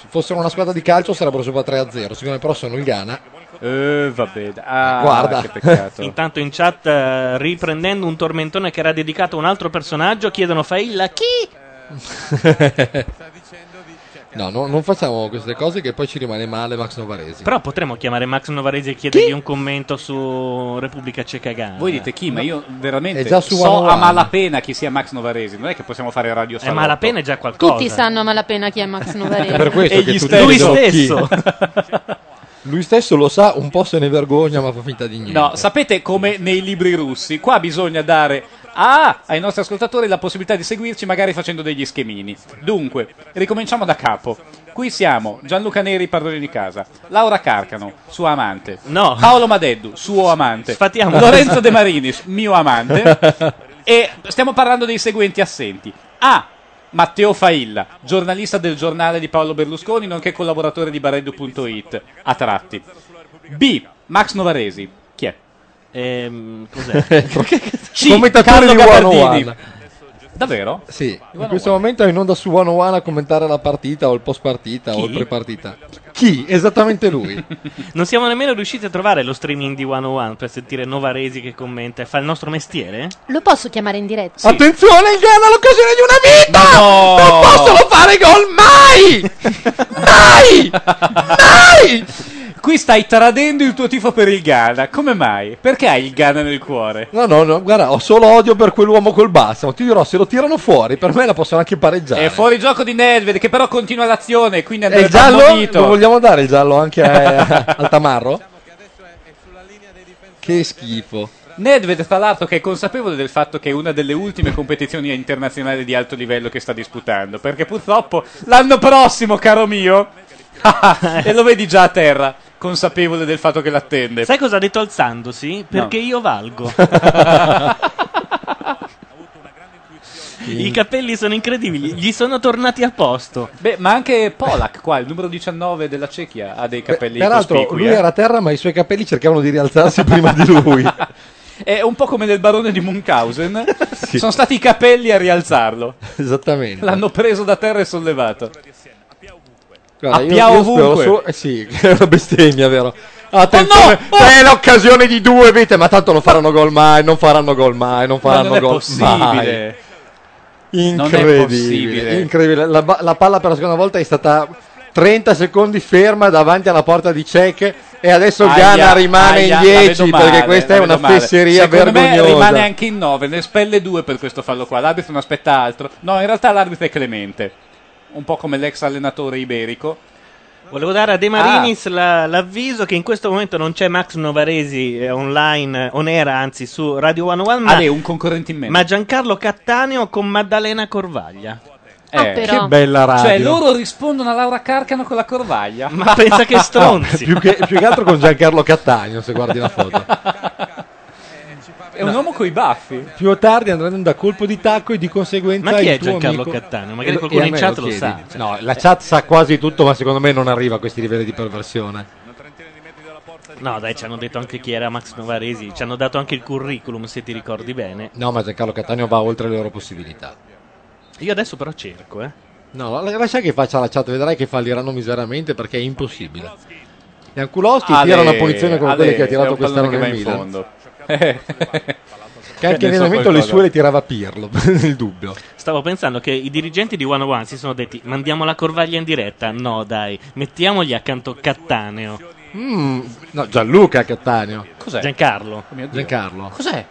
Speaker 4: Se fossero una squadra di calcio sarebbero sopra 3-0, siccome però sono il Ghana.
Speaker 5: Eh, vabbè. Ah,
Speaker 4: Guarda.
Speaker 5: che peccato.
Speaker 3: Intanto in chat, eh, riprendendo un tormentone che era dedicato a un altro personaggio, chiedono Failla chi?
Speaker 4: No, no, non facciamo queste cose che poi ci rimane male Max Novaresi.
Speaker 3: Però potremmo chiamare Max Novaresi e chiedergli un commento su Repubblica Ceca Ghana.
Speaker 5: Voi dite chi, ma io veramente
Speaker 4: È già su
Speaker 5: so a
Speaker 4: 101.
Speaker 5: malapena chi sia Max Novaresi. Non è che possiamo fare radio
Speaker 3: Eh,
Speaker 5: salotto.
Speaker 3: ma la pena è già qualcosa.
Speaker 12: Tutti sanno a malapena chi è Max Novarese.
Speaker 4: per questo
Speaker 5: Egli
Speaker 4: che tutti
Speaker 5: stesso.
Speaker 3: Lui
Speaker 4: vedono chi.
Speaker 3: stesso.
Speaker 4: Lui stesso lo sa, un po' se ne vergogna, ma fa finta di niente.
Speaker 5: No, sapete come nei libri russi, qua bisogna dare ah, ai nostri ascoltatori la possibilità di seguirci magari facendo degli schemini. Dunque, ricominciamo da capo. Qui siamo Gianluca Neri, padrone di casa, Laura Carcano, sua amante,
Speaker 3: No.
Speaker 5: Paolo Madeddu, suo amante,
Speaker 3: Sfatiamo.
Speaker 5: Lorenzo De Marinis, mio amante, e stiamo parlando dei seguenti assenti. A. Matteo Failla, giornalista del giornale di Paolo Berlusconi, nonché collaboratore di Bareddu.it, a tratti. B. Max Novaresi. Chi è?
Speaker 3: Ehm, cos'è?
Speaker 5: C.
Speaker 4: Commentatore
Speaker 5: Carlo
Speaker 4: di
Speaker 5: Gabardini.
Speaker 4: 101.
Speaker 5: Davvero?
Speaker 4: Sì, in questo momento è in onda su 101 a commentare la partita o il post partita o il pre partita. Chi? Esattamente lui.
Speaker 3: Non siamo nemmeno riusciti a trovare lo streaming di 101 per sentire Novaresi che commenta e fa il nostro mestiere?
Speaker 12: Lo posso chiamare in diretta?
Speaker 4: Attenzione, il Ghana ha l'occasione di una vita! Non possono fare gol mai! mai! Mai!
Speaker 5: Qui stai tradendo il tuo tifo per il Ghana. Come mai? Perché hai il Ghana nel cuore?
Speaker 4: No, no, no, guarda, ho solo odio per quell'uomo col bassimo. Ti dirò, se lo tirano fuori, per me la possono anche pareggiare.
Speaker 5: È fuori gioco di Nedved che però continua l'azione, quindi
Speaker 4: E
Speaker 5: andrebbe
Speaker 4: il giallo?
Speaker 5: ammonito.
Speaker 4: Lo vogliamo dare il giallo anche a- al Tamarro? Che schifo.
Speaker 5: Nedved, tra l'altro, che è consapevole del fatto che è una delle ultime competizioni internazionali di alto livello che sta disputando. Perché purtroppo l'anno prossimo, caro mio, e lo vedi già a terra, consapevole del fatto che l'attende.
Speaker 3: Sai cosa ha detto alzandosi? Perché io valgo. I capelli sono incredibili, gli sono tornati a posto.
Speaker 5: Beh, ma anche Polak, qua, il numero 19 della Cechia, ha dei capelli
Speaker 4: Peraltro,
Speaker 5: cospicui.
Speaker 4: lui
Speaker 5: eh.
Speaker 4: era a terra, ma i suoi capelli cercavano di rialzarsi prima di lui.
Speaker 5: È un po' come nel barone di Munchausen. Sono stati i capelli a rialzarlo.
Speaker 4: Esattamente.
Speaker 5: L'hanno preso da terra e sollevato.
Speaker 4: Guarda,
Speaker 5: a
Speaker 4: io-
Speaker 5: Pia
Speaker 4: io spero
Speaker 5: ovunque.
Speaker 4: solo- eh sì, è una bestemmia, vero? Attenzione,
Speaker 5: Oh,
Speaker 4: è l'occasione di due vite, ma tanto non faranno gol mai, non faranno gol mai, non
Speaker 5: Ma
Speaker 4: faranno
Speaker 5: non è
Speaker 4: gol mai.
Speaker 5: possibile. Non è
Speaker 4: Incredibile,
Speaker 5: possibile.
Speaker 4: incredibile. La, ba- la palla per la seconda volta è stata 30 secondi ferma davanti alla porta di Cech e adesso il
Speaker 5: Aia,
Speaker 4: Ghana rimane
Speaker 5: aia,
Speaker 4: in
Speaker 5: la
Speaker 4: 10
Speaker 5: vedo male,
Speaker 4: perché questa è
Speaker 5: la vedo
Speaker 4: una
Speaker 5: male.
Speaker 4: fesseria
Speaker 5: Secondo
Speaker 4: vergognosa.
Speaker 5: Me rimane anche in 9, ne spelle 2 per questo fallo qua. L'arbitro non aspetta altro. No, in realtà l'arbitro è Clemente. Un po' come l'ex allenatore iberico.
Speaker 3: Volevo dare a De Marinis la- l'avviso che in questo momento non c'è Max Novaresi eh, online, eh, on air, anzi su Radio 101, ma,
Speaker 5: Ale, un concorrente in meno.
Speaker 3: ma Giancarlo Cattaneo con Maddalena Corvaglia.
Speaker 5: Ah,
Speaker 3: Oh,
Speaker 5: Eh. però.
Speaker 4: Che bella radio.
Speaker 5: Cioè, loro rispondono a Laura Carcano con la corvaglia.
Speaker 3: Ma pensa che stronzi.
Speaker 4: più, che, più che altro con Giancarlo Cattaneo, se guardi la foto.
Speaker 5: È un uomo coi baffi.
Speaker 4: Più tardi andranno da colpo di tacco e di conseguenza
Speaker 3: Ma chi
Speaker 4: il
Speaker 3: è
Speaker 4: tuo
Speaker 3: Giancarlo
Speaker 4: amico-
Speaker 3: Cattaneo?
Speaker 4: E
Speaker 3: Magari
Speaker 4: lo-
Speaker 3: qualcuno
Speaker 4: e a
Speaker 3: in
Speaker 4: me
Speaker 3: chat
Speaker 4: lo
Speaker 3: lo, sa.
Speaker 4: Eh, chiedi. No, la chat sa quasi tutto, ma secondo me non arriva a questi livelli di perversione.
Speaker 3: No, dai, ci hanno detto anche chi era Max Novaresi. Ci hanno dato anche il curriculum, se ti ricordi bene.
Speaker 4: No, ma Giancarlo Cattaneo va oltre le loro possibilità.
Speaker 3: Io adesso però cerco, eh.
Speaker 4: No, la- lascia che faccia la chat, vedrai che falliranno miseramente perché è impossibile. Ianculowski tira una punizione come quelle che ha tirato quest'anno
Speaker 5: che
Speaker 4: nel
Speaker 5: in
Speaker 4: Milan.
Speaker 5: fondo. Eh.
Speaker 4: Che anche
Speaker 5: Ne
Speaker 4: nel
Speaker 5: so
Speaker 4: momento le
Speaker 5: qualcosa.
Speaker 4: sue le tirava Pirlo, nel dubbio.
Speaker 3: Stavo pensando che i dirigenti di 101 si sono detti: mandiamo la corvaglia in diretta? No, dai, mettiamogli accanto Cattaneo.
Speaker 4: Mm, no, Gianluca Cattaneo.
Speaker 5: Cos'è?
Speaker 3: Giancarlo.
Speaker 4: Giancarlo.
Speaker 5: Cos'è?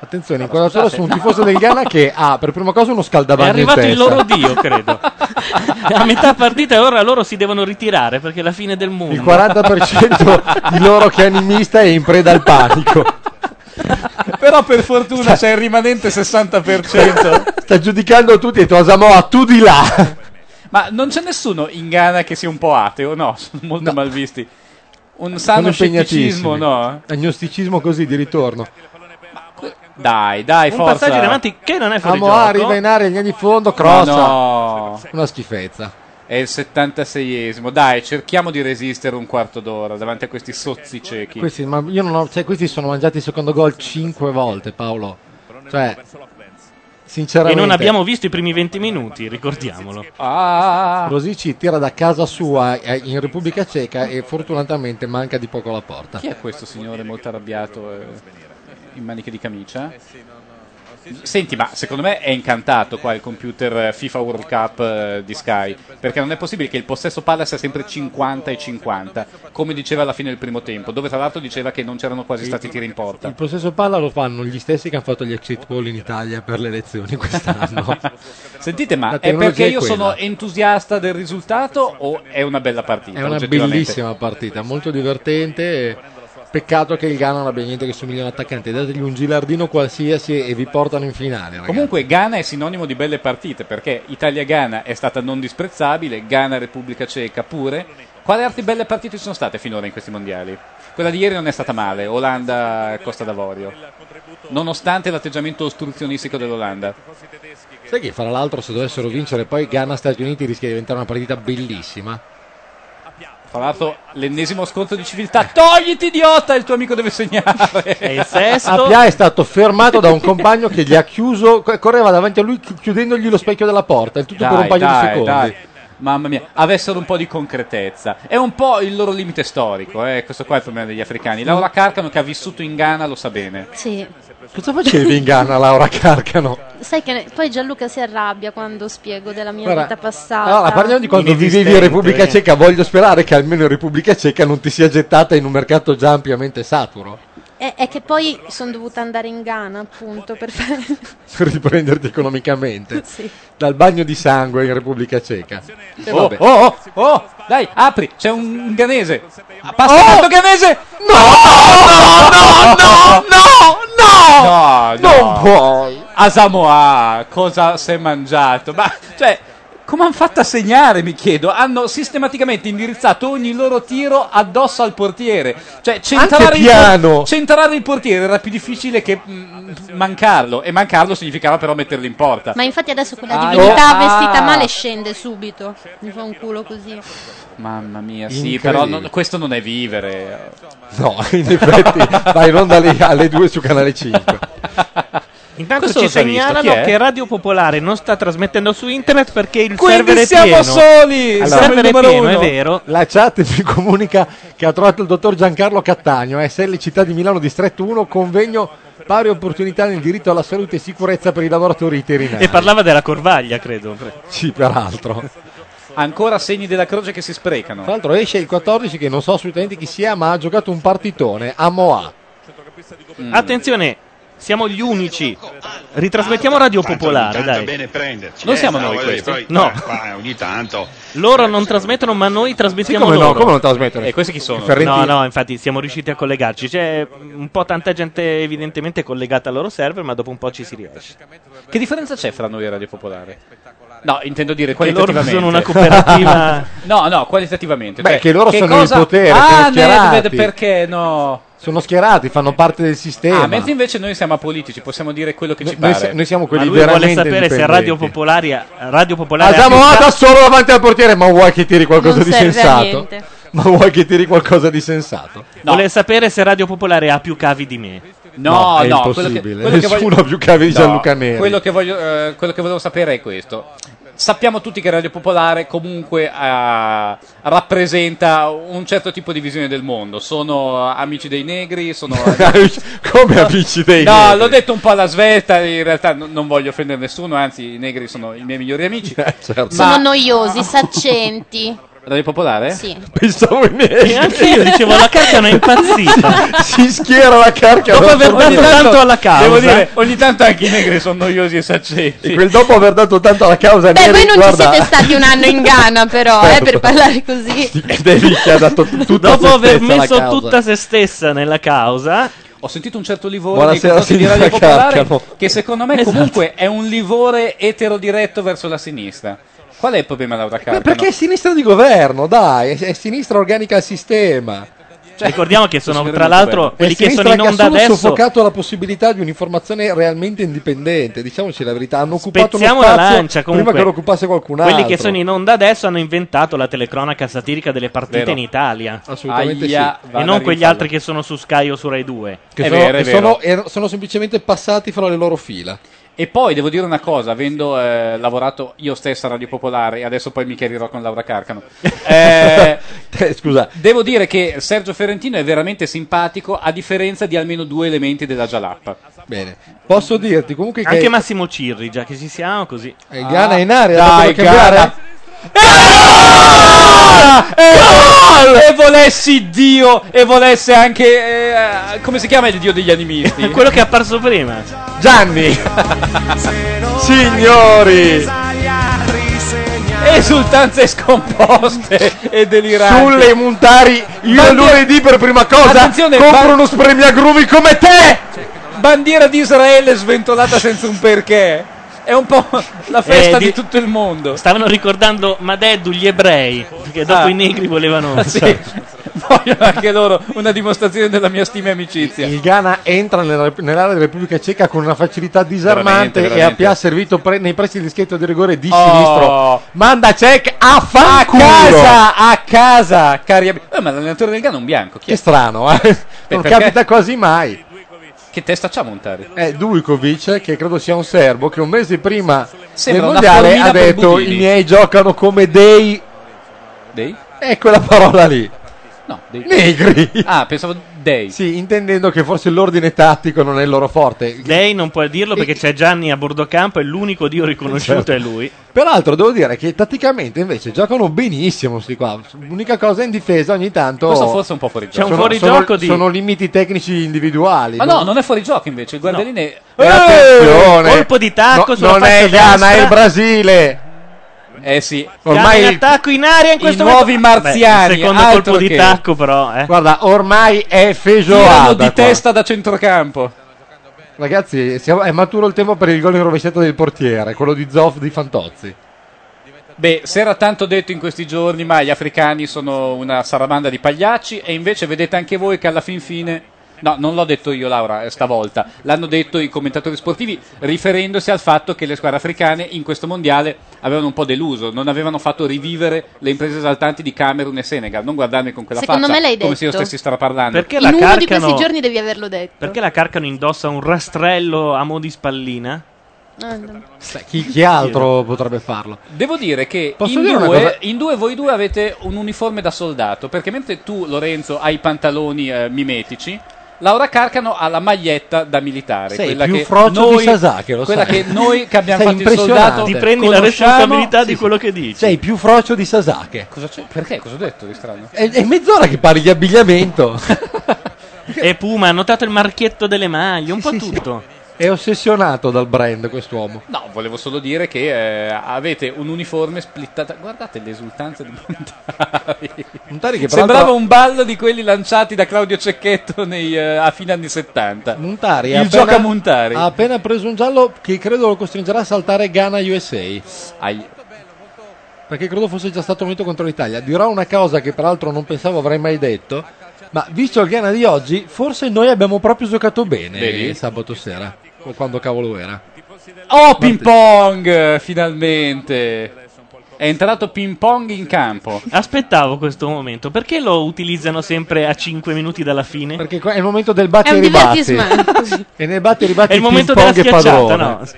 Speaker 4: Attenzione, in quella sola su un tifoso del Ghana che ha per prima cosa uno
Speaker 3: È
Speaker 4: scaldavano in testa.
Speaker 3: arrivato il loro dio, credo. A metà partita e ora loro si devono ritirare perché è la fine del mondo.
Speaker 4: Il 40% di loro che è animista è in preda al panico.
Speaker 5: Però per fortuna
Speaker 4: Cioè-
Speaker 5: c'è il rimanente 60%.
Speaker 4: Sta giudicando tutti e Tosamoa tu di là.
Speaker 5: Ma non c'è nessuno in Ghana che sia un po' ateo, no? Sono molto malvisti. Un
Speaker 4: Sono
Speaker 5: sano scetticismo,
Speaker 4: impegnatissimi.
Speaker 5: no?
Speaker 4: Agnosticismo così di ritorno.
Speaker 5: Dai, dai,
Speaker 3: Un
Speaker 5: forza.
Speaker 3: passaggio in avanti che non è fuori
Speaker 4: Amo
Speaker 3: gioco.
Speaker 4: arriva in area, linea di fondo,
Speaker 5: Ma
Speaker 4: crossa.
Speaker 5: no,
Speaker 4: Una schifezza.
Speaker 5: è il 76esimo. Dai, cerchiamo di resistere un quarto d'ora davanti a questi sozzi ciechi.
Speaker 4: Questi, ma io non ho- cioè, questi sono mangiati il secondo gol 5 volte, Paolo. Cioè,
Speaker 3: E
Speaker 4: sinceramente,
Speaker 3: non abbiamo visto i primi 20 minuti, ricordiamolo.
Speaker 5: Ah,
Speaker 4: Rosici tira da casa sua eh, in Repubblica Ceca e fortunatamente manca di poco la porta.
Speaker 5: chi è questo signore molto arrabbiato eh, in maniche di camicia? Senti, ma secondo me è incantato qua il computer eh, FIFA World Cup eh, di Sky, perché non è possibile che il possesso palla sia sempre 50 e 50, come diceva alla fine del primo tempo, dove tra l'altro diceva che non c'erano quasi stati tiri in porta.
Speaker 4: Il possesso palla lo fanno gli stessi che hanno fatto gli exit poll in Italia per le elezioni quest'anno.
Speaker 5: Sentite, ma
Speaker 4: La
Speaker 5: è
Speaker 4: tecnologia
Speaker 5: perché
Speaker 4: è
Speaker 5: io
Speaker 4: quella.
Speaker 5: sono entusiasta del risultato o è una bella partita?
Speaker 4: È una
Speaker 5: oggettivamente?
Speaker 4: bellissima partita, molto divertente. Peccato che il Ghana non abbia niente che somiglia a un attaccante. Dategli un gilardino qualsiasi e vi portano in finale. ragazzi.
Speaker 5: Comunque Ghana è sinonimo di belle partite perché Italia-Ghana è stata non disprezzabile, Ghana-Repubblica Ceca pure. Quali altre belle partite ci sono state finora in questi mondiali? Quella di ieri non è stata male, Olanda-Costa d'Avorio, nonostante l'atteggiamento ostruzionistico dell'Olanda.
Speaker 4: Sai che fra l'altro se dovessero vincere poi Ghana-Stati Uniti rischia di diventare una partita bellissima?
Speaker 5: Tra l'altro l'ennesimo scontro di civiltà, togliti idiota, il tuo amico deve segnare.
Speaker 4: Eh,
Speaker 3: E
Speaker 4: Appia è stato fermato da un compagno che gli ha chiuso, co- correva davanti a lui chi- chiudendogli lo specchio della porta, il tutto per un paio di secondi.
Speaker 5: Mamma mia, avessero un po' di concretezza. È un po' il loro limite storico, eh, questo qua è il problema degli africani. Laura Carcano che ha vissuto in Ghana lo sa bene.
Speaker 12: Sì.
Speaker 4: Cosa facevi in Ghana, Laura Carcano?
Speaker 12: Sai che ne- poi Gianluca si arrabbia quando spiego della mia
Speaker 4: Guarda,
Speaker 12: vita passata.
Speaker 4: Allora, parliamo di quando vivevi in Repubblica Ceca. Voglio sperare che almeno in Repubblica Ceca non ti sia gettata in un mercato già ampiamente saturo
Speaker 12: È, è che poi sono dovuta andare in Ghana, appunto, per fare...
Speaker 4: per riprenderti economicamente
Speaker 12: Sì.
Speaker 4: dal bagno di sangue in Repubblica Ceca. E
Speaker 5: Oh,
Speaker 4: vabbè.
Speaker 5: oh, oh, oh, dai, apri, c'è un un ghanese. Ah, Passa il fatto ghanese! No, no, no, no, no, no,
Speaker 4: Non puoi.
Speaker 5: A Samoa, cosa si è mangiato? Ma, cioè, come hanno fatto a segnare, mi chiedo? Hanno sistematicamente indirizzato ogni loro tiro addosso al portiere. Cioè, centrare, il,
Speaker 4: piano.
Speaker 5: por- centrare il portiere era più difficile che mm, mancarlo. E mancarlo significava però metterlo in porta.
Speaker 12: Ma infatti adesso quella
Speaker 5: Ah,
Speaker 12: divinità
Speaker 5: no.
Speaker 12: vestita
Speaker 5: Ah.
Speaker 12: male scende subito. Mi fa un culo così.
Speaker 5: Mamma mia, sì, però non- questo non è vivere.
Speaker 4: No, in effetti, vai in onda alle, alle 2 su Canale 5.
Speaker 3: Intanto
Speaker 5: Questo
Speaker 3: ci
Speaker 5: lo sei visto,
Speaker 3: segnalano
Speaker 5: chi è?
Speaker 3: che Radio Popolare non sta trasmettendo su internet perché il server
Speaker 5: Quindi
Speaker 3: è
Speaker 5: siamo
Speaker 3: pieno.
Speaker 5: soli!
Speaker 3: Il
Speaker 5: siamo il
Speaker 3: server è
Speaker 5: numero
Speaker 3: pieno, è
Speaker 5: uno.
Speaker 3: vero.
Speaker 4: La chat mi comunica che ha trovato il dottor Giancarlo Cattagno, SL Città di Milano, Distretto 1, convegno pari opportunità nel diritto alla salute e sicurezza per i lavoratori
Speaker 3: E
Speaker 4: itineranti.
Speaker 3: parlava della Corvaglia, credo.
Speaker 4: Sì, peraltro.
Speaker 5: Ancora segni della croce che si sprecano.
Speaker 4: Tra l'altro esce il 14 che non so assolutamente chi sia, ma ha giocato un partitone a Moa.
Speaker 3: Attenzione, siamo gli unici. Ritrasmettiamo Radio Popolare, dai.
Speaker 8: prenderci. Eh,
Speaker 3: Non siamo noi
Speaker 8: voglio dire,
Speaker 3: questi.
Speaker 8: però,
Speaker 3: No.
Speaker 8: eh, qua, ogni tanto.
Speaker 3: Loro non trasmettono, ma noi trasmettiamo
Speaker 4: come no,
Speaker 3: loro.
Speaker 4: come non trasmettono?
Speaker 3: E Eh, questi chi sono?
Speaker 4: Ferrenti-
Speaker 3: No, no, infatti siamo riusciti a collegarci. C'è un po' tanta gente evidentemente collegata al loro server, ma dopo un po' ci si riesce.
Speaker 5: Che differenza c'è fra noi e Radio Popolare? No, intendo dire
Speaker 3: Che loro
Speaker 5: qualitativamente.
Speaker 3: sono una cooperativa.
Speaker 5: no, no, qualitativamente.
Speaker 4: Beh,
Speaker 5: cioè,
Speaker 4: che loro sono il
Speaker 5: cosa-
Speaker 4: potere, sono
Speaker 5: Ah,
Speaker 4: schierati.
Speaker 5: Nedved, perché no?
Speaker 4: Sono schierati, fanno parte del sistema.
Speaker 5: Ah, mentre invece noi siamo apolitici, possiamo dire quello che ci
Speaker 4: Eh, noi
Speaker 5: pare.
Speaker 4: si- noi siamo
Speaker 3: Ma
Speaker 4: quelli
Speaker 3: lui vuole
Speaker 4: veramente
Speaker 3: sapere se
Speaker 4: indipendenti.
Speaker 3: Radio Popolare Radio Popolare
Speaker 4: Ah, Samoa
Speaker 3: ha
Speaker 4: da solo davanti al portiere, ma vuoi che tiri qualcosa
Speaker 3: Non
Speaker 4: di
Speaker 3: serve a
Speaker 4: sensato?
Speaker 3: niente.
Speaker 4: Ma vuoi che tiri qualcosa di sensato?
Speaker 3: Vuole sapere se Radio Popolare ha più cavi di me.
Speaker 4: No, è impossibile. Nessuno
Speaker 5: voglio-
Speaker 4: ha più cavi di
Speaker 5: No,
Speaker 4: Gianluca Neri.
Speaker 5: Quello che, voglio, eh, quello che volevo sapere è questo. Sappiamo tutti che Radio Popolare comunque eh, rappresenta un certo tipo di visione del mondo. Sono eh, amici dei negri, sono...
Speaker 4: Come amici dei
Speaker 5: no,
Speaker 4: neri.
Speaker 5: l'ho detto un po' alla svelta, in realtà no- non voglio offendere nessuno, anzi i negri sono i miei migliori amici.
Speaker 4: Eh, certo.
Speaker 12: Sono noiosi, saccenti.
Speaker 5: Radio Popolare?
Speaker 12: Sì.
Speaker 4: Pensavo in neri.
Speaker 3: Anche io dicevo, la carcano è impazzita.
Speaker 4: si schiera la carca.
Speaker 3: Dopo aver
Speaker 4: Ogni
Speaker 3: dato
Speaker 4: tanto-
Speaker 3: tanto alla causa.
Speaker 5: Devo dire, ogni tanto anche i negri sono noiosi e
Speaker 4: E
Speaker 5: saccenti.
Speaker 4: quel dopo aver dato tanto alla causa
Speaker 12: Beh,
Speaker 4: neri,
Speaker 12: voi non
Speaker 4: guarda,
Speaker 12: ci siete stati un anno in Ghana, però, eh, per
Speaker 4: Certo.
Speaker 12: parlare così.
Speaker 4: De Ricci ha dato tutta
Speaker 3: Dopo
Speaker 4: se
Speaker 3: aver
Speaker 4: stessa alla
Speaker 3: messo
Speaker 4: causa.
Speaker 3: tutta se stessa nella causa,
Speaker 5: Ho sentito un certo livore
Speaker 4: Buonasera,
Speaker 5: nei confronti di
Speaker 4: signora
Speaker 5: Radio Popolare
Speaker 4: Carcano.
Speaker 5: che secondo me
Speaker 3: Esatto.
Speaker 5: comunque è un livore eterodiretto verso la sinistra. Qual è il problema Laura
Speaker 4: Ma
Speaker 5: Carcano?
Speaker 4: perché è sinistra di governo, dai, è, è sinistra organica al sistema. Cioè,
Speaker 3: ricordiamo che sono
Speaker 5: signore
Speaker 3: tra
Speaker 5: è molto
Speaker 3: l'altro
Speaker 5: bello.
Speaker 3: quelli
Speaker 4: È
Speaker 3: che
Speaker 4: sinistra
Speaker 3: sono in onda
Speaker 4: ha solo
Speaker 3: adesso.
Speaker 4: soffocato la possibilità di un'informazione realmente indipendente, diciamoci la verità, hanno occupato
Speaker 3: Spezziamo
Speaker 4: uno
Speaker 3: la
Speaker 4: spazio
Speaker 3: lancia comunque.
Speaker 4: prima che lo occupasse qualcun altro.
Speaker 3: Quelli che sono in onda adesso hanno inventato la telecronaca satirica delle partite
Speaker 5: Vero.
Speaker 3: in Italia.
Speaker 4: Assolutamente
Speaker 5: Aia,
Speaker 4: sì.
Speaker 5: vada
Speaker 3: E non quegli
Speaker 5: rinfalla.
Speaker 3: altri che sono su Sky o su Rai 2.
Speaker 4: Che,
Speaker 5: È
Speaker 4: sono,
Speaker 5: vero, è
Speaker 4: che
Speaker 5: vero.
Speaker 4: sono- er- sono semplicemente passati fra le loro fila.
Speaker 5: E poi devo dire una cosa, avendo eh, lavorato io stessa a Radio Popolare e adesso poi mi chiarirò con Laura Carcano. eh,
Speaker 4: Eh, Scusa,
Speaker 5: devo dire che Sergio Ferentino è veramente simpatico a differenza di almeno due elementi della Jalap.
Speaker 4: bene. Posso dirti comunque che
Speaker 3: Anche Massimo Cirri, già che ci siamo così.
Speaker 4: eh, Ghana è in area,
Speaker 3: Ah,
Speaker 5: Dai,
Speaker 4: dai, cambiare. Eh,
Speaker 5: Ghana. Eh, E volessi Dio e volesse anche eh, come si chiama il Dio degli animisti?
Speaker 3: Quello che è apparso prima.
Speaker 4: Gianni. Signori.
Speaker 5: e Risultanze scomposte e deliranti.
Speaker 4: Sulle Montari, io
Speaker 5: Bandi-
Speaker 4: lunedì per prima cosa
Speaker 5: Attenzione,
Speaker 4: compro
Speaker 5: ban-
Speaker 4: uno spremiagrumi come te!
Speaker 5: Bandiera di Israele sventolata senza un perché. È un po' la festa
Speaker 3: Eh, di-
Speaker 5: di tutto il mondo.
Speaker 3: Stavano ricordando Madeddu gli ebrei, perché dopo
Speaker 5: Ah.
Speaker 3: i negri volevano...
Speaker 5: Ah,
Speaker 3: Cioè,
Speaker 5: sì. Vogliono anche loro una dimostrazione della mia stima e amicizia.
Speaker 4: Il Ghana entra nella- nell'area della Repubblica Ceca con una facilità disarmante
Speaker 5: Veramente, veramente.
Speaker 4: e Appia ha servito pre- nei pressi di schietto di rigore di
Speaker 5: Oh.
Speaker 4: sinistro. Manda Cech a
Speaker 5: A
Speaker 4: fanculo!
Speaker 5: casa, a casa, cari amici. Eh, ma l'allenatore del Ghana è un bianco. Chi
Speaker 4: Che
Speaker 5: è?
Speaker 4: strano, eh? non
Speaker 5: perché?
Speaker 4: capita quasi mai.
Speaker 5: Che testa c'ha Montari?
Speaker 4: È Dujkovic, che credo sia un serbo, che un mese prima
Speaker 5: Sembra
Speaker 4: del
Speaker 5: una
Speaker 4: mondiale
Speaker 5: formina
Speaker 4: ha
Speaker 5: per
Speaker 4: detto
Speaker 5: Budini.
Speaker 4: i miei giocano come dei...
Speaker 5: Dei?
Speaker 4: Ecco la parola lì.
Speaker 5: No, dei.
Speaker 4: Negri.
Speaker 5: Ah, pensavo dei.
Speaker 4: Sì, intendendo che forse l'ordine tattico non è il loro forte.
Speaker 3: Lei non può dirlo perché c'è Gianni a Bordocampo e l'unico dio riconosciuto
Speaker 4: Certo.
Speaker 3: è lui.
Speaker 4: Peraltro devo dire che tatticamente invece giocano benissimo sti qua. L'unica cosa in difesa ogni tanto
Speaker 5: Questo forse è un po' fuori
Speaker 3: C'è un
Speaker 5: gioco.
Speaker 4: sono,
Speaker 3: fuorigioco
Speaker 4: sono-
Speaker 3: di-
Speaker 4: sono limiti tecnici individuali.
Speaker 5: Ma no, non è fuori gioco invece. Il guardialine
Speaker 4: E attenzione.
Speaker 3: colpo di tacco sulla
Speaker 4: Non è
Speaker 3: faccia
Speaker 4: il Ghana,
Speaker 3: destra.
Speaker 4: è il Brasile.
Speaker 5: Eh sì.
Speaker 4: Ormai
Speaker 3: Ghana in attacco in aria in questo
Speaker 5: nuovi
Speaker 3: momento-
Speaker 5: marziani,
Speaker 3: Beh, il secondo
Speaker 5: altro
Speaker 3: colpo di
Speaker 5: che-
Speaker 3: tacco però, eh.
Speaker 4: Guarda, ormai è
Speaker 5: Tirano
Speaker 4: Fejoada
Speaker 5: di
Speaker 4: qua.
Speaker 5: testa da centrocampo.
Speaker 4: Ragazzi, siamo- è maturo il tempo per il gol in rovesciato del portiere, quello di Zoff di Fantozzi.
Speaker 5: Beh, si era tanto detto in questi giorni, ma gli africani sono una saramanda di pagliacci e invece vedete anche voi che alla fin fine... No, non l'ho detto io Laura eh, stavolta, l'hanno detto i commentatori sportivi riferendosi al fatto che le squadre africane in questo mondiale avevano un po' deluso, non avevano fatto rivivere le imprese esaltanti di Camerun e Senegal, non guardarmi con quella
Speaker 12: Secondo
Speaker 5: faccia
Speaker 12: me l'hai
Speaker 5: come se io
Speaker 12: detto.
Speaker 5: stessi straparlando.
Speaker 3: Perché la
Speaker 12: In uno di
Speaker 3: Carcano
Speaker 12: questi giorni devi averlo detto.
Speaker 3: Perché la Carcano indossa un rastrello a mo' di spallina?
Speaker 12: Ah, no.
Speaker 4: Sai, Chi, chi altro potrebbe farlo?
Speaker 5: Devo dire che
Speaker 4: Posso
Speaker 5: in,
Speaker 4: dire una cosa?
Speaker 5: due, in due voi due avete un uniforme da soldato, perché mentre tu Lorenzo hai i pantaloni eh, mimetici, Laura Carcano ha la maglietta da militare,
Speaker 4: Sei
Speaker 5: quella
Speaker 4: più
Speaker 5: che
Speaker 4: frocio di
Speaker 5: noi,
Speaker 4: Sasaki, lo
Speaker 5: quella
Speaker 4: sai.
Speaker 5: che noi che abbiamo
Speaker 4: Sei
Speaker 5: fatto il soldato
Speaker 4: impressionante.
Speaker 3: Ti prendi la
Speaker 5: conosciamo-
Speaker 3: responsabilità di quello che dici.
Speaker 4: Sei più frocio di Sasake.
Speaker 5: Cosa c'è? Perché? Cosa ho detto di strano?
Speaker 4: È, è mezz'ora che parli di abbigliamento.
Speaker 3: E Puma ha notato il marchietto delle maglie, un po'
Speaker 4: Sì, sì,
Speaker 3: tutto.
Speaker 4: È ossessionato dal brand quest'uomo.
Speaker 5: No, volevo solo dire che eh, avete un uniforme splittata. Guardate le esultanze di Montari.
Speaker 4: Montari che peraltro-
Speaker 5: Sembrava un ballo di quelli lanciati da Claudio Cecchetto nei, eh, a fine anni 70.
Speaker 4: Montari
Speaker 5: Il
Speaker 4: ha appena-
Speaker 5: gioca Montari.
Speaker 4: Ha appena preso un giallo che credo lo costringerà a saltare Ghana USA.
Speaker 5: Ai-
Speaker 4: Perché credo fosse già stato momento contro l'Italia. Dirò una cosa che peraltro non pensavo avrei mai detto. Ma visto il Ghana di oggi, forse noi abbiamo proprio giocato bene
Speaker 5: Vedi?
Speaker 4: sabato sera. O quando cavolo era.
Speaker 5: Oh, ping pong! Finalmente! È entrato ping pong in campo.
Speaker 3: Aspettavo questo momento, perché lo utilizzano sempre a 5 minuti dalla fine?
Speaker 4: Perché qua è il momento del batti
Speaker 12: È
Speaker 4: e
Speaker 12: un
Speaker 4: ribatti.
Speaker 12: divertisement.
Speaker 4: E nel batti e ribatti
Speaker 3: È il momento della
Speaker 4: ping pong e
Speaker 3: schiacciata,
Speaker 4: padrone.
Speaker 3: no?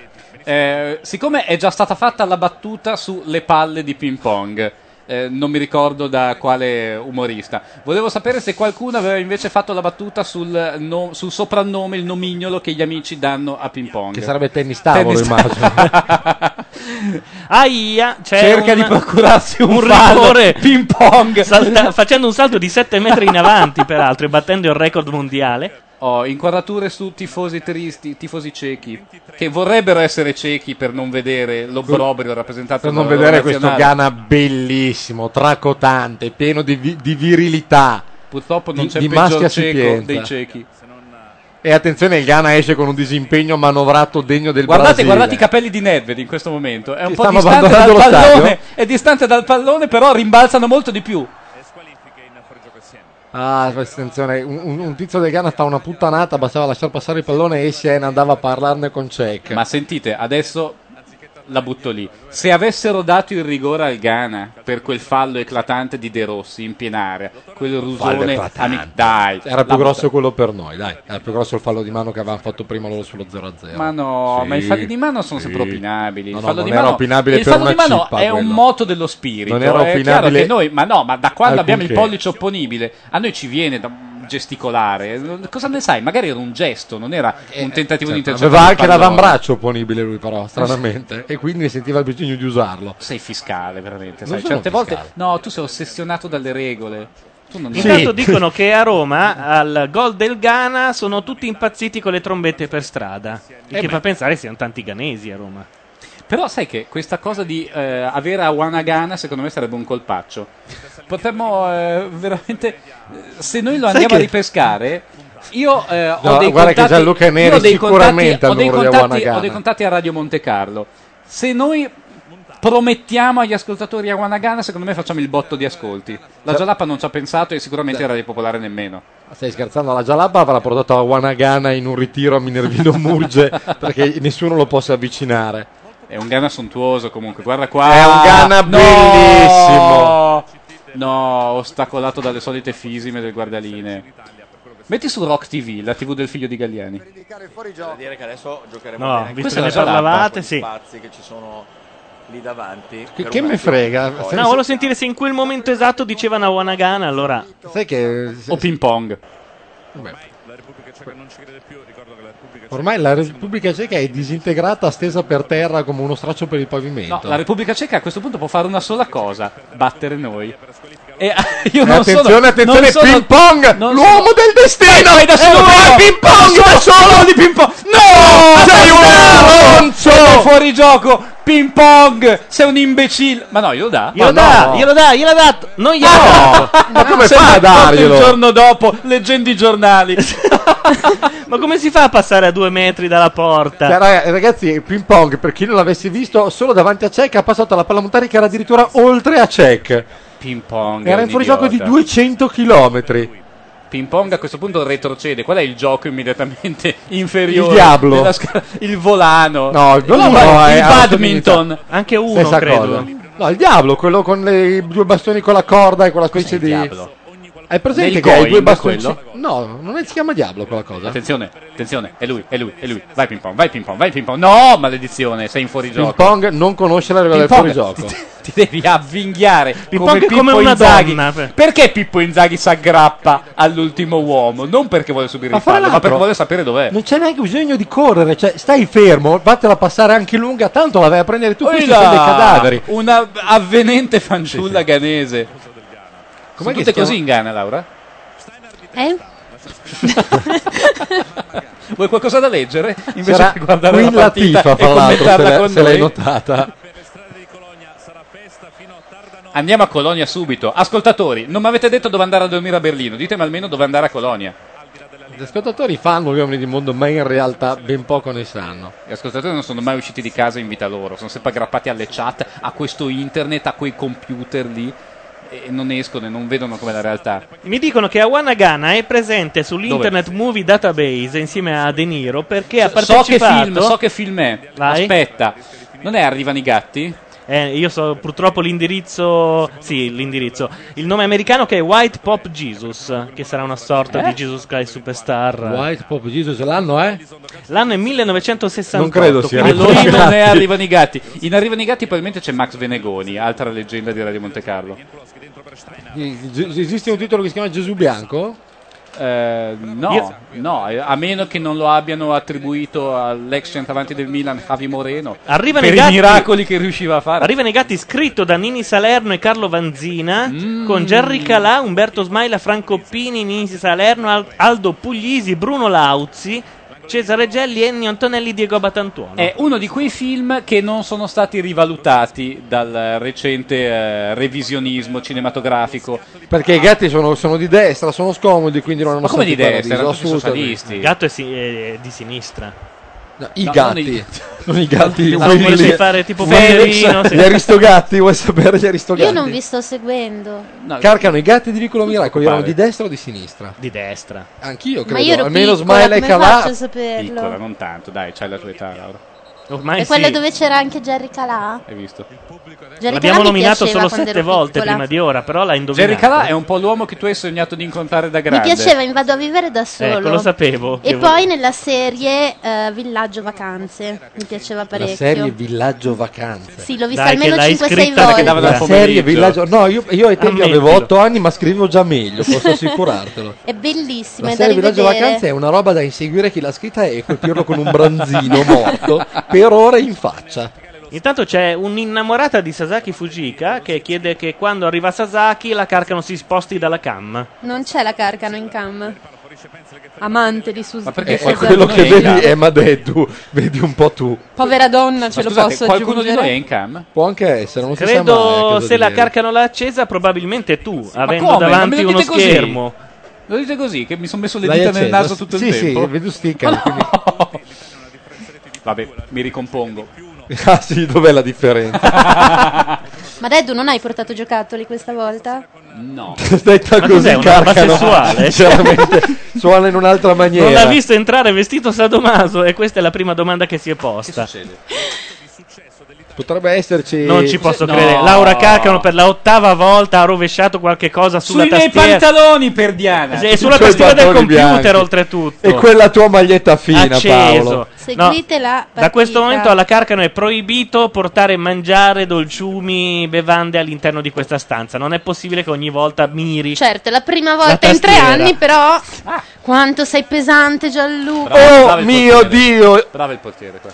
Speaker 5: Eh, siccome è già stata fatta la battuta sulle palle di ping pong, eh, non mi ricordo da quale umorista, volevo sapere se qualcuno aveva invece fatto la battuta sul, no- sul soprannome, il nomignolo che gli amici danno a ping pong.
Speaker 4: Che sarebbe tennis tavolo,
Speaker 5: Tennis-
Speaker 4: immagino.
Speaker 3: Aia, c'è
Speaker 5: Cerca
Speaker 3: un-
Speaker 5: di procurarsi un,
Speaker 3: un
Speaker 5: fallo,
Speaker 3: rigore.
Speaker 5: ping pong.
Speaker 3: salta- facendo un salto di 7 metri in avanti, peraltro, e battendo il record mondiale.
Speaker 5: Ho inquadrature su tifosi tristi, tifosi ciechi, che vorrebbero essere ciechi per non vedere l'obbrobrio rappresentato
Speaker 4: Per non
Speaker 5: dalla loro
Speaker 4: vedere questo
Speaker 5: nazionale.
Speaker 4: Ghana bellissimo, tracotante, pieno di, vi- di virilità.
Speaker 5: Purtroppo non
Speaker 4: di-
Speaker 5: c'è
Speaker 4: di
Speaker 5: il peggior
Speaker 4: maschia
Speaker 5: cieco
Speaker 4: sapienza.
Speaker 5: dei ciechi.
Speaker 4: E attenzione, il Ghana esce con un disimpegno manovrato degno del
Speaker 5: Guardate,
Speaker 4: Brasile.
Speaker 5: guardate i capelli di Nedved in questo momento. È un
Speaker 4: Che
Speaker 5: po'
Speaker 4: stanno
Speaker 5: distante dal
Speaker 4: abbandonando lo
Speaker 5: pallone.
Speaker 4: stadio?
Speaker 5: È distante dal pallone, però rimbalzano molto di più.
Speaker 4: Ah, attenzione, un, un- un tizio del Ghana fa una puttanata, bastava lasciar passare il pallone e Siena andava a parlarne con Cech.
Speaker 5: Ma sentite, adesso la butto lì. Se avessero dato il rigore al Ghana per quel fallo eclatante di De Rossi in piena area, quel rusone
Speaker 4: eclatante.
Speaker 5: ami- dai,
Speaker 4: Era
Speaker 5: la
Speaker 4: più grosso
Speaker 5: butto-
Speaker 4: quello per noi, dai. Era più grosso il fallo di mano che avevamo fatto prima loro sullo 0-0.
Speaker 5: Ma no,
Speaker 4: Sì,
Speaker 5: ma i falli di mano sono
Speaker 4: sì.
Speaker 5: sempre opinabili.
Speaker 4: No,
Speaker 5: il
Speaker 4: no,
Speaker 5: fallo
Speaker 4: non
Speaker 5: di
Speaker 4: era
Speaker 5: mano,
Speaker 4: opinabile
Speaker 5: il
Speaker 4: per
Speaker 5: fallo
Speaker 4: una
Speaker 5: di mano
Speaker 4: cippa,
Speaker 5: è un
Speaker 4: quello.
Speaker 5: moto dello spirito.
Speaker 4: Non era
Speaker 5: è chiaro
Speaker 4: opinabile
Speaker 5: che noi, ma no, ma da quando abbiamo il
Speaker 4: alcunché.
Speaker 5: pollice opponibile, a noi ci viene da gesticolare. Cosa ne sai? Magari era un gesto, non era un tentativo di intercettare.
Speaker 4: Aveva
Speaker 5: il
Speaker 4: anche
Speaker 5: pallone.
Speaker 4: l'avambraccio opponibile lui però, stranamente. e quindi sentiva il bisogno di usarlo.
Speaker 5: Sei fiscale, veramente.
Speaker 4: Non
Speaker 5: Sai,
Speaker 4: sono
Speaker 5: certe
Speaker 4: fiscale.
Speaker 5: volte, no, tu sei ossessionato dalle regole. Tu non "Ah,
Speaker 4: Sì.
Speaker 3: Intanto dicono che a Roma, al gol del Ghana,
Speaker 5: Eh
Speaker 3: sono tutti impazziti con le trombette per strada. Il che fa pensare siano tanti ghanesi a Roma.
Speaker 5: Però sai che questa cosa di eh, avere a Wanagana secondo me sarebbe un colpaccio. Potremmo eh, veramente... eh, Se noi lo
Speaker 4: Sai
Speaker 5: andiamo a
Speaker 4: che-
Speaker 5: ripescare... Io eh,
Speaker 4: No,
Speaker 5: ho dei
Speaker 4: guarda che
Speaker 5: contatti,
Speaker 4: Gianluca Neri
Speaker 5: io ho dei
Speaker 4: sicuramente
Speaker 5: contatti, ho dei
Speaker 4: all'Uro di
Speaker 5: contatti-
Speaker 4: Wanagana.
Speaker 5: ho dei contatti a Radio Monte Carlo. Se noi promettiamo agli ascoltatori a Wanagana, secondo me facciamo il botto di ascolti. La Gialappa non ci ha pensato e sicuramente Radio Popolare nemmeno.
Speaker 4: Stai scherzando, la Jalabba avrà portato a Wanagana in un ritiro a Minervino Murge perché nessuno lo possa avvicinare.
Speaker 5: È un Ghana sontuoso comunque, guarda qua.
Speaker 4: È un Ghana
Speaker 5: No!
Speaker 4: bellissimo.
Speaker 5: No, ostacolato dalle solite fisime del guardaline. Metti su Rock TV, la TV del figlio di Galliani.
Speaker 8: Devo dire che adesso giocheremo
Speaker 5: No,
Speaker 8: bene.
Speaker 5: visto che parlavate,
Speaker 8: sì. spazi che ci sono lì davanti. per
Speaker 4: che
Speaker 8: un
Speaker 4: me
Speaker 8: attimo.
Speaker 4: frega?
Speaker 8: Poi-
Speaker 4: Se-
Speaker 3: No, volevo sentire se in quel momento esatto dicevano a Wanagana, allora...
Speaker 4: Sai che...
Speaker 5: O ping pong.
Speaker 13: La Repubblica Ceca non ci crede più, ricordo che la Repubblica Ceca...
Speaker 4: Ormai la Repubblica Ceca è disintegrata, stesa per terra come uno straccio per il
Speaker 5: No,
Speaker 4: pavimento.
Speaker 5: la Repubblica Ceca a questo punto può fare una sola cosa: battere noi. E
Speaker 4: Eh,
Speaker 5: io non sono-
Speaker 4: attenzione, attenzione,
Speaker 5: non sono-
Speaker 4: ping pong! L'uomo del destino!
Speaker 5: Vai, vai da
Speaker 4: E
Speaker 5: solo,
Speaker 4: vai,
Speaker 5: no!
Speaker 4: ping pong!
Speaker 5: Da solo di ping pong! No! Sei un aronzo! Sei fuori gioco! Ping pong! Sei un imbecille! Ma no, glielo dà.
Speaker 3: Glielo dà, glielo dà, glielo dà! Non glielo dà!
Speaker 4: Ma come
Speaker 5: Se
Speaker 4: fa a
Speaker 5: l'ha fatto
Speaker 4: darglielo?
Speaker 5: Il giorno dopo, leggendo i giornali.
Speaker 3: Ma come si fa a passare a due metri dalla porta?
Speaker 4: Cioè, raga- ragazzi, il ping pong, per chi non l'avesse visto, solo davanti a Cech ha passato la pallamontare che era addirittura oltre a Cech.
Speaker 5: Ping pong.
Speaker 4: Era in fuorigioco di 200 km.
Speaker 5: Ping pong a questo punto retrocede. Qual è il gioco immediatamente inferiore?
Speaker 4: Il Diablo.
Speaker 5: Della sca- il volano.
Speaker 4: No, il volano
Speaker 5: La-
Speaker 4: no,
Speaker 5: il
Speaker 4: è
Speaker 5: badminton.
Speaker 4: assolutamente-
Speaker 3: Anche uno,
Speaker 4: Stessa
Speaker 3: credo.
Speaker 4: cosa. No, il diavolo, quello con le- i due bastoni con la corda e quella specie di.
Speaker 5: diavolo?
Speaker 4: Hai presente
Speaker 5: Del
Speaker 4: che hai
Speaker 5: Goin,
Speaker 4: due bastoni?
Speaker 5: quello?
Speaker 4: No, non è- si chiama diavolo quella cosa.
Speaker 5: Attenzione, attenzione, è lui, è lui, è lui. Vai ping pong, vai ping pong, vai ping pong. No, maledizione, sei in
Speaker 4: Ping
Speaker 5: fuorigioco.
Speaker 4: pong non conosce la regola del
Speaker 5: Ping pong.
Speaker 4: fuorigioco.
Speaker 5: Ti devi avvinghiare
Speaker 4: pong
Speaker 5: come
Speaker 4: è
Speaker 5: Pippo
Speaker 4: come una
Speaker 5: Inzaghi.
Speaker 4: donna.
Speaker 5: Perché Pippo Inzaghi si aggrappa all'ultimo uomo? Non perché vuole subire
Speaker 4: Ma
Speaker 5: il
Speaker 4: fra
Speaker 5: fallo, ma
Speaker 4: l'altro-
Speaker 5: perché vuole sapere dov'è.
Speaker 4: Non c'è neanche bisogno di correre, cioè stai fermo, fatela passare anche lunga, tanto la vai a prendere tu, questi
Speaker 5: Oilà!
Speaker 4: sono dei cadaveri.
Speaker 5: Una avvenente fanciulla ganese. Come
Speaker 4: che
Speaker 5: tutte
Speaker 4: si chiama?
Speaker 5: così in Ghana, Laura?
Speaker 12: Eh?
Speaker 5: Vuoi qualcosa da leggere? Invece
Speaker 4: C'era
Speaker 5: di guardare
Speaker 4: Queen
Speaker 5: la partita
Speaker 4: Latifah,
Speaker 5: e
Speaker 4: fra l'altro, se,
Speaker 5: commentarla
Speaker 4: l'hai-
Speaker 5: con
Speaker 4: se l'hai
Speaker 5: noi.
Speaker 4: notata.
Speaker 5: Andiamo a Colonia subito. Ascoltatori, non mi avete detto dove andare a dormire a Berlino. Ditemi almeno dove andare a Colonia.
Speaker 4: Gli ascoltatori fanno gli uomini di mondo, ma in realtà ben poco ne sanno.
Speaker 5: Gli ascoltatori non sono mai usciti di casa in vita loro. Sono sempre aggrappati alle chat, a questo internet, a quei computer lì. E non escono e non vedono com'è la realtà.
Speaker 3: Mi dicono che Awanagana è presente sull'Internet Movie Database insieme a De Niro perché ha
Speaker 5: So che
Speaker 3: partecipato...
Speaker 5: film, so che film è.
Speaker 3: Vai.
Speaker 5: Aspetta, non è Arrivano i gatti?
Speaker 3: Eh, io so purtroppo l'indirizzo. Sì, l'indirizzo. Il nome americano che è White Pop Jesus, che sarà una sorta
Speaker 5: Eh?
Speaker 3: di Jesus Christ Superstar.
Speaker 4: White Pop Jesus eh? l'anno è?
Speaker 3: L'anno è 1968.
Speaker 4: Non credo sia
Speaker 3: quindi-
Speaker 5: Allora non è Arrivano i gatti. In Arrivano i gatti probabilmente c'è Max Venegoni, altra leggenda di Radio Monte Carlo.
Speaker 4: Esiste un titolo che si chiama Gesù Bianco?
Speaker 5: Eh, no, no, eh, a meno che non lo abbiano attribuito all'ex centravanti del Milan Javi Moreno.
Speaker 3: Arrivano
Speaker 5: per
Speaker 3: i gatti.
Speaker 5: miracoli che riusciva a fare.
Speaker 3: Arriva Negati scritto da Nini Salerno e Carlo Vanzina con Gerry Calà, Umberto Smaila, Franco Pini, Nini Salerno, Al- Aldo Puglisi, Bruno Lauzi, Cesare Gelli, Ennio Antonelli, Diego Batantuono.
Speaker 5: È
Speaker 12: Eh.
Speaker 5: uno di quei film che non sono stati rivalutati dal recente eh, revisionismo cinematografico.
Speaker 4: Perché i gatti sono, sono di destra, sono scomodi, quindi non hanno
Speaker 5: Ma come di
Speaker 4: stati
Speaker 5: destra? Erano
Speaker 4: paradiso,
Speaker 5: tutti
Speaker 4: assolutamente.
Speaker 5: socialisti.
Speaker 3: Il gatto è, si- è di sinistra.
Speaker 4: No, I gatti, non i gatti,
Speaker 3: Ah,
Speaker 4: quelli
Speaker 3: volete
Speaker 4: lì.
Speaker 3: fare tipo
Speaker 4: Felix,
Speaker 3: Ferrino, sì.
Speaker 4: gli aristogatti, vuoi sapere gli aristogatti?
Speaker 12: Io non vi sto seguendo.
Speaker 4: Carcano, i gatti di Vicolo Miracolo erano
Speaker 5: Pare.
Speaker 4: di destra o di sinistra?
Speaker 3: Di destra.
Speaker 4: Anch'io
Speaker 12: Ma
Speaker 4: credo,
Speaker 12: io ero
Speaker 4: almeno
Speaker 12: piccola,
Speaker 4: Smile e
Speaker 12: come
Speaker 4: Calà.
Speaker 12: faccio a saperlo?
Speaker 5: Piccola, non tanto, dai, c'hai la tua età, Laura.
Speaker 3: Ormai
Speaker 12: è quello dove c'era anche Jerry Calà?
Speaker 5: Hai visto?
Speaker 12: Jerry
Speaker 3: L'abbiamo
Speaker 12: Calà mi
Speaker 3: nominato
Speaker 12: piaceva
Speaker 3: solo
Speaker 12: quando
Speaker 3: sette
Speaker 12: ero
Speaker 3: volte
Speaker 12: piccola.
Speaker 3: prima di ora, però l'ha indovinato.
Speaker 5: Jerry Calà è un po' l'uomo che tu hai sognato di incontrare da
Speaker 12: Mi
Speaker 5: grande.
Speaker 12: piaceva in Vado a vivere da solo.
Speaker 3: Ecco, lo sapevo.
Speaker 12: E poi nella serie eh, Villaggio Vacanze mi piaceva
Speaker 4: La
Speaker 12: parecchio.
Speaker 4: serie Villaggio Vacanze.
Speaker 12: Sì, l'ho vista
Speaker 3: Dai, che
Speaker 12: almeno
Speaker 3: l'hai
Speaker 12: 5-6
Speaker 3: scritta perché
Speaker 12: volte.
Speaker 5: dava dal
Speaker 4: La serie
Speaker 5: pomeriggio.
Speaker 4: Villaggio... No, io, io ai tempi avevo
Speaker 3: Ammettilo.
Speaker 4: 8 anni ma scrivo già meglio, posso assicurartelo.
Speaker 12: È bellissima,
Speaker 4: La
Speaker 12: è da
Speaker 4: serie Villaggio
Speaker 12: rivedere.
Speaker 4: Vacanze è una roba da inseguire chi l'ha scritta e colpirlo con un branzino morto per ore in faccia.
Speaker 3: Intanto c'è un'innamorata di Sasaki Fujika che chiede che quando arriva Sasaki la Carcano si sposti dalla cam.
Speaker 12: Non c'è la carcano in cam. Amante di eh, Susanna.
Speaker 4: Ma perché è Eh, quello che vedi è Madeddu, vedi un po' tu.
Speaker 12: Povera donna, ce lo posso aggiungere.
Speaker 4: cam? Può anche essere, non si sa mai a
Speaker 3: Credo
Speaker 4: cosa
Speaker 3: se la
Speaker 4: dire.
Speaker 3: carcano l'ha accesa, probabilmente tu, avendo
Speaker 5: come? Ma me
Speaker 3: davanti
Speaker 5: lo
Speaker 3: uno
Speaker 5: dite così?
Speaker 3: schermo.
Speaker 5: Lo dite così, che mi sono messo le
Speaker 3: L'hai
Speaker 5: dita nel
Speaker 3: accesa?
Speaker 5: naso tutto il
Speaker 4: Sì, sì,
Speaker 5: tempo?
Speaker 4: vedusticcano,
Speaker 5: Ma no! Vabbè, mi ricompongo.
Speaker 4: Ah sì, dov'è la differenza?
Speaker 12: Ma Deddu non hai portato giocattoli questa volta?
Speaker 5: No.
Speaker 4: Detta
Speaker 3: Ma
Speaker 4: così
Speaker 3: cos'è, un
Speaker 4: carcano,
Speaker 3: omosessuale?
Speaker 4: sinceramente, suona in un'altra maniera.
Speaker 3: Non l'ha visto entrare vestito sadomaso e questa è la prima domanda che si è posta.
Speaker 4: Potrebbe esserci
Speaker 5: Eh,
Speaker 3: Non ci posso
Speaker 4: No.
Speaker 3: credere. Laura Carcano per la ottava volta ha rovesciato qualche cosa sulla
Speaker 5: Sui miei
Speaker 3: tastiera.
Speaker 5: pantaloni per Diana.
Speaker 3: Sì, e sulla
Speaker 4: Coi
Speaker 3: tastiera del
Speaker 4: pantaloni
Speaker 3: computer
Speaker 4: bianchi.
Speaker 3: oltretutto.
Speaker 4: E quella tua maglietta fina,
Speaker 3: Acceso.
Speaker 4: Paolo. Oh,
Speaker 12: Seguite la partita.
Speaker 3: Da questo momento alla Carcano è proibito portare mangiare, dolciumi, bevande all'interno di questa stanza. Non è possibile che ogni volta miri.
Speaker 12: Certo, è la prima volta
Speaker 3: La
Speaker 12: in tre
Speaker 3: tastiera. Ah.
Speaker 12: anni, però. Quanto sei pesante, Gianluca.
Speaker 5: Bravo il portiere. Bravo il portiere qua.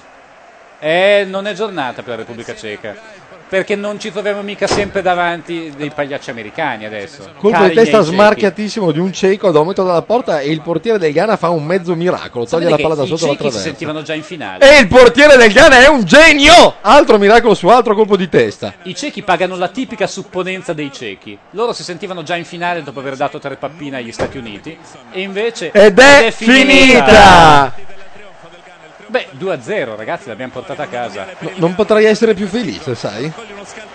Speaker 5: Eh, non è giornata per la Repubblica Ceca. Perché non ci troviamo mica sempre davanti dei pagliacci americani adesso.
Speaker 4: Colpo
Speaker 5: Cari
Speaker 4: di testa
Speaker 5: miei cechi.
Speaker 4: smarchiatissimo di un cieco da un metro dalla porta e il portiere del Ghana fa un mezzo miracolo, toglie
Speaker 5: Sapete
Speaker 4: la
Speaker 5: che
Speaker 4: palla da
Speaker 5: i
Speaker 4: sotto e la
Speaker 5: cechi si
Speaker 4: traversa.
Speaker 5: sentivano già in finale.
Speaker 4: E il portiere del Ghana è un genio! Altro miracolo su altro colpo di testa.
Speaker 5: I cechi pagano la tipica supponenza dei cechi. Loro si sentivano già in finale dopo aver dato tre pappine agli Stati Uniti. E invece.
Speaker 4: Ed è finita!
Speaker 5: Beh, 2-0, ragazzi, l'abbiamo portata a casa.
Speaker 4: Non potrei essere più felice, sai?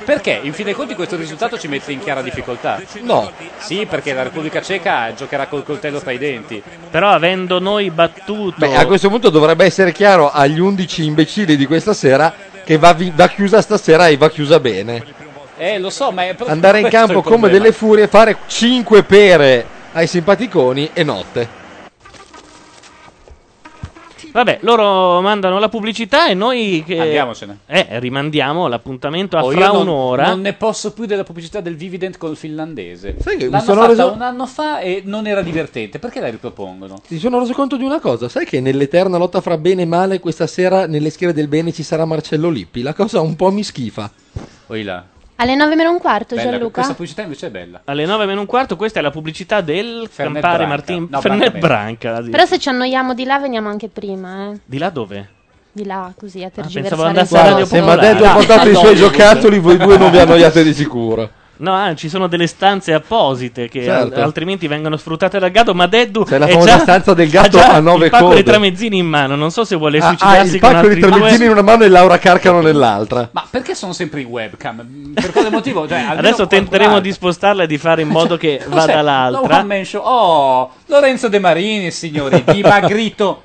Speaker 5: Perché in fin dei conti questo risultato ci mette in chiara difficoltà?
Speaker 4: No.
Speaker 5: Sì, perché la Repubblica Ceca giocherà col coltello tra i denti.
Speaker 3: Però avendo noi battuto
Speaker 4: Beh, a questo punto dovrebbe essere chiaro agli 11 imbecilli di questa sera che va, vi- va chiusa stasera e va chiusa bene.
Speaker 5: Eh, lo so, ma è proprio
Speaker 4: Andare in
Speaker 5: questo il
Speaker 4: campo come
Speaker 5: problema.
Speaker 4: delle furie, fare 5 pere ai simpaticoni e notte.
Speaker 3: Vabbè, loro mandano la pubblicità e noi che
Speaker 5: Andiamocene.
Speaker 3: Eh, rimandiamo l'appuntamento a
Speaker 5: Oh, io
Speaker 3: fra
Speaker 5: non-
Speaker 3: un'ora.
Speaker 5: Non ne posso più della pubblicità del Vivident col finlandese. Sai
Speaker 4: che mi
Speaker 5: L'hanno
Speaker 4: sono
Speaker 5: fatta
Speaker 4: reso-
Speaker 5: un anno fa e non era divertente. Perché la ripropongono?
Speaker 4: Ti sono reso conto di una cosa, sai che nell'eterna lotta fra bene e male questa sera nelle schiere del bene ci sarà Marcello Lippi? La cosa un po' mi schifa.
Speaker 5: Poi Oh, là.
Speaker 12: Alle 9 meno un quarto,
Speaker 3: Bella,
Speaker 12: Certo, Gianluca.
Speaker 3: questa
Speaker 5: pubblicità invece è bella.
Speaker 3: Alle 9 meno un quarto, questa è la pubblicità del
Speaker 5: Fernet
Speaker 3: Campare
Speaker 5: Branca.
Speaker 3: Martin
Speaker 5: No,
Speaker 3: Fernet
Speaker 5: Branca
Speaker 3: Branca.
Speaker 12: Però se ci annoiamo di là, veniamo anche prima, eh.
Speaker 3: Di là dove?
Speaker 12: Di là, così, a
Speaker 3: Ah, pensavo
Speaker 12: tergiversare il
Speaker 3: andasse a
Speaker 12: tempo.
Speaker 3: Radio
Speaker 4: Se
Speaker 3: Popolare.
Speaker 4: Madeddu ha portato i suoi giocattoli, voi due non vi annoiate di sicuro.
Speaker 3: No, ah, ci sono delle stanze apposite che
Speaker 4: Certo.
Speaker 3: al- altrimenti vengono sfruttate dal gatto. Ma Deddu
Speaker 4: C'è la
Speaker 3: è
Speaker 4: famosa
Speaker 3: già-
Speaker 4: stanza del gatto
Speaker 3: ha già
Speaker 4: a nove
Speaker 3: il pacco
Speaker 4: code.
Speaker 3: di tramezzini in mano. Non so se vuole
Speaker 4: Ah, ah,
Speaker 3: suicidarsi
Speaker 4: il
Speaker 3: con
Speaker 4: pacco
Speaker 3: altri
Speaker 4: di tramezzini
Speaker 3: due.
Speaker 4: in una mano e Laura Carcano nell'altra.
Speaker 5: Ma perché sono sempre i webcam? Per quale motivo? Cioè, almeno Cioè,
Speaker 3: Adesso
Speaker 5: qualcun
Speaker 3: tenteremo
Speaker 5: altro.
Speaker 3: di spostarla e di fare in modo che
Speaker 5: Cos'è?
Speaker 3: vada
Speaker 5: La
Speaker 3: l'altra.
Speaker 5: one man show. Oh, Lorenzo De Marini, signori, dimagrito.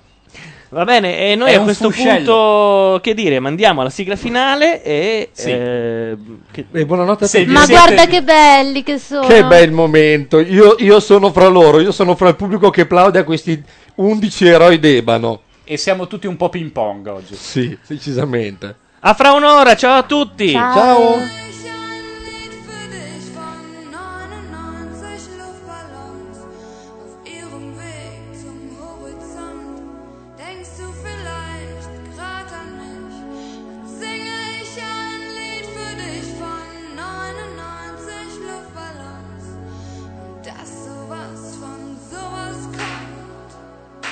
Speaker 3: Va bene, e noi
Speaker 5: È
Speaker 3: a
Speaker 5: un
Speaker 3: questo
Speaker 5: fuscello.
Speaker 3: punto, che dire, mandiamo alla sigla finale e...
Speaker 4: Sì.
Speaker 3: eh, che-
Speaker 4: buonanotte
Speaker 3: Se vi
Speaker 12: Ma
Speaker 3: siete-
Speaker 12: guarda che belli che sono.
Speaker 4: Che bel momento. Io, io sono fra loro, io sono fra il pubblico che applaude a questi 11 eroi d'ebano.
Speaker 5: E siamo tutti un po' ping pong oggi.
Speaker 4: Sì, decisamente.
Speaker 3: A fra un'ora, ciao a tutti!
Speaker 4: Ciao. Ciao.
Speaker 2: ihrem Weg zum Horizont denkst du vielleicht grad an mich, dann singe ich ein Lied für dich von 99 Luftballons und dass sowas von sowas kommt.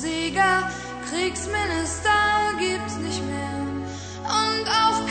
Speaker 2: Krieger, Kriegsminister gibt's nicht mehr. Und auf